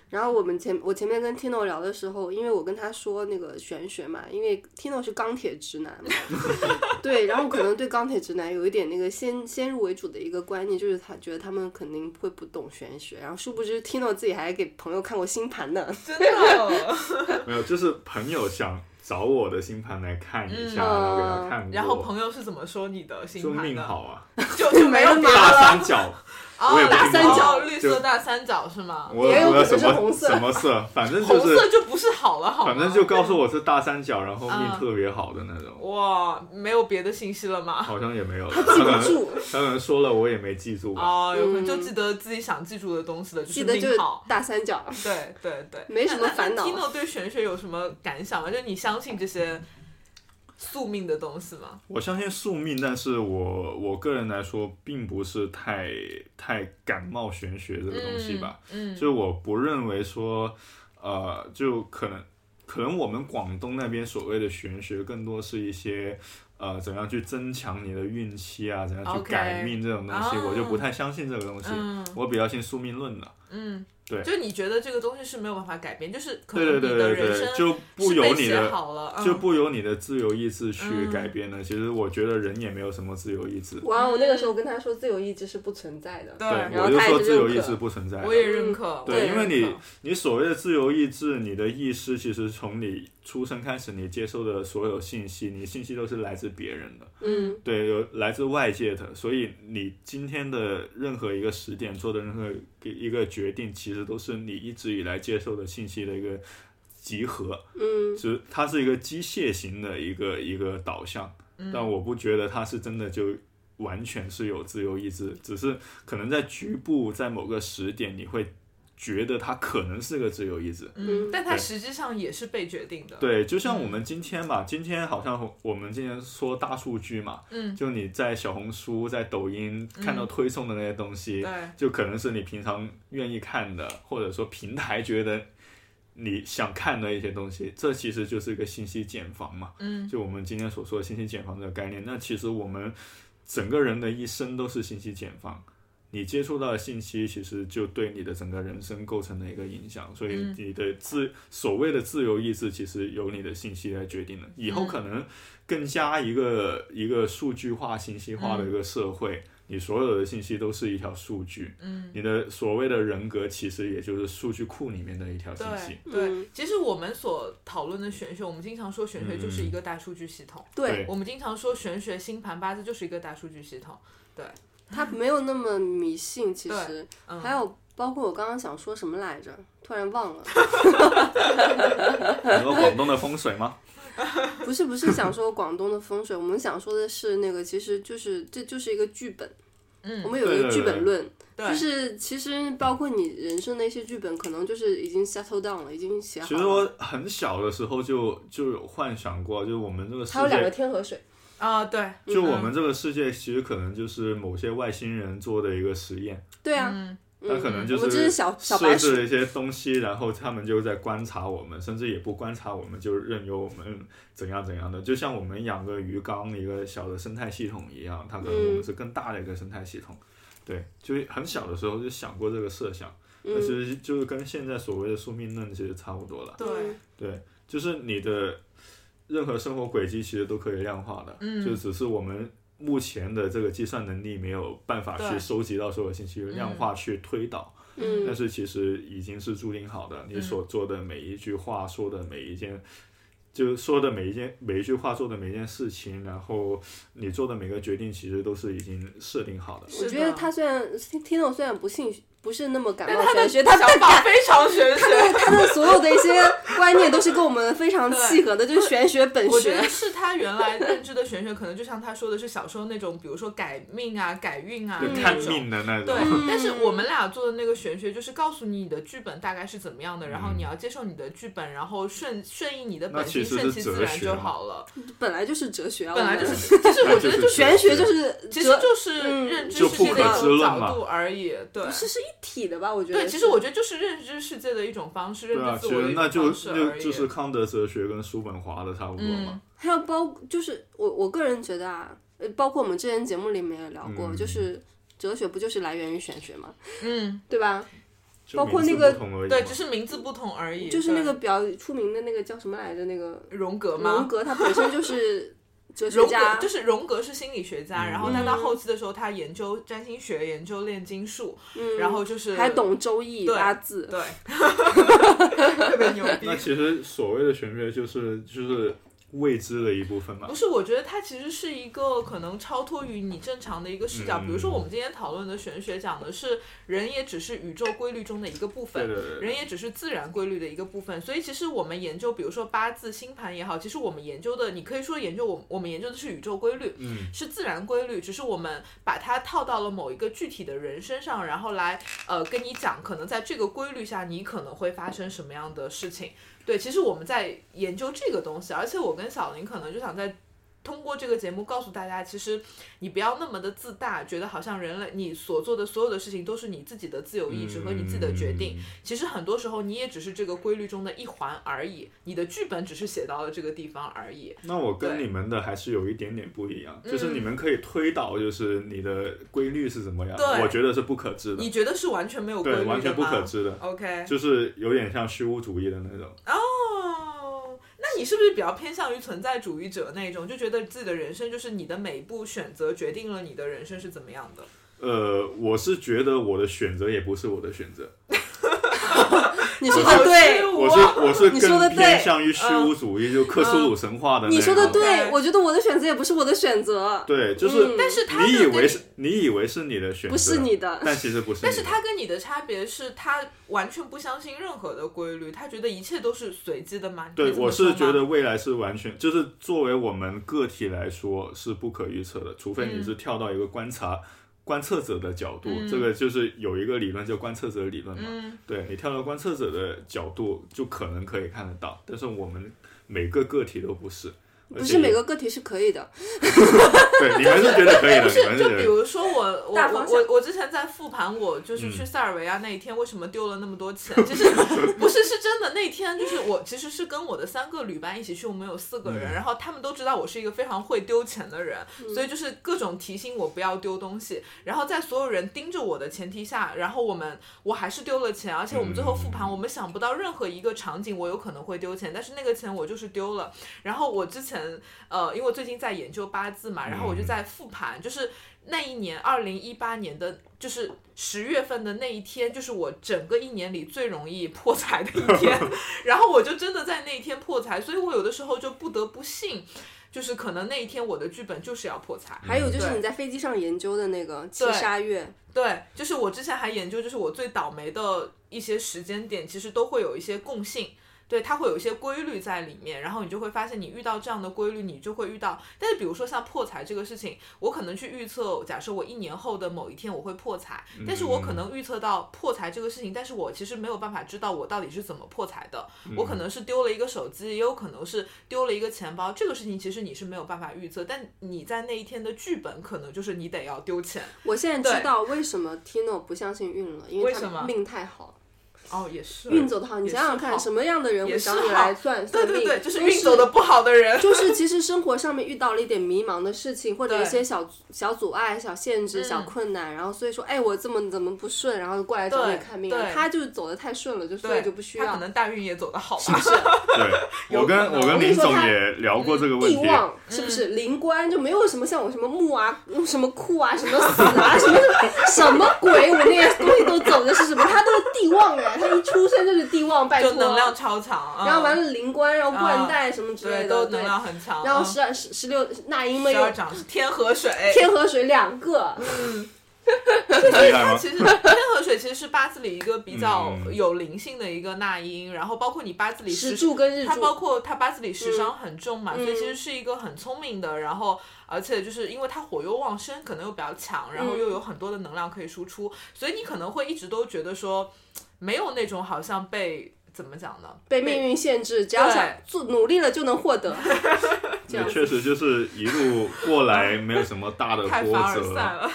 S5: 然后我们前我前面跟 Tino 聊的时候，因为我跟他说那个玄学嘛，因为 Tino 是钢铁直男嘛， <laughs> 对，然后可能对钢铁直男有一点那个先先入为主的一个观念，就是他觉得他们肯定会不懂玄学，然后殊不知 Tino 自己还给朋友看过星盘呢，
S6: 真
S5: 哦
S3: <laughs>
S6: 的。
S3: 没有，就是朋友想找我的星盘来看一下，
S5: 嗯
S3: 然后给他看过，
S6: 然后朋友是怎么说你的星
S3: 说
S6: 盘
S3: 命
S6: 的？
S3: 好
S6: <laughs>
S3: 啊，
S6: 就就没有
S5: 没有
S6: 别的
S3: 大
S6: 了。
S3: 三角，我也
S6: 哦，
S3: 不
S6: 大
S3: 知道啊
S6: 三角，
S3: 就
S6: 绿色大三角是吗？
S3: 我
S5: 也有
S3: 我
S5: 可能
S3: 什
S5: 是
S3: 么
S5: 红色
S3: 什么色，反正
S6: 红
S3: 就
S6: 色
S3: 是
S6: 就不是好了，好吗？
S3: 反正就告诉我是大三角，然后命
S6: 嗯
S3: 特别好的那种。
S6: 哇，没有别的信息了吗？
S3: 好像也没有了，
S5: 他
S3: <laughs>
S5: 记
S3: 可
S5: 不
S3: 能
S5: 住，
S3: 他可能说了，我也没记住吧。
S6: 哦，有可能
S5: 嗯
S6: 就记得自己想记住的东西了，就
S5: 记
S6: 是
S5: 得就
S6: 命
S5: 是
S6: 好。
S5: 大三角，
S6: 对对对，
S5: 没什么烦恼啊
S6: t i n o 对玄学有什么感想吗？就你相信这些宿命的东西吗？
S3: 我相信宿命，但是我我个人来说，并不是太太感冒玄学这个东西吧。
S6: 嗯，
S3: 就我不认为说，呃，就可能可能我们广东那边所谓的玄学，更多是一些。呃，怎样去增强你的运气啊？怎样去
S6: OK
S3: 改命这种东西
S6: 哦
S3: 我就不太相信这个东西。
S6: 嗯
S3: 我比较信宿命论的。
S6: 嗯，
S3: 对
S6: 就你觉得这个东西是没有办法改变，就是可
S3: 对
S6: 能
S3: 对
S6: 嗯你
S3: 对
S6: 的
S3: 对
S6: 人
S3: 对，
S6: 生
S3: 就是不由
S6: 被
S3: 你
S6: 写
S3: 的
S6: 好了，嗯
S3: 就不由你的自由意志去
S6: 嗯
S3: 改变的。其实我觉得人也没有什么自由意志，
S5: 哇，我那个时候跟他说自由意志是不存在的，
S6: 对
S3: 对
S6: 然，
S5: 嗯后
S3: 我就
S5: 他也
S3: 说
S5: 是
S3: 自由
S5: 认
S3: 意
S5: 可
S3: 志不存在的。
S6: 我也认可，我
S3: 对，
S6: 也
S3: 因为
S5: 嗯
S6: 认
S3: 你
S6: 可
S3: 你所谓的自由意志，你的意识其实从你出生开始，你接受的所有信息，你信息都是来自别人的，
S5: 嗯
S3: 对，有来自外界的，所以你今天的任何一个时点做的任何一个决定，其实都是你一直以来接受的信息的一个集合，
S5: 嗯
S3: 只它是一个机械型的一个一个导向，但我不觉得它是真的就完全是有自由意志，只是可能在局部在某个时点你会觉得它可能是个自由意志。
S6: 嗯，但它
S3: 对
S6: 实际上也是被决定的，，
S3: 对，就像我们今天吧，今天好像我们今天说大数据嘛，
S6: 嗯
S3: 就你在小红书、在抖音看到推送的那些
S6: 嗯
S3: 东西，
S6: 对，
S3: 就可能是你平常愿意看的，或者说平台觉得你想看的一些东西，这其实就是一个信息茧房嘛。
S6: 嗯，
S3: 就我们今天所说的信息茧房这个概念，那其实我们整个人的一生都是信息茧房。你接触到的信息，其实就对你的整个人生构成了一个影响，所以你的自、所谓的自由意志，其实由你的信息来决定的。以后可能更加一个一个数据化、信息化的一个社会，你所有的信息都是一条数据，嗯，你的所谓的人格，其实也就是数据库里面的一条信息
S6: 对。
S5: 嗯
S6: 对，其实我们所讨论的玄学，我们经常说玄学就是一个大数据系
S3: 嗯
S6: 统。
S5: 对
S6: 我们经常说玄学、星盘、八字就是一个大数据系统。
S5: 他没有那么迷信，其实
S6: 对、嗯
S5: 还有包括我刚刚想说什么来着，突然忘了。 <laughs>
S3: 你说广东的风水吗？
S5: 不是不是想说广东的风水，我们想说的是那个，其实就是这就是一个剧本。
S6: 嗯
S5: 我们有一个
S3: 对对
S5: 剧本
S3: 对
S5: 论，
S6: 对
S5: 就是其实包括你人生的一些剧本，可能就是已经 settle down 了，已经写好
S3: 其实
S5: 了。
S3: 我很小的时候就就有幻想过，就是我们这个世
S5: 还有两个
S3: 界，
S5: 天河水，
S6: 啊、对，
S3: 就我们这个世界其实可能就是某些外星人做的一个实验，
S5: 对啊，
S6: 嗯，
S3: 他可能就
S5: 我们这是小小白
S3: 设
S5: 鼠
S3: 置了一些东西，然后他们就在观察我们，甚至也不观察我们，就任由我们怎样怎样的，就像我们养个鱼缸一个小的生态系统一样，它可能我们是更大的一个生态系统。对，就是很小的时候就想过这个设想，
S5: 嗯
S3: 但其实就是跟现在所谓的宿命论其实差不多了。
S6: 对，
S3: 对，就是你的任何生活轨迹其实都可以量化的，
S6: 嗯
S3: 就只是我们目前的这个计算能力没有办法去
S6: 对
S3: 收集到所有信息，量化去推导。但
S5: 嗯，
S3: 是其实已经是注定好的，
S6: 嗯
S3: 你所做的每一句话、说的每一件，就说的每一件每一句话、做的每一件事情，然后你做的每个决定，其实都是已经设定好的。
S6: 是
S5: 我
S6: 的
S5: 觉得他虽然 Tino 虽然不信，不是那么感冒
S6: 他的
S5: 玄学，他
S6: 想
S5: 他
S6: 法非常玄学。
S5: 他的所有的一些观念都是跟我们非常契合的，就是玄学本
S6: 我觉得
S5: 学。
S6: 是他原来认知的玄学，可能就像他说的是小时候那种，比如说改命啊、改运啊
S3: 就
S6: 那
S3: 看
S6: 种。
S3: 命的那种
S6: 对，， <laughs> 但是
S5: 嗯
S6: 我们俩做的那个玄学，就是告诉你你的剧本大概是怎么样的，然后你要接受你的剧本，然后顺顺应你的
S3: 嗯那
S6: 本性，
S3: 其实
S6: 顺
S3: 是
S6: 其
S3: 哲
S6: 自然
S3: 学
S6: 就
S3: 嘛
S6: 好了。
S5: 本来就是哲学啊，
S6: 本来
S5: 我
S6: 就
S5: 们
S6: 是，其实
S3: <laughs>
S6: 我觉得就是
S5: 玄学就是哲，
S6: 其实就是认知
S3: 就
S6: 世
S3: 不
S6: 界
S3: 可
S6: 的一
S3: 知
S6: 种
S3: 论
S6: 角
S3: 嘛
S6: 度而已。对，
S5: 嗯不是是一体的吧？我觉得
S6: 对，其实我觉得就是认知世界的一种方式，认
S3: 对啊，
S6: 知
S3: 其
S6: 自我的
S3: 实
S6: 一
S3: 那
S6: 种
S3: 就
S6: 方式
S3: 就
S6: 而已。
S3: 就是康德哲学跟叔本华的差不多嘛。
S6: 嗯
S5: 还有包就是我我个人觉得啊，呃，包括我们之前节目里面也聊过，
S3: 嗯
S5: 就是哲学不就是来源于玄学嘛，
S6: 嗯，
S5: 对吧？
S3: 就
S5: 包括
S3: 名字
S5: 那
S3: 不
S5: 个
S3: 同而已
S6: 对，
S3: 嘛
S6: 只是名字不同而已。
S5: 就是那个
S6: 对
S5: 比较出名的那个叫什么来着？那个
S6: 荣格吗？
S5: 荣格，他本身就是哲学
S6: <laughs> 荣格
S5: 家，
S6: 就是荣格是心理学家，
S3: 嗯
S6: 然后他到后期的时候，他研究占星学，研究炼金术，
S5: 嗯
S6: 然后就是
S5: 还懂周易
S6: 对
S5: 八字，
S6: 对，特别牛逼
S3: 那。其实所谓的玄学就是就是未知的一部分嘛
S6: 不。是，我觉得它其实是一个可能超脱于你正常的一个视角。
S3: 嗯
S6: 比如说，我们今天讨论的玄学讲的是人也只是宇宙规律中的一个部分，
S3: 对对对对
S6: 人也只是自然规律的一个部分。所以其实我们研究，比如说八字、星盘也好，其实我们研究的，你可以说研究我我们研究的是宇宙规律，
S3: 嗯，
S6: 是自然规律，只是我们把它套到了某一个具体的人身上，然后来呃跟你讲，可能在这个规律下，你可能会发生什么样的事情。对，其实我们在研究这个东西，而且我跟小林可能就想在。通过这个节目告诉大家，其实你不要那么的自大，觉得好像人类你所做的所有的事情都是你自己的自由意志和你自己的决定。
S3: 嗯
S6: 其实很多时候你也只是这个规律中的一环而已，你的剧本只是写到了这个地方而已。
S3: 那我跟
S6: 对嗯
S3: 你们的还是有一点点不一样，就是你们可以推导，就是你的规律是怎么样的，
S6: 对
S3: 我觉得是不可知
S6: 你
S3: 的，
S6: 觉得是完全没有规律
S3: 对，
S6: 的吗？
S3: 完全不可知的，
S6: OK，
S3: 就是有点像虚无主义的那种。
S6: 哦，那你是不是比较偏向于存在主义者那一种，就觉得自己的人生就是你的每一步选择决定了你的人生是怎么样的？
S3: 呃，我是觉得我的选择也不是我的选择，
S5: 你说
S6: 哦
S5: 的对，
S3: 我是我是
S5: 你说得
S3: 更
S5: 对
S3: 偏向于虚无主义，就克苏鲁神话的那种。
S5: 你说的对，
S6: OK
S5: 我觉得我的选择也不是我的选择，
S3: 对，就是
S5: 嗯
S6: 但是他
S3: 你
S6: 的
S3: 以
S6: 跟
S3: 为是，你以为是你的选择，
S5: 不是你的
S3: 但其实不是你
S6: 但
S3: 的。
S6: 是他跟你的差别是他完全不相信任何的规律，他觉得一切都是随机的嘛？你可以
S3: 对，
S6: 这么
S3: 我
S6: 说
S3: 是
S6: 吗
S3: 觉得未来是完全，就是作为我们个体来说是不可预测的，除非你是跳到一个观察、观测者的角度，这个就是有一个理论叫观测者理论嘛。对你跳到观测者的角度，就可能可以看得到，但是我们每个个体都不是。
S5: 不是每个个体是可以的。
S3: 对，你们是觉得可以的，
S6: 不
S3: 你们是
S6: 是，就
S3: 觉
S6: 比
S3: 得
S6: 如说我我
S5: 大
S6: 我
S5: 方向
S6: 我我之前在复盘，我就是去塞尔维亚那一天，为什么丢了那么多钱？其实不是是真的，那天就是我其实是跟我的三个旅伴一起去，我们有四个人，然后他们都知道我是一个非常会丢钱的人，
S5: 嗯
S6: 所以就是各种提醒我不要丢东西。然后在所有人盯着我的前提下，然后我们我还是丢了钱，而且我们最后复盘，我们想不到任何一个场景我有可能会丢钱，但是那个钱我就是丢了。然后我之前呃，因为我最近在研究八字嘛，然后我就在复盘，就是那一年二零一八年的，就是十月份的那一天，就是我整个一年里最容易破财的一天，然后我就真的在那一天破财，所以我有的时候就不得不信，就是可能那一天我的剧本就是要破财。
S5: 还有就是
S6: 对
S5: 你在飞机上研究的那个七
S6: 对
S5: 杀月，
S6: 对，就是我之前还研究，就是我最倒霉的一些时间点，其实都会有一些共性。对，它会有一些规律在里面，然后你就会发现，你遇到这样的规律，你就会遇到。但是，比如说像破财这个事情，我可能去预测，假设我一年后的某一天我会破财，但是我可能预测到破财这个事情，但是我其实没有办法知道我到底是怎么破财的。我可能是丢了一个手机，也有可能是丢了一个钱包，这个事情其实你是没有办法预测，但你在那一天的剧本可能就是你得要丢钱。
S5: 我现在知
S6: 对
S5: 道为什么 Tino 不相信运了，因
S6: 为什
S5: 他
S6: 么
S5: 命太好。
S6: 哦，也是
S5: 运走的好，你
S6: 也
S5: 想想
S6: 是
S5: 看，
S6: 好
S5: 什么样的人会
S6: 也是
S5: 找你
S6: 好
S5: 来算算
S6: 对
S5: 命？
S6: 对对，就是
S5: 都
S6: 运走的不好的人。
S5: <laughs> 就是其实生活上面遇到了一点迷茫的事情，或
S6: 对
S5: 者
S6: 嗯
S5: 一些小小阻碍、小限制、小困难，然后所以说，哎，我这么怎么不顺，然后过来找你
S6: 对
S5: 看命啊。
S6: 对
S5: 他就走的太顺了，就所
S6: 对，
S5: 以就不需
S6: 他
S5: 要
S6: 可。能大运也走的好吧。
S3: 对，
S5: <laughs>
S6: 有
S3: 我
S6: 可
S3: 跟
S6: 能
S3: 我跟
S5: 我跟
S3: 林
S5: 你说
S3: 总
S5: 他
S3: 也聊过这个问
S5: 地
S3: 题，嗯
S5: 旺是不是灵官就没有什么像我什么木啊、什么库啊、什么死啊、什么 <laughs> 什么鬼，我那些东西都走的是什么？他都是地旺哎，他一出生就是地旺，拜
S6: 就
S5: 托。
S6: 能量超强，嗯
S5: 然后完了灵官，然后冠带什么之类
S6: 对，
S5: 的，
S6: 都
S5: 对
S6: 能量很强。
S5: 然后
S6: 嗯
S5: 十二十十六那英们
S6: 十
S5: 有
S6: 二掌是天河水，
S5: 天河水两个，
S3: 厉害
S6: 它
S3: 吗？
S6: 其实天河水其实是八字里一个比较
S3: 嗯
S6: 有灵性的一个纳音，然后包括你八字里
S5: 石
S6: 时
S5: 柱跟日
S6: 它
S5: 柱
S6: 包括它八字里时伤很重嘛，
S5: 嗯
S6: 所以其实是一个很聪明的，然后而且就是因为它火又旺身，可能又比较
S5: 嗯
S6: 强，然后又有很多的能量可以输出，所以你可能会一直都觉得说，没有那种好像被怎么讲呢？
S5: 被命运限制，只要想做努力了就能获得。这
S3: 也
S5: 样
S3: 确实就是一路过
S6: <laughs>
S3: 来没有什么大的
S6: 太
S3: 波
S6: 凡尔
S3: 折，
S6: 赛了。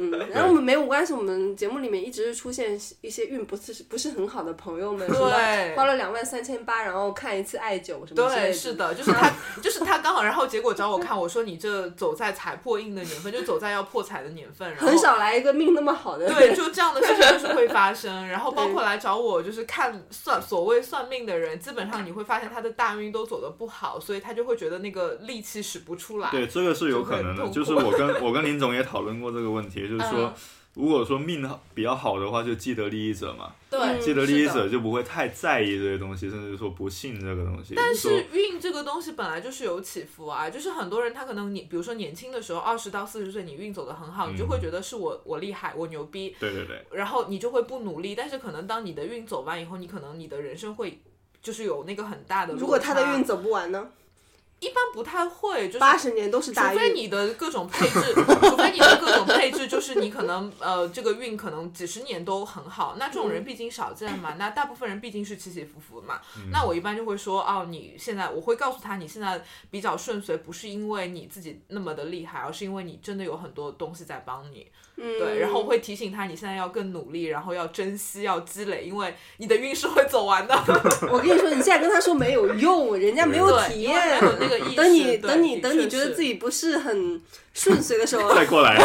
S5: 嗯，然后我们没有关系，我们节目里面一直出现一些运不是不是很好的朋友们，什么
S6: 对
S5: 花了两万三千八，然后看一次艾灸什么之类
S6: 对，是的，就是他， <laughs> 就是他刚好，然后结果找我看，我说你这走在财破印的年份，就走在要破财的年份，然后
S5: 很少来一个命那么好的人。
S6: 对，就这样的事情就是会发生。然后包括来找我，就是看算所谓算命的人，基本上你会发现他的大运都走的不好，所以他就会觉得那个力气使不出来。
S3: 对，这个是有可能的。
S6: 就
S3: 就是
S6: 会很
S3: 我跟我跟林总也讨论过这个问题，就是说
S6: 嗯，
S3: 如果说命比较好的话，就既得利益者嘛，
S5: 嗯
S3: 既得利
S6: 是
S3: 益
S6: 的
S3: 者就不会太在意这些东西，甚至说不信这个东西。
S6: 但
S3: 说
S6: 是运这个东西本来就是有起伏啊，就是很多人他可能你，比如说年轻的时候，二十到四十岁，你运走的很好，你就
S3: 嗯
S6: 会觉得是我我厉害，我牛逼，
S3: 对对对，
S6: 然后你就会不努力。但是可能当你的运走完以后，你可能你的人生会就是有那个很大的落差。
S5: 如果他的运走不完呢？
S6: 一般不太会，就是
S5: 八十年都是
S6: 除
S5: 大
S6: 非
S5: 运。
S6: 你的各种配
S5: <laughs>
S6: 置，除非你的各种配置就是你可能呃这个运可能几十年都很好，那这种
S5: 嗯
S6: 人毕竟少见嘛，那大部分人毕竟是起起伏伏嘛。
S5: 嗯
S6: 那我一般就会说哦，你现在我会告诉他你现在比较顺遂，不是因为你自己那么的厉害，而是因为你真的有很多东西在帮你。对，
S5: 对
S6: 然后我会提醒他你现在要更努力，然后要珍惜，要积累，因为你的运是会走完的。 <laughs>
S5: 我跟你说，你现在跟他说没有用，人家没有
S6: 对，
S5: 体
S6: 因为
S5: 验
S6: 还。有那个意识。
S5: 等你
S6: 对
S5: 等你
S6: 的
S5: 等
S6: 确
S5: 你觉得
S6: 是
S5: 自己不是很顺遂的时候，
S3: 再过
S6: <laughs>
S3: 来，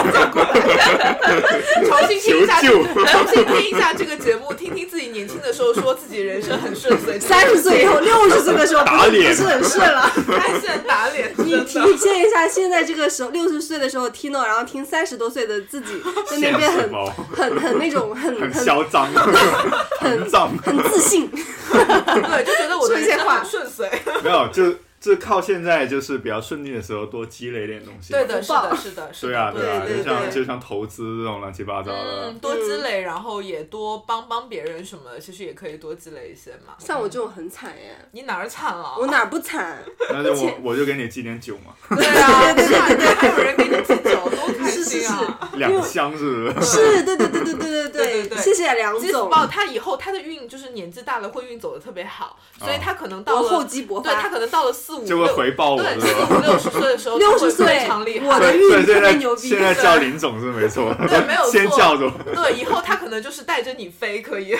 S6: 重新听一下，
S3: 求救
S6: <laughs> 重新听一下这个节目，听听自己年轻的时候说自己人生很顺遂，
S5: 三十岁以
S3: <laughs>
S5: 后、六十岁的时候，
S3: 打
S5: 不是
S3: 脸
S5: 不是很
S3: <laughs>
S5: 顺了。
S6: 开始打脸，真
S5: 你
S6: 的。
S5: 体现一下现在这个时候，六十岁的时候听到，然后听三十多岁的自
S6: <laughs>
S5: 己在那边
S3: 现实
S5: 很
S3: 包
S5: 很很那种很
S3: 很
S5: 很
S3: 嚣张，
S6: <laughs>
S3: 膨胀，
S5: 很自信，啊
S6: 对，就觉得我的人生很顺遂。
S3: 没有，就就靠现在就是比较顺利的时候多积累点东西嘛。
S6: 对的，是的，是的，是的。
S3: 对啊，
S5: 对
S3: 啊，
S5: 对
S3: 就像
S5: 对
S3: 就像投资这种乱七八糟的
S6: 嗯，，多积累，然后也多帮帮别人什么的，其实也可以多积累一些嘛。
S5: 像我这种很惨耶，
S6: 你哪儿惨了？
S5: 我哪儿不惨？
S3: 那就我
S5: 且
S3: 我就给你寄点酒嘛，
S6: <laughs> 对啊，对对对，还有人给你敬酒，多开心啊！
S3: 两箱是不是？
S5: 是，对对对对对对
S6: 对对
S5: 谢谢梁
S6: 其实
S5: 总，
S6: 报哦他以后他的运就是年纪大了会运走的特别好，所以他可能到
S5: 我
S6: 了
S5: 厚积薄
S6: 对他
S5: 发。
S6: 可能到了四四五
S3: <laughs> 哦就会
S6: 六
S3: 回哦报我
S6: 对
S3: 是
S6: 四
S3: 吧？
S6: 五六十岁的 <laughs> 时候，
S5: 60
S6: 就会
S5: 岁
S6: 非常厉害。
S5: 我的
S3: 对
S5: 运
S3: 对，
S5: 特
S3: 现
S5: 别牛
S3: 在
S5: 逼
S3: 现在叫林总是没错，
S6: 对没有
S3: <laughs>
S6: 错
S3: 先叫着我，
S6: 对，以后他可能就是带着你飞，可以。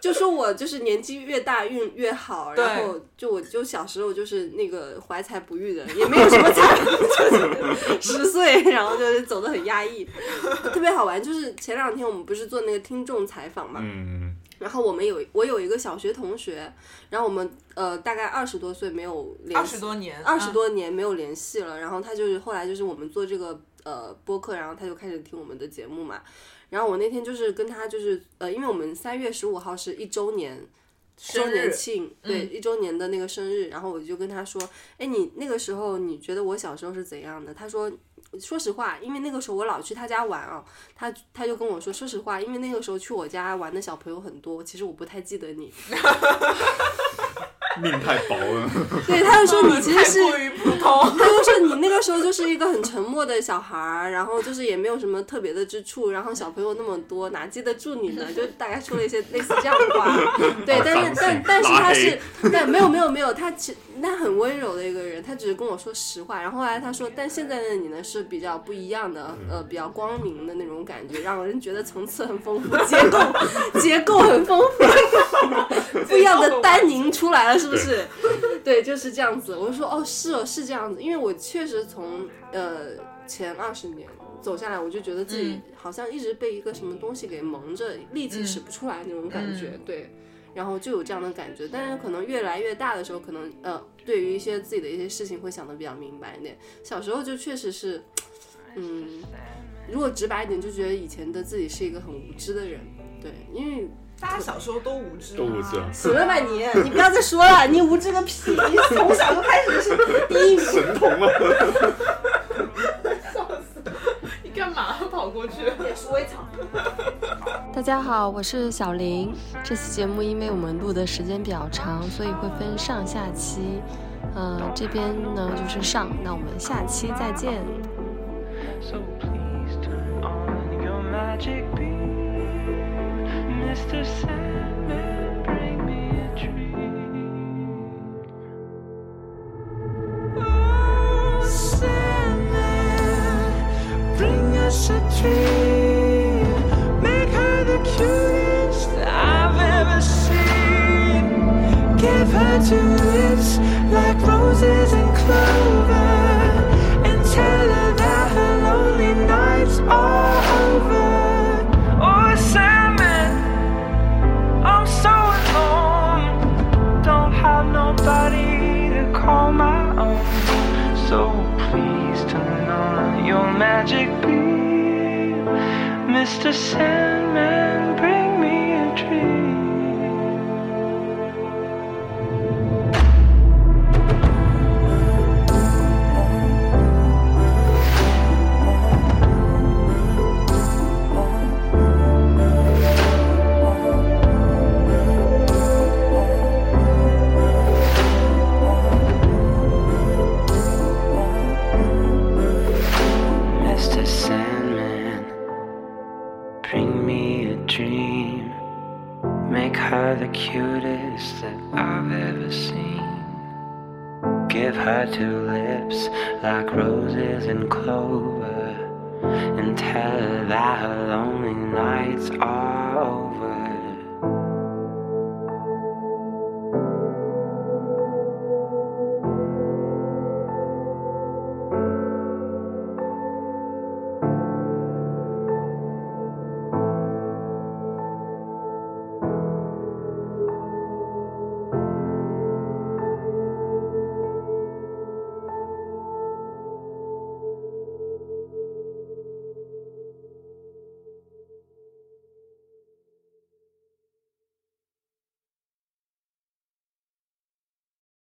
S5: 就说我就是年纪越大运越好，
S6: 对
S5: 然后就我就小时候就是那个怀才不遇的，也没有什么才，就是十岁，然后就是走的很压抑，特别好玩。就是前两天我们不是做那个听众采访嘛，
S3: 嗯，
S5: 然后我们有我有一个小学同学，然后我们呃大概二十多岁没有
S6: <laughs>
S5: 联
S6: 二
S5: 系
S6: 十多年，
S5: 二十多年没有联系了，然后他就是后来就是我们做这个呃播客，然后他就开始听我们的节目嘛。然后我那天就是跟他就是呃，因为我们三月十五号是一周年周
S6: 啊生
S5: 年
S6: 日嗯
S5: 庆，对、一周年的那个生日，然后我就跟他说，哎，你那个时候你觉得我小时候是怎样的？他说，嗯说实话，因为那个时候我老去他家玩啊，他他就跟我说，说实话，因为那个时候去我家玩的小朋友很多，其实我不太记得你。
S3: 命太薄了， <laughs>
S5: 对，他就说你其实
S6: 太
S5: 是
S6: 过于普 <laughs> 通。
S5: 他就说你那个时候就是一个很沉默的小孩儿，然后就是也没有什么特别的之处，然后小朋友那么多，哪记得住你呢？就大概说了一些类似这样的话。对，但是但但是他是，但没有没有没有，他其他很温柔的一个人，他只是跟我说实话。然后后来他说，但现在的你呢是比较不一样的，呃，比较光明的那种感觉，让人觉得层次很丰富，结构结构很丰富。不一样的丹宁出来了，是不是？对，就是这样子。我就说哦，是哦，是这样子，因为我确实从呃前二十年走下来，我就觉得自己好像一直被一个什么东西给蒙着，力气使不出来那种感觉，对。然后就有这样的感觉，但是可能越来越大的时候，可能呃，对于一些自己的一些事情会想的比较明白一点。小时候就确实是，嗯，如果直白一点，就觉得以前的自己是一个很无知的人，对，因为
S6: 大家小时候都无知，
S3: 都无知啊
S5: 死了吧你！你不要再说了，你无知个屁！你从小就开始是第一名。
S3: 神童了，
S6: 你干嘛跑过去？
S7: 大家好，我是小林。这期节目因为我们录的时间比较长，所以会分上下期。呃，这边呢就是上，那我们下期再见。
S8: So please turn on your magic beam, Mr. Sandman, bring me a dream. Oh, Sandman, bring us a dream. Make her the cutest I've ever seen. Give her two lips like roses and clover, and tell her that her lonely nights are over. Oh, Sandman, I'm so alone don't have nobody to call my own. So please turn on your magic beam. Mr. Sandman, bring me a dream. Mr. Sandman, bring me a dream. Make her the cutest that I've ever seen. Give her two lips like roses and clover. And tell her that her lonely nights are over.